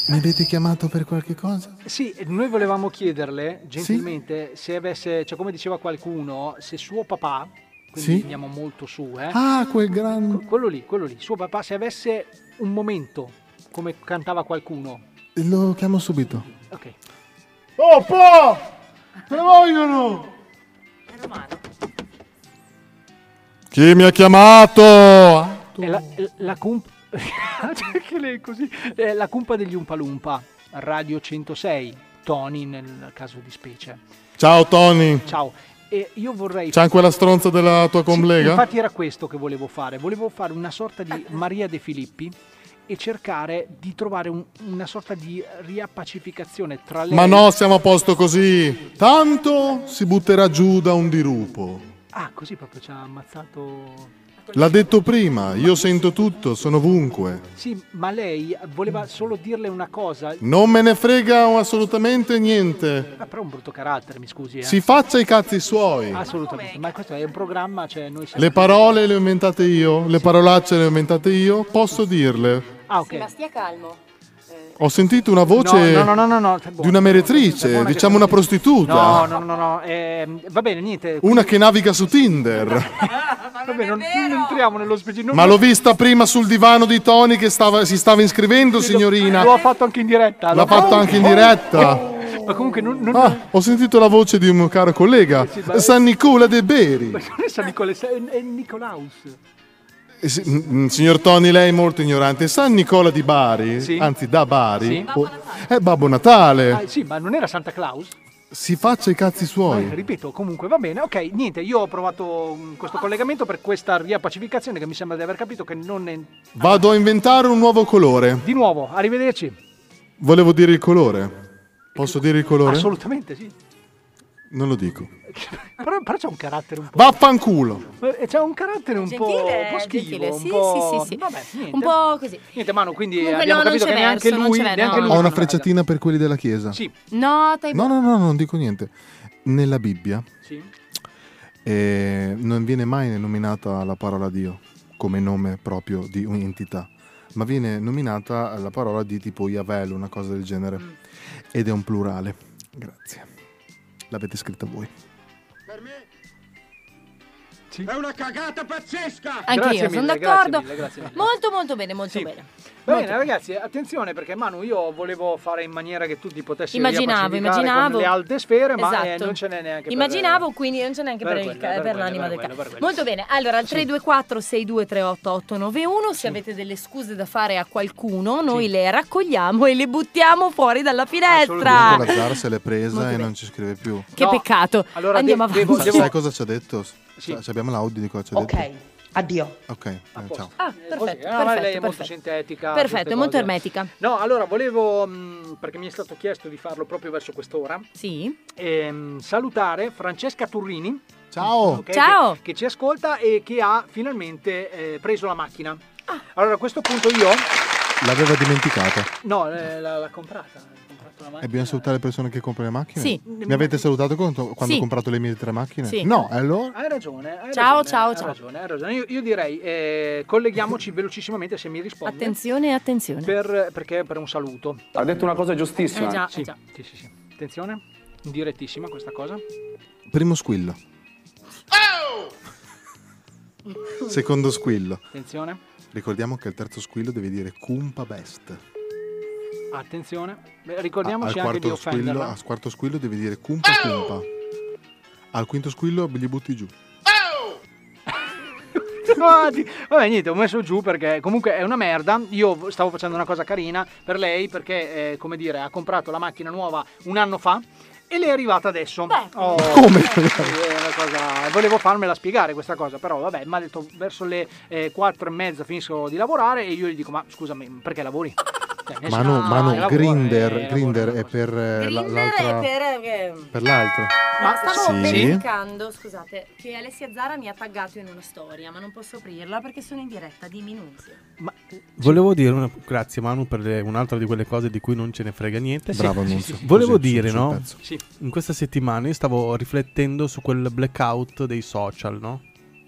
[SPEAKER 4] Mi avete chiamato per qualche cosa?
[SPEAKER 2] Sì, noi volevamo chiederle gentilmente se avesse, cioè come diceva qualcuno, se suo papà, quindi
[SPEAKER 4] Sì.
[SPEAKER 2] andiamo molto su, eh.
[SPEAKER 4] Ah, quel grande.
[SPEAKER 2] Que- Quello lì, quello lì, suo papà se avesse un momento, come cantava qualcuno.
[SPEAKER 4] Lo chiamo subito.
[SPEAKER 2] Ok.
[SPEAKER 4] Oh, po! Te vogliono! Chi mi ha chiamato?
[SPEAKER 2] È la, è la cump- Cioè, che lei è così. È la cumpa degli Umpalumpa, Radio 106, Tony nel caso di specie.
[SPEAKER 4] Ciao Tony.
[SPEAKER 2] Ciao. E io vorrei
[SPEAKER 4] C'è anche quella stronza della tua collega?
[SPEAKER 2] Infatti era questo che volevo fare, volevo fare una sorta di Maria De Filippi e cercare di trovare un- una sorta di riappacificazione tra le
[SPEAKER 4] Ma no, siamo a posto così. Tanto si butterà giù da un dirupo.
[SPEAKER 2] Ah, così proprio ci ha ammazzato.
[SPEAKER 4] L'ha detto prima, io sento tutto, sono ovunque.
[SPEAKER 2] Sì, ma lei voleva solo dirle una cosa.
[SPEAKER 4] Non me ne frega assolutamente niente.
[SPEAKER 2] Ah, però è un brutto carattere, mi scusi. Eh.
[SPEAKER 4] Si faccia i cazzi suoi.
[SPEAKER 2] Assolutamente, ma questo è un programma, cioè noi siamo...
[SPEAKER 4] Le parole le ho inventate io, le parolacce le ho inventate io, posso dirle.
[SPEAKER 2] Ah, ok.
[SPEAKER 7] Stia calmo.
[SPEAKER 4] Ho sentito una voce
[SPEAKER 2] No, no, no, no, no, cioè, boh.
[SPEAKER 4] di una meretrice, diciamo una prostituta.
[SPEAKER 2] No, no, no, no, ehm, va bene, niente.
[SPEAKER 4] Una che naviga su Tinder.
[SPEAKER 2] Vabbè, non, non entriamo nello specifico. non-
[SPEAKER 4] Ma l'ho vista prima sul divano di Tony che stava- si stava inscrivendo,
[SPEAKER 2] Sì, lo-
[SPEAKER 4] signorina.
[SPEAKER 2] L'ho fatto anche in diretta. Oh.
[SPEAKER 4] L'ha fatto anche in diretta.
[SPEAKER 2] Ma comunque non, non,
[SPEAKER 4] Ah, ho sentito la voce di un mio caro collega,
[SPEAKER 2] Sì, ma-
[SPEAKER 4] San Nicola De Beri.
[SPEAKER 2] Ma non è San Nicola, è, è Nicolaus.
[SPEAKER 4] Eh, sì, mm, Signor Tony, lei è molto ignorante. San Nicola di Bari, anzi da Bari,
[SPEAKER 2] Sì.
[SPEAKER 4] o- è Babbo Natale.
[SPEAKER 2] Ah, sì, ma non era Santa Claus?
[SPEAKER 4] Si faccia i cazzi suoi.
[SPEAKER 2] Eh, ripeto, comunque va bene. Ok, niente, io ho provato mm, questo collegamento per questa riappacificazione che mi sembra di aver capito che non è...
[SPEAKER 4] Vado a inventare un nuovo colore.
[SPEAKER 2] Di nuovo, arrivederci.
[SPEAKER 4] Volevo dire il colore. Posso dire il colore?
[SPEAKER 2] Assolutamente sì.
[SPEAKER 4] Non lo dico.
[SPEAKER 2] Però, però c'è un carattere un po'...
[SPEAKER 4] Vaffanculo.
[SPEAKER 2] eh, C'è un carattere un po',
[SPEAKER 7] Gentile,
[SPEAKER 2] un po' schivo,
[SPEAKER 7] gentile,
[SPEAKER 2] un
[SPEAKER 7] sì,
[SPEAKER 2] po'...
[SPEAKER 7] sì, sì, sì.
[SPEAKER 2] Vabbè, niente.
[SPEAKER 7] Un po' così.
[SPEAKER 2] Niente, Manu, quindi
[SPEAKER 7] Comunque
[SPEAKER 2] abbiamo
[SPEAKER 7] no, non
[SPEAKER 2] capito
[SPEAKER 7] c'è
[SPEAKER 2] che neanche
[SPEAKER 7] verso, non
[SPEAKER 2] lui...
[SPEAKER 7] c'è verso,
[SPEAKER 2] neanche
[SPEAKER 7] no.
[SPEAKER 2] lui
[SPEAKER 4] Ho una
[SPEAKER 2] non era-
[SPEAKER 4] frecciatina per quelli della chiesa.
[SPEAKER 2] Sì.
[SPEAKER 7] No, dai,
[SPEAKER 4] No, no, no, non dico niente. Nella Bibbia
[SPEAKER 2] Sì.
[SPEAKER 4] eh, non viene mai nominata la parola Dio come nome proprio di un'entità, ma viene nominata la parola di tipo Yavel, una cosa del genere.
[SPEAKER 7] Mm.
[SPEAKER 4] Ed è un plurale. Grazie. L'avete scritta voi.
[SPEAKER 17] È una cagata pazzesca!
[SPEAKER 7] Anche
[SPEAKER 2] Grazie
[SPEAKER 7] io sono
[SPEAKER 2] mille, grazie
[SPEAKER 7] d'accordo.
[SPEAKER 2] mille, grazie mille.
[SPEAKER 7] Molto molto bene, molto bene.
[SPEAKER 2] Va bene ragazzi, attenzione perché Manu io volevo fare in maniera che tu ti potessi
[SPEAKER 7] Immaginavo,
[SPEAKER 2] riappacificare
[SPEAKER 7] immaginavo.
[SPEAKER 2] con le alte sfere, ma eh,
[SPEAKER 7] Esatto.
[SPEAKER 2] non ce n'è neanche per- eh,
[SPEAKER 7] Immaginavo, quindi non c'è neanche per,
[SPEAKER 2] per
[SPEAKER 7] il
[SPEAKER 2] quello,
[SPEAKER 7] ca-
[SPEAKER 2] per
[SPEAKER 7] per
[SPEAKER 2] quello,
[SPEAKER 7] l'anima
[SPEAKER 2] per
[SPEAKER 7] del
[SPEAKER 2] quello,
[SPEAKER 7] cazzo.
[SPEAKER 2] per quello.
[SPEAKER 7] Molto bene, allora al 324 6238891 se avete delle scuse da fare a qualcuno, noi le raccogliamo e le buttiamo fuori dalla finestra.
[SPEAKER 4] Comunque la Zara se l'è presa
[SPEAKER 7] Molto
[SPEAKER 4] e
[SPEAKER 7] bene.
[SPEAKER 4] non ci scrive più.
[SPEAKER 7] Che peccato.
[SPEAKER 2] allora,
[SPEAKER 7] Andiamo
[SPEAKER 2] de- devo-
[SPEAKER 7] avanti.
[SPEAKER 4] Sa- Sai cosa ci ha detto? Sa- Abbiamo l'audio di cosa ci ha detto.
[SPEAKER 22] Addio.
[SPEAKER 4] Ok, eh, ciao.
[SPEAKER 7] Ah, perfetto,
[SPEAKER 2] Così, ah,
[SPEAKER 7] perfetto,
[SPEAKER 2] lei è molto
[SPEAKER 7] perfetto.
[SPEAKER 2] sintetica.
[SPEAKER 7] Perfetto,
[SPEAKER 2] queste
[SPEAKER 7] è molto
[SPEAKER 2] cose.
[SPEAKER 7] ermetica.
[SPEAKER 2] No, allora volevo, mh, perché mi è stato chiesto di farlo proprio verso quest'ora, ehm,
[SPEAKER 7] sì.
[SPEAKER 2] salutare Francesca Turrini.
[SPEAKER 4] Ciao!
[SPEAKER 7] Ciao.
[SPEAKER 2] Che, che ci ascolta e che ha finalmente eh, preso la macchina.
[SPEAKER 7] Ah.
[SPEAKER 2] Allora a questo punto io...
[SPEAKER 4] L'aveva dimenticata.
[SPEAKER 2] No, eh, l'ha, l'ha comprata. ha comprato la
[SPEAKER 4] E
[SPEAKER 2] macchina.
[SPEAKER 4] bisogna salutare le persone che comprano le macchine?
[SPEAKER 2] Sì.
[SPEAKER 4] Mi avete salutato quando, quando
[SPEAKER 2] Sì.
[SPEAKER 4] ho comprato le mie tre macchine?
[SPEAKER 2] Sì.
[SPEAKER 4] No, e allora?
[SPEAKER 2] Hai ragione. Hai
[SPEAKER 7] Ciao,
[SPEAKER 2] ragione,
[SPEAKER 7] ciao,
[SPEAKER 2] hai
[SPEAKER 7] ciao.
[SPEAKER 2] Ragione, hai ragione. Io, io direi eh, colleghiamoci velocissimamente se mi rispondi.
[SPEAKER 7] Attenzione, attenzione.
[SPEAKER 2] Per, perché per un saluto.
[SPEAKER 5] Ha detto una cosa giustissima.
[SPEAKER 7] Eh già,
[SPEAKER 2] sì,
[SPEAKER 7] eh già.
[SPEAKER 2] sì, sì, sì. Attenzione, direttissima questa cosa.
[SPEAKER 4] Primo squillo. Secondo squillo.
[SPEAKER 2] Attenzione,
[SPEAKER 4] Ricordiamo che il terzo squillo deve dire cumpa best.
[SPEAKER 2] attenzione. Beh,
[SPEAKER 4] A-
[SPEAKER 2] ricordiamoci
[SPEAKER 4] al,
[SPEAKER 2] anche di
[SPEAKER 4] quarto squillo,
[SPEAKER 2] offenderla.
[SPEAKER 4] al quarto squillo devi dire cumpa cumpa. Al quinto squillo gli butti giù.
[SPEAKER 2] Ah, ti- Vabbè, niente, ho messo giù perché comunque è una merda. Io v- stavo facendo una cosa carina per lei perché, eh, come dire, ha comprato la macchina nuova un anno fa e le è arrivata adesso. Oh,
[SPEAKER 4] Come?
[SPEAKER 2] eh, è una cosa- Volevo farmela spiegare questa cosa, però vabbè, mi ha detto verso le eh, 4 e mezza finisco di lavorare e io gli dico, ma scusami, perché lavori? Cioè, nel
[SPEAKER 4] Mano,
[SPEAKER 2] senso,
[SPEAKER 4] mano,
[SPEAKER 2] eh, lavoro,
[SPEAKER 4] grinder,
[SPEAKER 2] eh,
[SPEAKER 4] grinder è per eh, la- l'altra... per l'altro.
[SPEAKER 7] eh, Ma stavo
[SPEAKER 4] Sì.
[SPEAKER 7] verificando, scusate, che Alessia Zara mi ha taggato in una storia, ma non posso aprirla perché sono in diretta di Minuzia.
[SPEAKER 11] Volevo dire una... grazie Manu per le- un'altra di quelle cose di cui non ce ne frega niente.
[SPEAKER 4] Sì, Bravo, sì, Nunzio. sì, sì.
[SPEAKER 11] Volevo
[SPEAKER 4] Così,
[SPEAKER 11] dire,
[SPEAKER 4] sul- sul
[SPEAKER 11] no?
[SPEAKER 4] pezzo.
[SPEAKER 11] In questa settimana io stavo riflettendo su quel blackout dei social, no?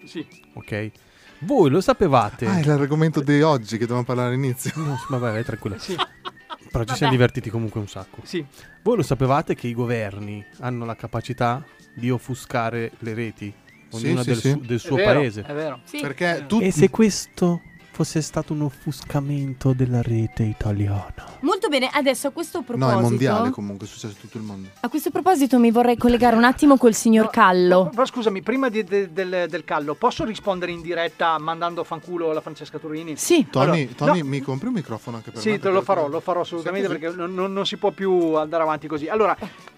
[SPEAKER 2] Sì.
[SPEAKER 11] Ok. Voi lo sapevate?
[SPEAKER 4] Ah, è l'argomento di oggi che dovevamo parlare all'inizio.
[SPEAKER 11] vabbè, vai tranquilla.
[SPEAKER 2] Sì.
[SPEAKER 11] Però ci siamo divertiti comunque un sacco.
[SPEAKER 2] Sì.
[SPEAKER 11] Voi lo sapevate che i governi hanno la capacità di offuscare le reti,
[SPEAKER 4] Sì,
[SPEAKER 11] ognuna
[SPEAKER 4] sì,
[SPEAKER 11] del,
[SPEAKER 4] sì.
[SPEAKER 11] su- del
[SPEAKER 4] È
[SPEAKER 11] suo
[SPEAKER 4] vero,
[SPEAKER 11] paese?
[SPEAKER 4] è vero. Sì. Perché
[SPEAKER 2] Eh.
[SPEAKER 4] tu-
[SPEAKER 11] E se questo fosse stato un offuscamento della rete italiana?
[SPEAKER 7] Molto bene, adesso a questo proposito...
[SPEAKER 4] No, è mondiale comunque, è successo in tutto il mondo.
[SPEAKER 7] A questo proposito mi vorrei collegare un attimo col signor Callo.
[SPEAKER 2] Però scusami, prima di- de- del, del callo, posso rispondere in diretta mandando a fanculo la Francesca Turini?
[SPEAKER 7] Sì.
[SPEAKER 4] Tony,
[SPEAKER 2] Allora,
[SPEAKER 4] Tony,
[SPEAKER 2] no.
[SPEAKER 4] mi compri un microfono anche per me?
[SPEAKER 2] Sì, te
[SPEAKER 4] Perché-
[SPEAKER 2] lo farò, lo farò assolutamente
[SPEAKER 4] Senti,
[SPEAKER 2] perché non, non- non si può più andare avanti così. Allora,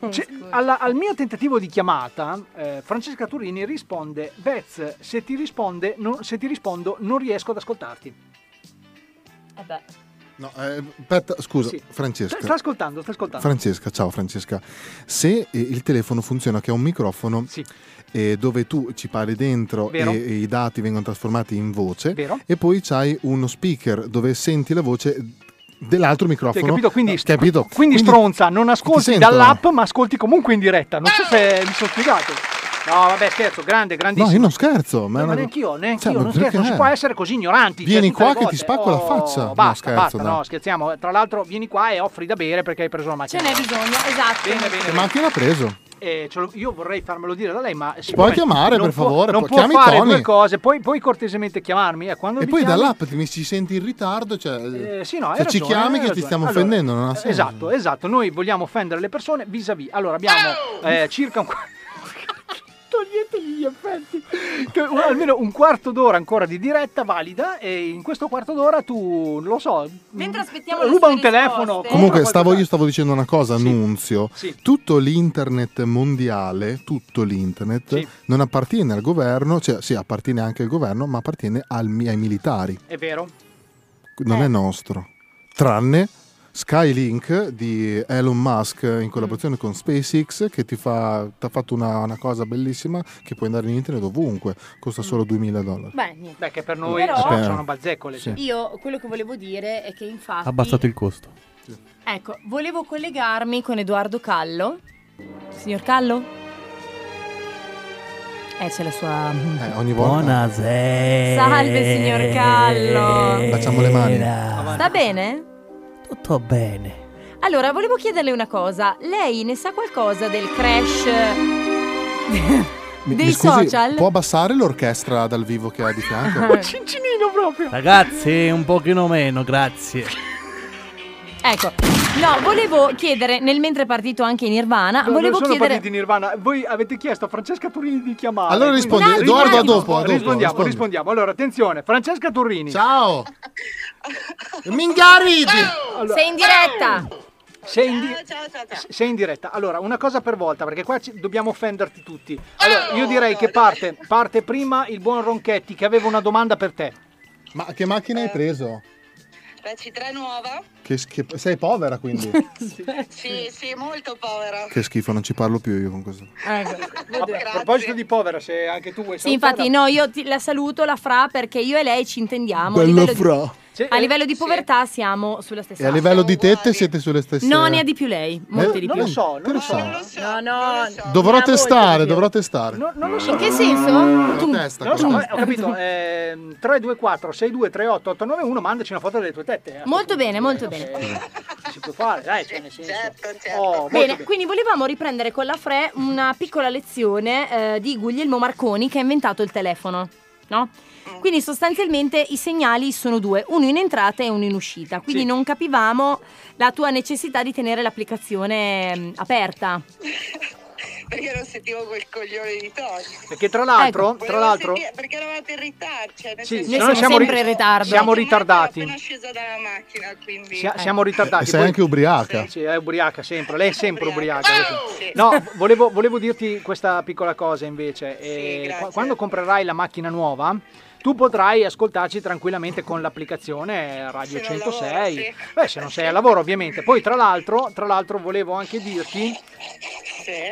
[SPEAKER 2] c'è- alla- al mio tentativo di chiamata, eh, Francesca Turini risponde: Vez, se ti, risponde, non- se ti rispondo, non riesco ad ascoltarti.
[SPEAKER 4] No, eh, aspetta, scusa,
[SPEAKER 2] Sì.
[SPEAKER 4] Francesca.
[SPEAKER 2] Sta, sta ascoltando, sta ascoltando.
[SPEAKER 4] Francesca, ciao Francesca. Se eh, il telefono funziona, che è un microfono eh, dove tu ci parli dentro e,
[SPEAKER 2] Vero.
[SPEAKER 4] e i dati vengono trasformati in voce,
[SPEAKER 2] Vero.
[SPEAKER 4] e poi c'hai uno speaker dove senti la voce dell'altro microfono.
[SPEAKER 2] Hai capito? Quindi-
[SPEAKER 4] Eh, capito?
[SPEAKER 2] Quindi, stronza, non ascolti
[SPEAKER 4] sentono.
[SPEAKER 2] dall'app, ma ascolti comunque in diretta. Non so se mi sono spiegato. No, vabbè, scherzo, grande,
[SPEAKER 4] No, io
[SPEAKER 2] grandissimo.
[SPEAKER 4] non scherzo. Ma,
[SPEAKER 2] ma
[SPEAKER 4] è una-
[SPEAKER 2] neanche io, neanche
[SPEAKER 4] Cioè,
[SPEAKER 2] io,
[SPEAKER 4] ma
[SPEAKER 2] non scherzo, non si
[SPEAKER 4] perché?
[SPEAKER 2] può essere così ignoranti. cioè,
[SPEAKER 4] Vieni
[SPEAKER 2] tutte
[SPEAKER 4] qua
[SPEAKER 2] le
[SPEAKER 4] che ti
[SPEAKER 2] volte. Oh,
[SPEAKER 4] spacco la faccia. No,
[SPEAKER 2] Basta,
[SPEAKER 4] scherzo,
[SPEAKER 2] basta,
[SPEAKER 4] dai.
[SPEAKER 2] no, scherziamo. Tra l'altro, vieni qua e offri da bere perché hai preso la
[SPEAKER 7] Ce
[SPEAKER 2] macchina.
[SPEAKER 7] n'è bisogno, esatto.
[SPEAKER 2] Bene, bene.
[SPEAKER 4] Eh, Ma chi l'ha preso?
[SPEAKER 2] eh, ce lo- io vorrei farmelo dire da lei, ma...
[SPEAKER 4] puoi
[SPEAKER 2] siccome
[SPEAKER 4] chiamare,
[SPEAKER 2] non
[SPEAKER 4] per
[SPEAKER 2] può-
[SPEAKER 4] favore,
[SPEAKER 2] Non
[SPEAKER 4] poi
[SPEAKER 2] può
[SPEAKER 4] chiami
[SPEAKER 2] fare
[SPEAKER 4] Tony.
[SPEAKER 2] due cose, puoi, puoi cortesemente chiamarmi. eh, quando
[SPEAKER 4] E
[SPEAKER 2] mi
[SPEAKER 4] poi
[SPEAKER 2] chiami-
[SPEAKER 4] dall'app mi ci senti in ritardo, cioè,
[SPEAKER 2] Eh, sì, no, hai
[SPEAKER 4] cioè, ci
[SPEAKER 2] ragione,
[SPEAKER 4] chiami
[SPEAKER 2] hai
[SPEAKER 4] che ti
[SPEAKER 2] ragione.
[SPEAKER 4] stiamo
[SPEAKER 2] Allora,
[SPEAKER 4] offendendo, non ha
[SPEAKER 2] eh,
[SPEAKER 4] senso.
[SPEAKER 2] Esatto, esatto. Noi vogliamo offendere le persone vis-à-vis. Allora abbiamo eh, circa un... qu- Toglietegli gli effetti. che
[SPEAKER 7] Eh.
[SPEAKER 2] un- almeno un quarto d'ora ancora di diretta valida e in questo quarto d'ora tu, non lo so,
[SPEAKER 7] Mentre aspettiamo le
[SPEAKER 2] ruba
[SPEAKER 7] sue
[SPEAKER 2] un telefono.
[SPEAKER 7] risposte.
[SPEAKER 4] Comunque, stavo, io stavo dicendo una cosa, Nunzio. Tutto l'internet mondiale, tutto l'internet, non appartiene al governo, cioè sì, appartiene anche al governo, ma appartiene al mi- ai militari.
[SPEAKER 2] È vero?
[SPEAKER 4] Non
[SPEAKER 7] Eh.
[SPEAKER 4] è nostro. Tranne Skylink di Elon Musk in collaborazione
[SPEAKER 7] Mm.
[SPEAKER 4] con SpaceX che ti fa, t'ha fatto una, una cosa bellissima che puoi andare in internet ovunque, costa solo
[SPEAKER 7] Mm.
[SPEAKER 4] 2000 dollari.
[SPEAKER 7] Beh, niente.
[SPEAKER 2] Beh, che per noi
[SPEAKER 7] Però-
[SPEAKER 2] sono,
[SPEAKER 4] Eh.
[SPEAKER 2] sono balzeccole.
[SPEAKER 4] Sì.
[SPEAKER 7] Io quello che volevo dire è che infatti...
[SPEAKER 11] Abbassato il costo.
[SPEAKER 7] Ecco, volevo collegarmi con Edoardo Callo. Signor Callo? Eh, c'è la sua...
[SPEAKER 4] ogni volta.
[SPEAKER 5] Buonasera.
[SPEAKER 7] Salve, signor Callo.
[SPEAKER 5] Facciamo le mani.
[SPEAKER 7] Sta bene?
[SPEAKER 5] Tutto bene.
[SPEAKER 7] Allora, volevo chiederle una cosa. Lei ne sa qualcosa del crash...
[SPEAKER 4] Mi-
[SPEAKER 7] Dei
[SPEAKER 4] mi scusi,
[SPEAKER 7] social?
[SPEAKER 4] Può abbassare l'orchestra dal vivo che ha di fianco?
[SPEAKER 5] Ah.
[SPEAKER 2] Cincinino proprio.
[SPEAKER 5] Ragazzi, un pochino meno, grazie.
[SPEAKER 7] Ecco, no, volevo chiedere, nel mentre è partito anche Nirvana,
[SPEAKER 2] No, non
[SPEAKER 7] volevo
[SPEAKER 2] sono
[SPEAKER 7] chiedere...
[SPEAKER 2] partiti Nirvana. Voi avete chiesto a Francesca Turini di chiamare.
[SPEAKER 4] Allora
[SPEAKER 2] quindi-
[SPEAKER 4] rispondi,
[SPEAKER 2] Dai,
[SPEAKER 4] Edoardo,
[SPEAKER 2] rispondi.
[SPEAKER 4] a dopo, a dopo,
[SPEAKER 2] rispondiamo,
[SPEAKER 4] rispondi.
[SPEAKER 2] rispondiamo. Allora, attenzione, Francesca Turini.
[SPEAKER 4] Ciao. Mingariti.
[SPEAKER 7] Sei in diretta!
[SPEAKER 2] Sei in, di- sei in diretta. Allora, una cosa per volta, perché qua ci- dobbiamo offenderti tutti.
[SPEAKER 4] Oh,
[SPEAKER 2] Allora, io direi che parte, parte prima il buon Ronchetti che aveva una domanda per te.
[SPEAKER 4] Ma che macchina hai preso?
[SPEAKER 15] La C3 nuova?
[SPEAKER 4] Che schifo. Sei povera quindi?
[SPEAKER 15] Sì, sì, molto povera.
[SPEAKER 4] che schifo, non ci parlo più io con questo.
[SPEAKER 2] A proposito di povera, se anche tu vuoi
[SPEAKER 7] Eh, Sì, infatti,
[SPEAKER 2] salutarla.
[SPEAKER 7] no, io ti- la saluto, la Fra, perché io e lei ci intendiamo. a
[SPEAKER 4] Bella
[SPEAKER 7] livello di-
[SPEAKER 4] Fra.
[SPEAKER 7] a livello di povertà siamo sulla
[SPEAKER 4] E
[SPEAKER 7] stessa
[SPEAKER 4] a livello di tette siete sulle stesse...
[SPEAKER 7] No, ne ha di più lei, molti di
[SPEAKER 4] Eh, non
[SPEAKER 7] più.
[SPEAKER 4] lo so, non lo so. Non lo
[SPEAKER 7] No, no.
[SPEAKER 4] Dovrò
[SPEAKER 7] ne ha molti
[SPEAKER 4] testare,
[SPEAKER 7] di più.
[SPEAKER 4] dovrò testare.
[SPEAKER 2] Non lo so.
[SPEAKER 7] In che senso? Tu-
[SPEAKER 2] Non lo so, eh, ho capito. ehm, 324 6238 891 mandaci una foto delle tue tette. eh.
[SPEAKER 7] Molto bene, molto bene. Certo,
[SPEAKER 2] Si può fare, dai, cioè nel senso. Oh, molto
[SPEAKER 7] Bene,
[SPEAKER 2] bene.
[SPEAKER 7] quindi volevamo riprendere con la Fre una piccola lezione eh, di Guglielmo Marconi che ha inventato il telefono, no?
[SPEAKER 2] Mm.
[SPEAKER 7] Quindi sostanzialmente i segnali sono due, uno in entrata e uno in uscita, quindi non capivamo la tua necessità di tenere l'applicazione mm, aperta.
[SPEAKER 15] Perché non sentivo quel coglione di Tony. Cioè,
[SPEAKER 2] Perché tra
[SPEAKER 7] Ecco.
[SPEAKER 2] l'altro,
[SPEAKER 15] Volevo
[SPEAKER 2] tra l'altro,
[SPEAKER 15] sentire- perché eravate in ritardo, cioè nel
[SPEAKER 2] sì,
[SPEAKER 15] senso-
[SPEAKER 2] noi siamo ri- Siamo
[SPEAKER 15] Sono
[SPEAKER 2] ritardati.
[SPEAKER 15] appena scesa dalla macchina, quindi...
[SPEAKER 2] Sia- siamo ritardati.
[SPEAKER 4] E sei anche ubriaca.
[SPEAKER 2] Sì, è ubriaca sempre. Lei è sempre ubriaca. No, volevo, volevo dirti questa piccola cosa invece. Eh, qua- quando comprerai la macchina nuova, tu potrai ascoltarci tranquillamente con l'applicazione Radio 106. Beh, se non sei a lavoro, ovviamente. Poi, tra l'altro, tra l'altro volevo anche dirti.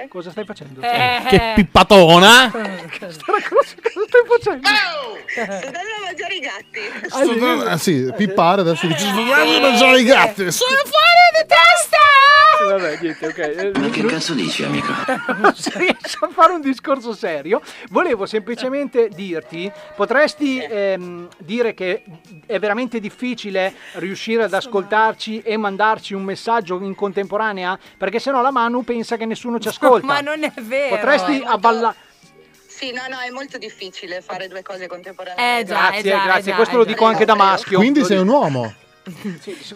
[SPEAKER 2] Cosa stai facendo?
[SPEAKER 15] Eh.
[SPEAKER 5] Che pippatona.
[SPEAKER 2] Cosa stai facendo?
[SPEAKER 15] Sto dando Oh! a mangiare i gatti.
[SPEAKER 4] Sto dando- Ah sì, pippare adesso dici sto dando a mangiare i gatti.
[SPEAKER 15] Sono fuori di testa!
[SPEAKER 2] Vabbè, niente, ok.
[SPEAKER 18] Ma che cazzo dici, amico?
[SPEAKER 2] non si riesce a fare un discorso serio. Volevo semplicemente dirti: potresti
[SPEAKER 7] Eh.
[SPEAKER 2] ehm, dire che è veramente difficile riuscire ad ascoltarci e mandarci un messaggio in contemporanea? Perché sennò la Manu pensa che nessuno ci ascolta.
[SPEAKER 15] Ma non è vero.
[SPEAKER 2] Potresti
[SPEAKER 15] È
[SPEAKER 2] avvallare.
[SPEAKER 15] Sì, no, no, è molto difficile fare due cose contemporaneamente.
[SPEAKER 7] Eh già,
[SPEAKER 2] Grazie,
[SPEAKER 7] eh già,
[SPEAKER 2] grazie.
[SPEAKER 7] eh già,
[SPEAKER 2] Questo
[SPEAKER 7] eh
[SPEAKER 2] lo
[SPEAKER 7] già.
[SPEAKER 2] dico anche da maschio.
[SPEAKER 4] Quindi
[SPEAKER 2] Lo
[SPEAKER 4] sei un uomo.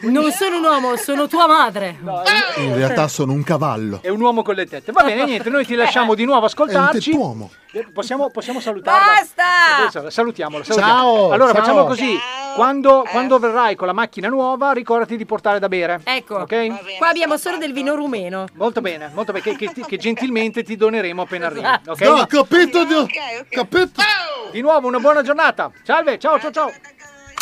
[SPEAKER 7] Non sono un uomo, sono tua madre.
[SPEAKER 4] In realtà sono un cavallo.
[SPEAKER 2] È un uomo con le tette. Va bene, niente, noi ti lasciamo di nuovo ascoltarci. Eh, Possiamo, possiamo salutarla. Basta! Salutiamola. salutiamo.
[SPEAKER 4] Ciao,
[SPEAKER 2] Allora
[SPEAKER 4] ciao.
[SPEAKER 2] facciamo così.
[SPEAKER 7] Eh.
[SPEAKER 2] Quando, quando verrai con la macchina nuova, ricordati di portare da bere.
[SPEAKER 7] Ecco,
[SPEAKER 2] Ok?
[SPEAKER 7] qua abbiamo solo del vino rumeno.
[SPEAKER 2] Molto bene, molto bene. Che, che ti- che gentilmente ti doneremo appena arrivi.
[SPEAKER 7] Esatto.
[SPEAKER 2] Ok?
[SPEAKER 4] No, capito, di- capito.
[SPEAKER 2] Di nuovo una buona giornata. Salve, ciao, ciao, ciao.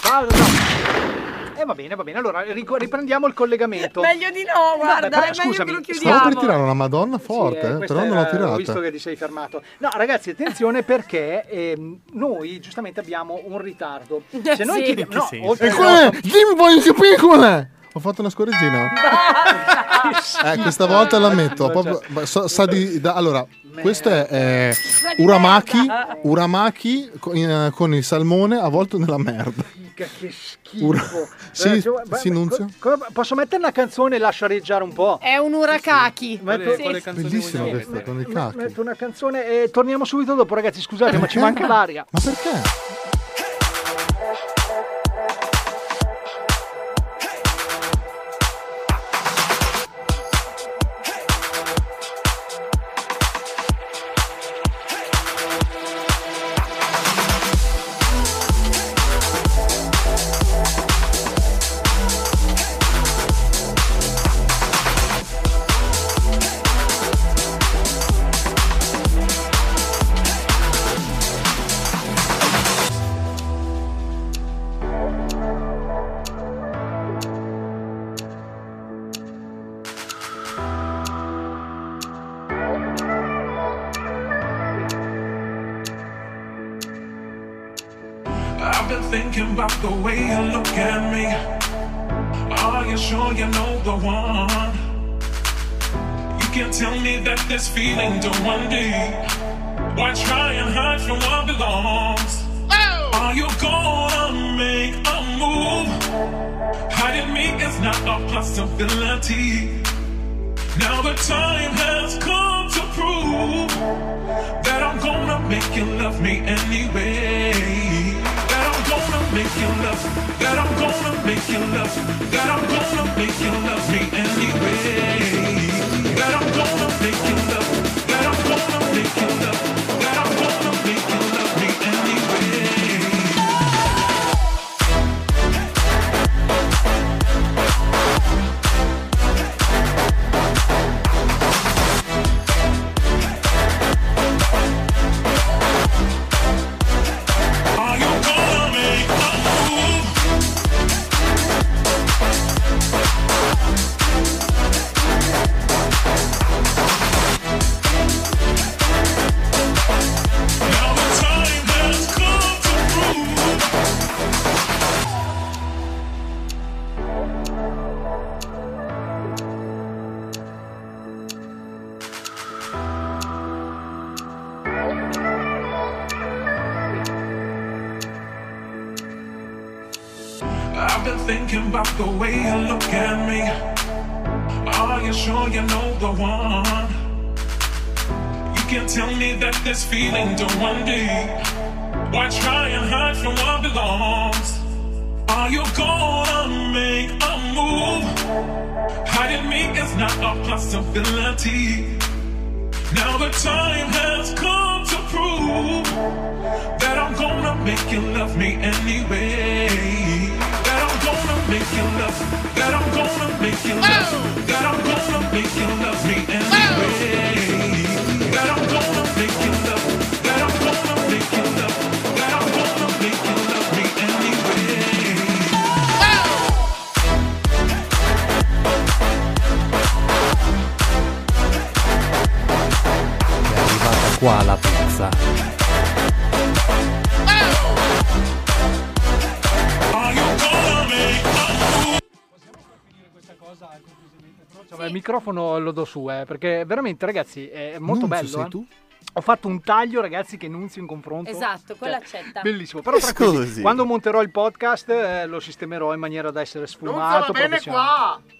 [SPEAKER 2] Ciao, ciao, ciao. E va bene, va bene. Allora rico- riprendiamo il collegamento.
[SPEAKER 7] Meglio di no, guarda,
[SPEAKER 2] però
[SPEAKER 7] è meglio
[SPEAKER 2] scusami,
[SPEAKER 7] che lo
[SPEAKER 4] Stavo per tirare una madonna forte,
[SPEAKER 2] Eh,
[SPEAKER 4] eh,
[SPEAKER 2] questa
[SPEAKER 4] però
[SPEAKER 2] era-
[SPEAKER 4] non l'ho
[SPEAKER 2] Ho
[SPEAKER 4] tirata.
[SPEAKER 2] visto che ti sei fermato. No, ragazzi, attenzione perché ehm, noi giustamente abbiamo un ritardo. Se noi
[SPEAKER 4] Sì.
[SPEAKER 2] chiediamo, no,
[SPEAKER 4] Sì,
[SPEAKER 2] oltre
[SPEAKER 4] E
[SPEAKER 2] al
[SPEAKER 4] qual è?
[SPEAKER 2] nostro-
[SPEAKER 4] Dimmi, voglio sapere qual è! Ho fatto una scorreggina. Eh, questa volta la metto. proprio- ma so- sa di- da- allora, questo è eh,
[SPEAKER 6] Sa di
[SPEAKER 4] Uramaki,
[SPEAKER 6] merda.
[SPEAKER 4] Uramaki co- in- eh, con il salmone avvolto nella merda.
[SPEAKER 2] Porca che schifo.
[SPEAKER 4] Ur- Sì,
[SPEAKER 2] Ragazzi, guarda,
[SPEAKER 4] sì,
[SPEAKER 2] ma-
[SPEAKER 4] Nunzio.
[SPEAKER 2] co- co- posso mettere una canzone e lasciareggiare un po'?
[SPEAKER 19] È un uracaki.
[SPEAKER 2] Ecco,
[SPEAKER 4] Bellissima questa con il cacchio.
[SPEAKER 2] Metto una canzone e torniamo subito dopo, ragazzi. Scusate, ma ci manca l'aria.
[SPEAKER 4] Ma perché?
[SPEAKER 20] I've been thinking about the way you look at me. Are you sure you know the one? You can tell me that this feeling don't want me. Why try and hide from what belongs? Are you gonna make a move? Hiding me is not a possibility. Now the time has come to prove that I'm gonna make you love me anyway. That I'm gonna make you love. That I'm gonna make you love. That I'm gonna make you love me anyway. That I'm gonna make you love. That I'm gonna make you love. That I'm gonna make you love me anyway. Are you gonna make a move? Now the time has come to prove. I've been thinking about the way you look at me. Are you sure you know the one? You can tell me that this feeling don't want me. Why try and hide from what belongs? Are you gonna make a move? Hiding me is not a possibility. Now the time has come to prove that I'm gonna make you love me anyway. That I'm gonna make you love. That I'm gonna make you love. That I'm gonna make you love me anyway. That I'm gonna make you love. That I'm gonna make you love. That I'm gonna make you love me anyway.
[SPEAKER 5] È arrivata qua la pizza.
[SPEAKER 2] Cioè, Il microfono lo do su, eh, perché veramente, ragazzi, è molto
[SPEAKER 4] Nunzio,
[SPEAKER 2] bello.
[SPEAKER 4] sei
[SPEAKER 2] eh.
[SPEAKER 4] tu?
[SPEAKER 2] Ho fatto un taglio, ragazzi, che nunzio in confronto.
[SPEAKER 7] Esatto,
[SPEAKER 2] Cioè,
[SPEAKER 7] quello accetta.
[SPEAKER 2] Bellissimo, però tranquilli,
[SPEAKER 18] Scusi.
[SPEAKER 2] quando monterò il podcast eh, lo sistemerò in maniera da essere
[SPEAKER 17] Non va
[SPEAKER 2] sfumato.
[SPEAKER 17] bene
[SPEAKER 2] professionale.
[SPEAKER 17] qua.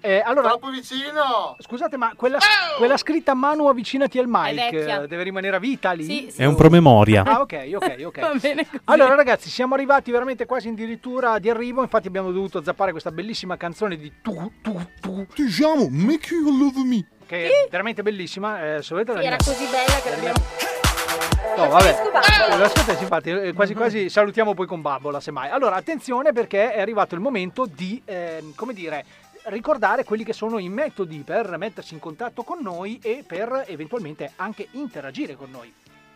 [SPEAKER 2] Eh, allora,
[SPEAKER 17] Troppo vicino.
[SPEAKER 2] Scusate, ma quella, quella scritta a mano avvicinati al mic
[SPEAKER 17] vecchia.
[SPEAKER 2] eh, deve rimanere a vita lì.
[SPEAKER 5] È un promemoria.
[SPEAKER 2] Ah, ok, ok, ok.
[SPEAKER 17] Va bene
[SPEAKER 2] Allora, ragazzi, siamo arrivati veramente quasi addirittura di arrivo. Infatti, abbiamo dovuto zappare questa bellissima canzone di Tu, tu, tu.
[SPEAKER 4] Diciamo, make you love me.
[SPEAKER 2] Che è veramente bellissima. eh, se volete la
[SPEAKER 19] Era
[SPEAKER 2] rimane-
[SPEAKER 19] così bella che l'abbiamo.
[SPEAKER 2] No, vabbè.
[SPEAKER 19] scopata.
[SPEAKER 2] Eh, Lasciateci, infatti, eh, quasi quasi salutiamo poi con Babbola, semmai. Allora, attenzione perché è arrivato il momento di, ehm, come dire, ricordare quelli che sono i metodi per mettersi in contatto con noi e per eventualmente anche interagire con noi.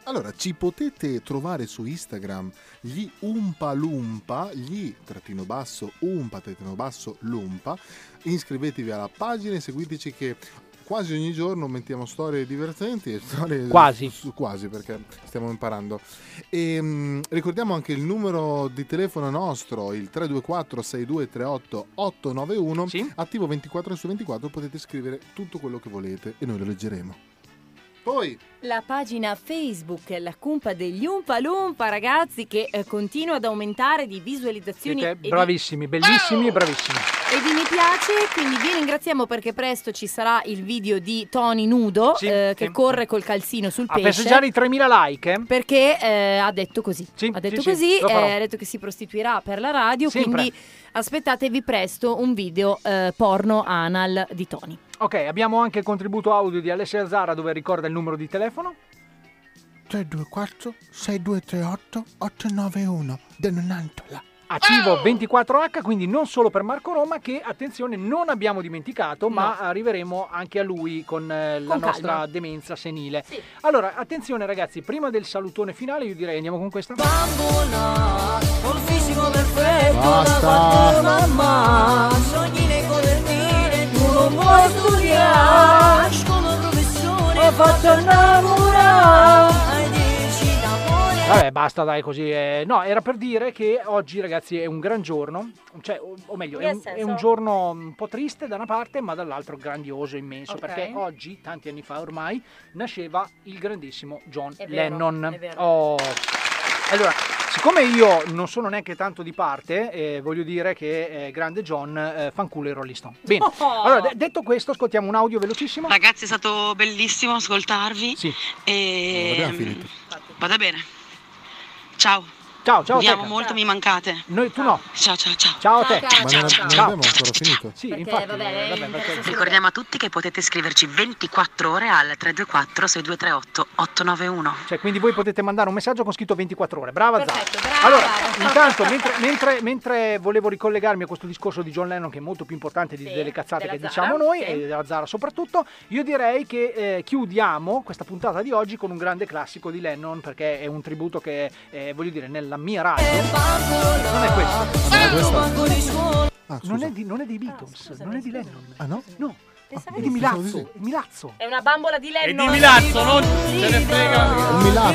[SPEAKER 4] Allora, ci potete trovare su Instagram gli Umpa Lumpa, gli trattino basso Umpa trattino basso Lumpa. Iscrivetevi alla pagina e seguiteci che quasi ogni giorno mettiamo storie divertenti e storie
[SPEAKER 2] Quasi.
[SPEAKER 4] su- quasi perché stiamo imparando. E mm, ricordiamo anche il numero di telefono nostro, il 324 6238 891, attivo 24 su 24, potete scrivere tutto quello che volete e noi lo leggeremo.
[SPEAKER 11] Poi,
[SPEAKER 7] La pagina Facebook La Cumpa degli Umpa Lumpa, ragazzi, che eh, continua ad aumentare di visualizzazioni
[SPEAKER 2] Siete
[SPEAKER 7] e di-
[SPEAKER 2] bravissimi, bellissimi e bravissimi.
[SPEAKER 7] e di mi piace, quindi vi ringraziamo perché presto ci sarà il video di Tony nudo eh, che corre col calzino sul
[SPEAKER 2] A
[SPEAKER 7] pesce.
[SPEAKER 2] festeggiare i 3000 like. eh?
[SPEAKER 7] Perché eh, ha detto così. ha detto
[SPEAKER 2] sì,
[SPEAKER 7] così,
[SPEAKER 2] lo
[SPEAKER 7] eh,
[SPEAKER 2] farò.
[SPEAKER 7] ha detto che si prostituirà per la radio,
[SPEAKER 2] Sempre.
[SPEAKER 7] quindi aspettatevi presto un video eh, porno anal di Tony.
[SPEAKER 2] Ok, abbiamo anche il contributo audio di Alessia Zara dove ricorda il numero di telefono.
[SPEAKER 4] 324 6238 891 Denunantola.
[SPEAKER 2] Attivo 24H, quindi non solo per Marco Roma, che attenzione non abbiamo dimenticato, ma arriveremo anche a lui con eh, la
[SPEAKER 24] Con calma.
[SPEAKER 2] nostra demenza senile. Allora, attenzione ragazzi, prima del salutone finale, io direi andiamo con questa.
[SPEAKER 10] Col fisico perfetto da
[SPEAKER 2] Basta.
[SPEAKER 10] mamma Sogni nei copertine, tu non vuoi studiare Scuola professore, ho fatto innamorare Ai dieci d'amore
[SPEAKER 2] Vabbè, basta, dai, così. eh, No, era per dire che oggi, ragazzi, è un gran giorno. Cioè, o, o meglio, è
[SPEAKER 24] Nel
[SPEAKER 2] un, è
[SPEAKER 24] senso?
[SPEAKER 2] un giorno un po' triste da una parte, ma dall'altro grandioso, immenso.
[SPEAKER 24] Ok.
[SPEAKER 2] Perché oggi, tanti anni fa ormai, nasceva il grandissimo John
[SPEAKER 24] È vero,
[SPEAKER 2] Lennon.
[SPEAKER 24] è vero.
[SPEAKER 2] Oh. Allora, siccome io non sono neanche tanto di parte, eh, voglio dire che eh, grande John eh, fanculo i Rolling Stone. Bene,
[SPEAKER 5] Oh.
[SPEAKER 2] allora, de- detto questo, ascoltiamo un audio velocissimo.
[SPEAKER 5] Ragazzi, è stato bellissimo ascoltarvi. E...
[SPEAKER 2] Non
[SPEAKER 1] mm,
[SPEAKER 2] abbiamo finito.
[SPEAKER 5] Vada bene. Ciao.
[SPEAKER 2] Ciao, ciao.
[SPEAKER 5] Vi amo
[SPEAKER 2] Teca.
[SPEAKER 5] molto, mi mancate.
[SPEAKER 2] Noi, tu no.
[SPEAKER 5] Ciao, ciao, ciao.
[SPEAKER 2] Ciao a te.
[SPEAKER 5] Ciao, ciao, ciao.
[SPEAKER 2] ancora finito.
[SPEAKER 4] Ecco.
[SPEAKER 2] Sì, infatti. eh, vabbè, perché-
[SPEAKER 5] Ricordiamo a tutti che potete scriverci 24 ore al 324 6238 891.
[SPEAKER 2] Cioè, quindi voi potete mandare un messaggio con scritto 24 ore. Brava Zara. Allora, intanto, mentre, mentre- mentre volevo ricollegarmi a questo discorso di John Lennon, che è molto più importante di- delle cazzate
[SPEAKER 24] della
[SPEAKER 2] che
[SPEAKER 24] Zara,
[SPEAKER 2] diciamo noi,
[SPEAKER 24] sì.
[SPEAKER 2] e della Zara soprattutto, io direi che eh, chiudiamo questa puntata di oggi con un grande classico di Lennon, perché è un tributo che, eh, voglio dire, nella mia radio... Non è questo. non, è di, non è dei Beatles, non è Ah, di Lennon. Ah no? No. È di Milazzo, è Milazzo.
[SPEAKER 7] È una bambola di Lennon.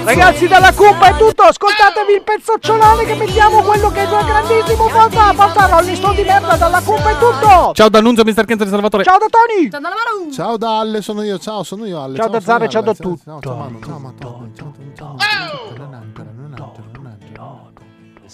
[SPEAKER 2] Ragazzi dalla Cumpa è tutto, ascoltatevi il pezzacciolare che mettiamo quello che è un grandissimo forza, forza Rolling Stone di merda dalla Cumpa è tutto.
[SPEAKER 25] Ciao da Annunzio, Mr. Kenzo di Salvatore.
[SPEAKER 2] Ciao da Tony.
[SPEAKER 7] Ciao
[SPEAKER 11] Ciao da Alle, sono io, ciao, sono io Alle.
[SPEAKER 2] Ciao da
[SPEAKER 11] sono
[SPEAKER 2] Zara, ciao da
[SPEAKER 11] Alle.
[SPEAKER 2] tutto.
[SPEAKER 11] Ciao, ciao Manu, ciao Manu.
[SPEAKER 9] As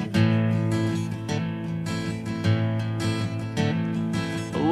[SPEAKER 9] A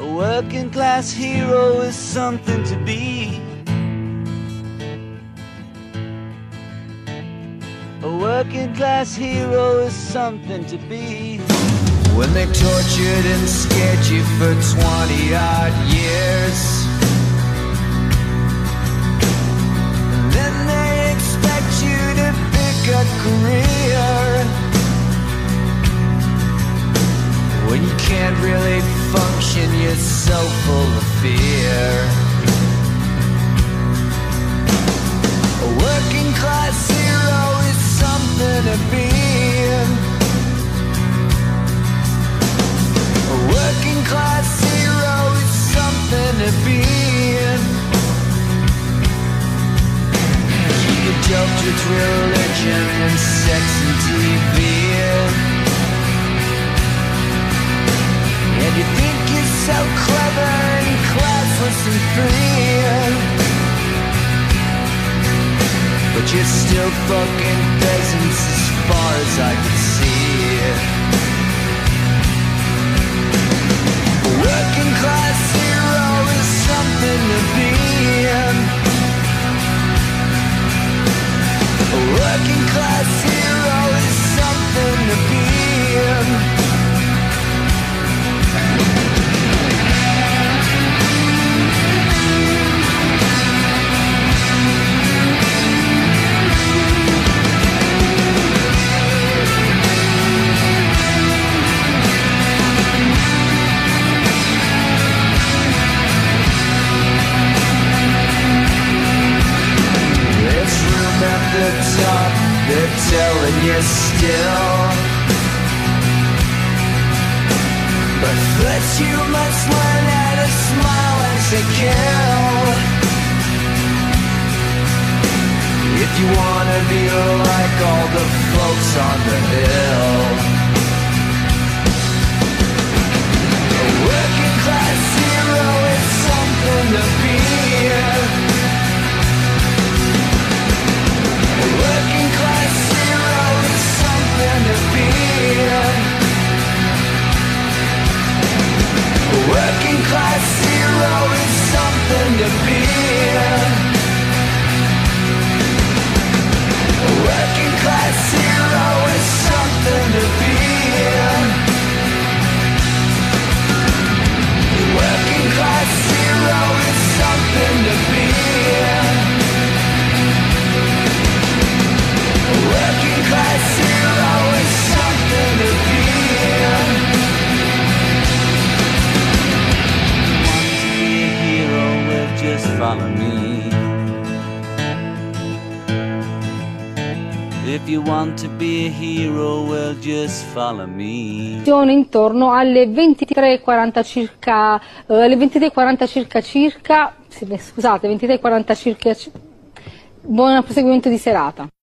[SPEAKER 9] A working class hero is something to be. A working class hero is something to be.
[SPEAKER 6] When they tortured and scared you for 20 odd years. And Then they expect you to pick a career. When you can't really function, you're so full of fear. A working class hero is something to be. A working class hero is something to be in. You get doped with religion and sex and TV. And you think you're so clever and classless and free. But you're still fucking peasants as far as I can see. Working class hero is something to be. A Working class hero is something to be. It's room at the top, they're telling you still. But flit you must learn how to smile and to kill. If you wanna be like all the folks on the hill. A working class hero is something to be. Working class hero is something to be. Working class hero is something to be. Working class hero is something to be. Working class hero is something to be. Working class hero is something to
[SPEAKER 9] be a hero with just follow me. If you want to be a hero, well, just follow me.
[SPEAKER 7] Sono intorno alle 23.40 circa, eh, alle 23.40 circa circa, sì, beh, scusate, 23.40 circa, ci- buon proseguimento di serata.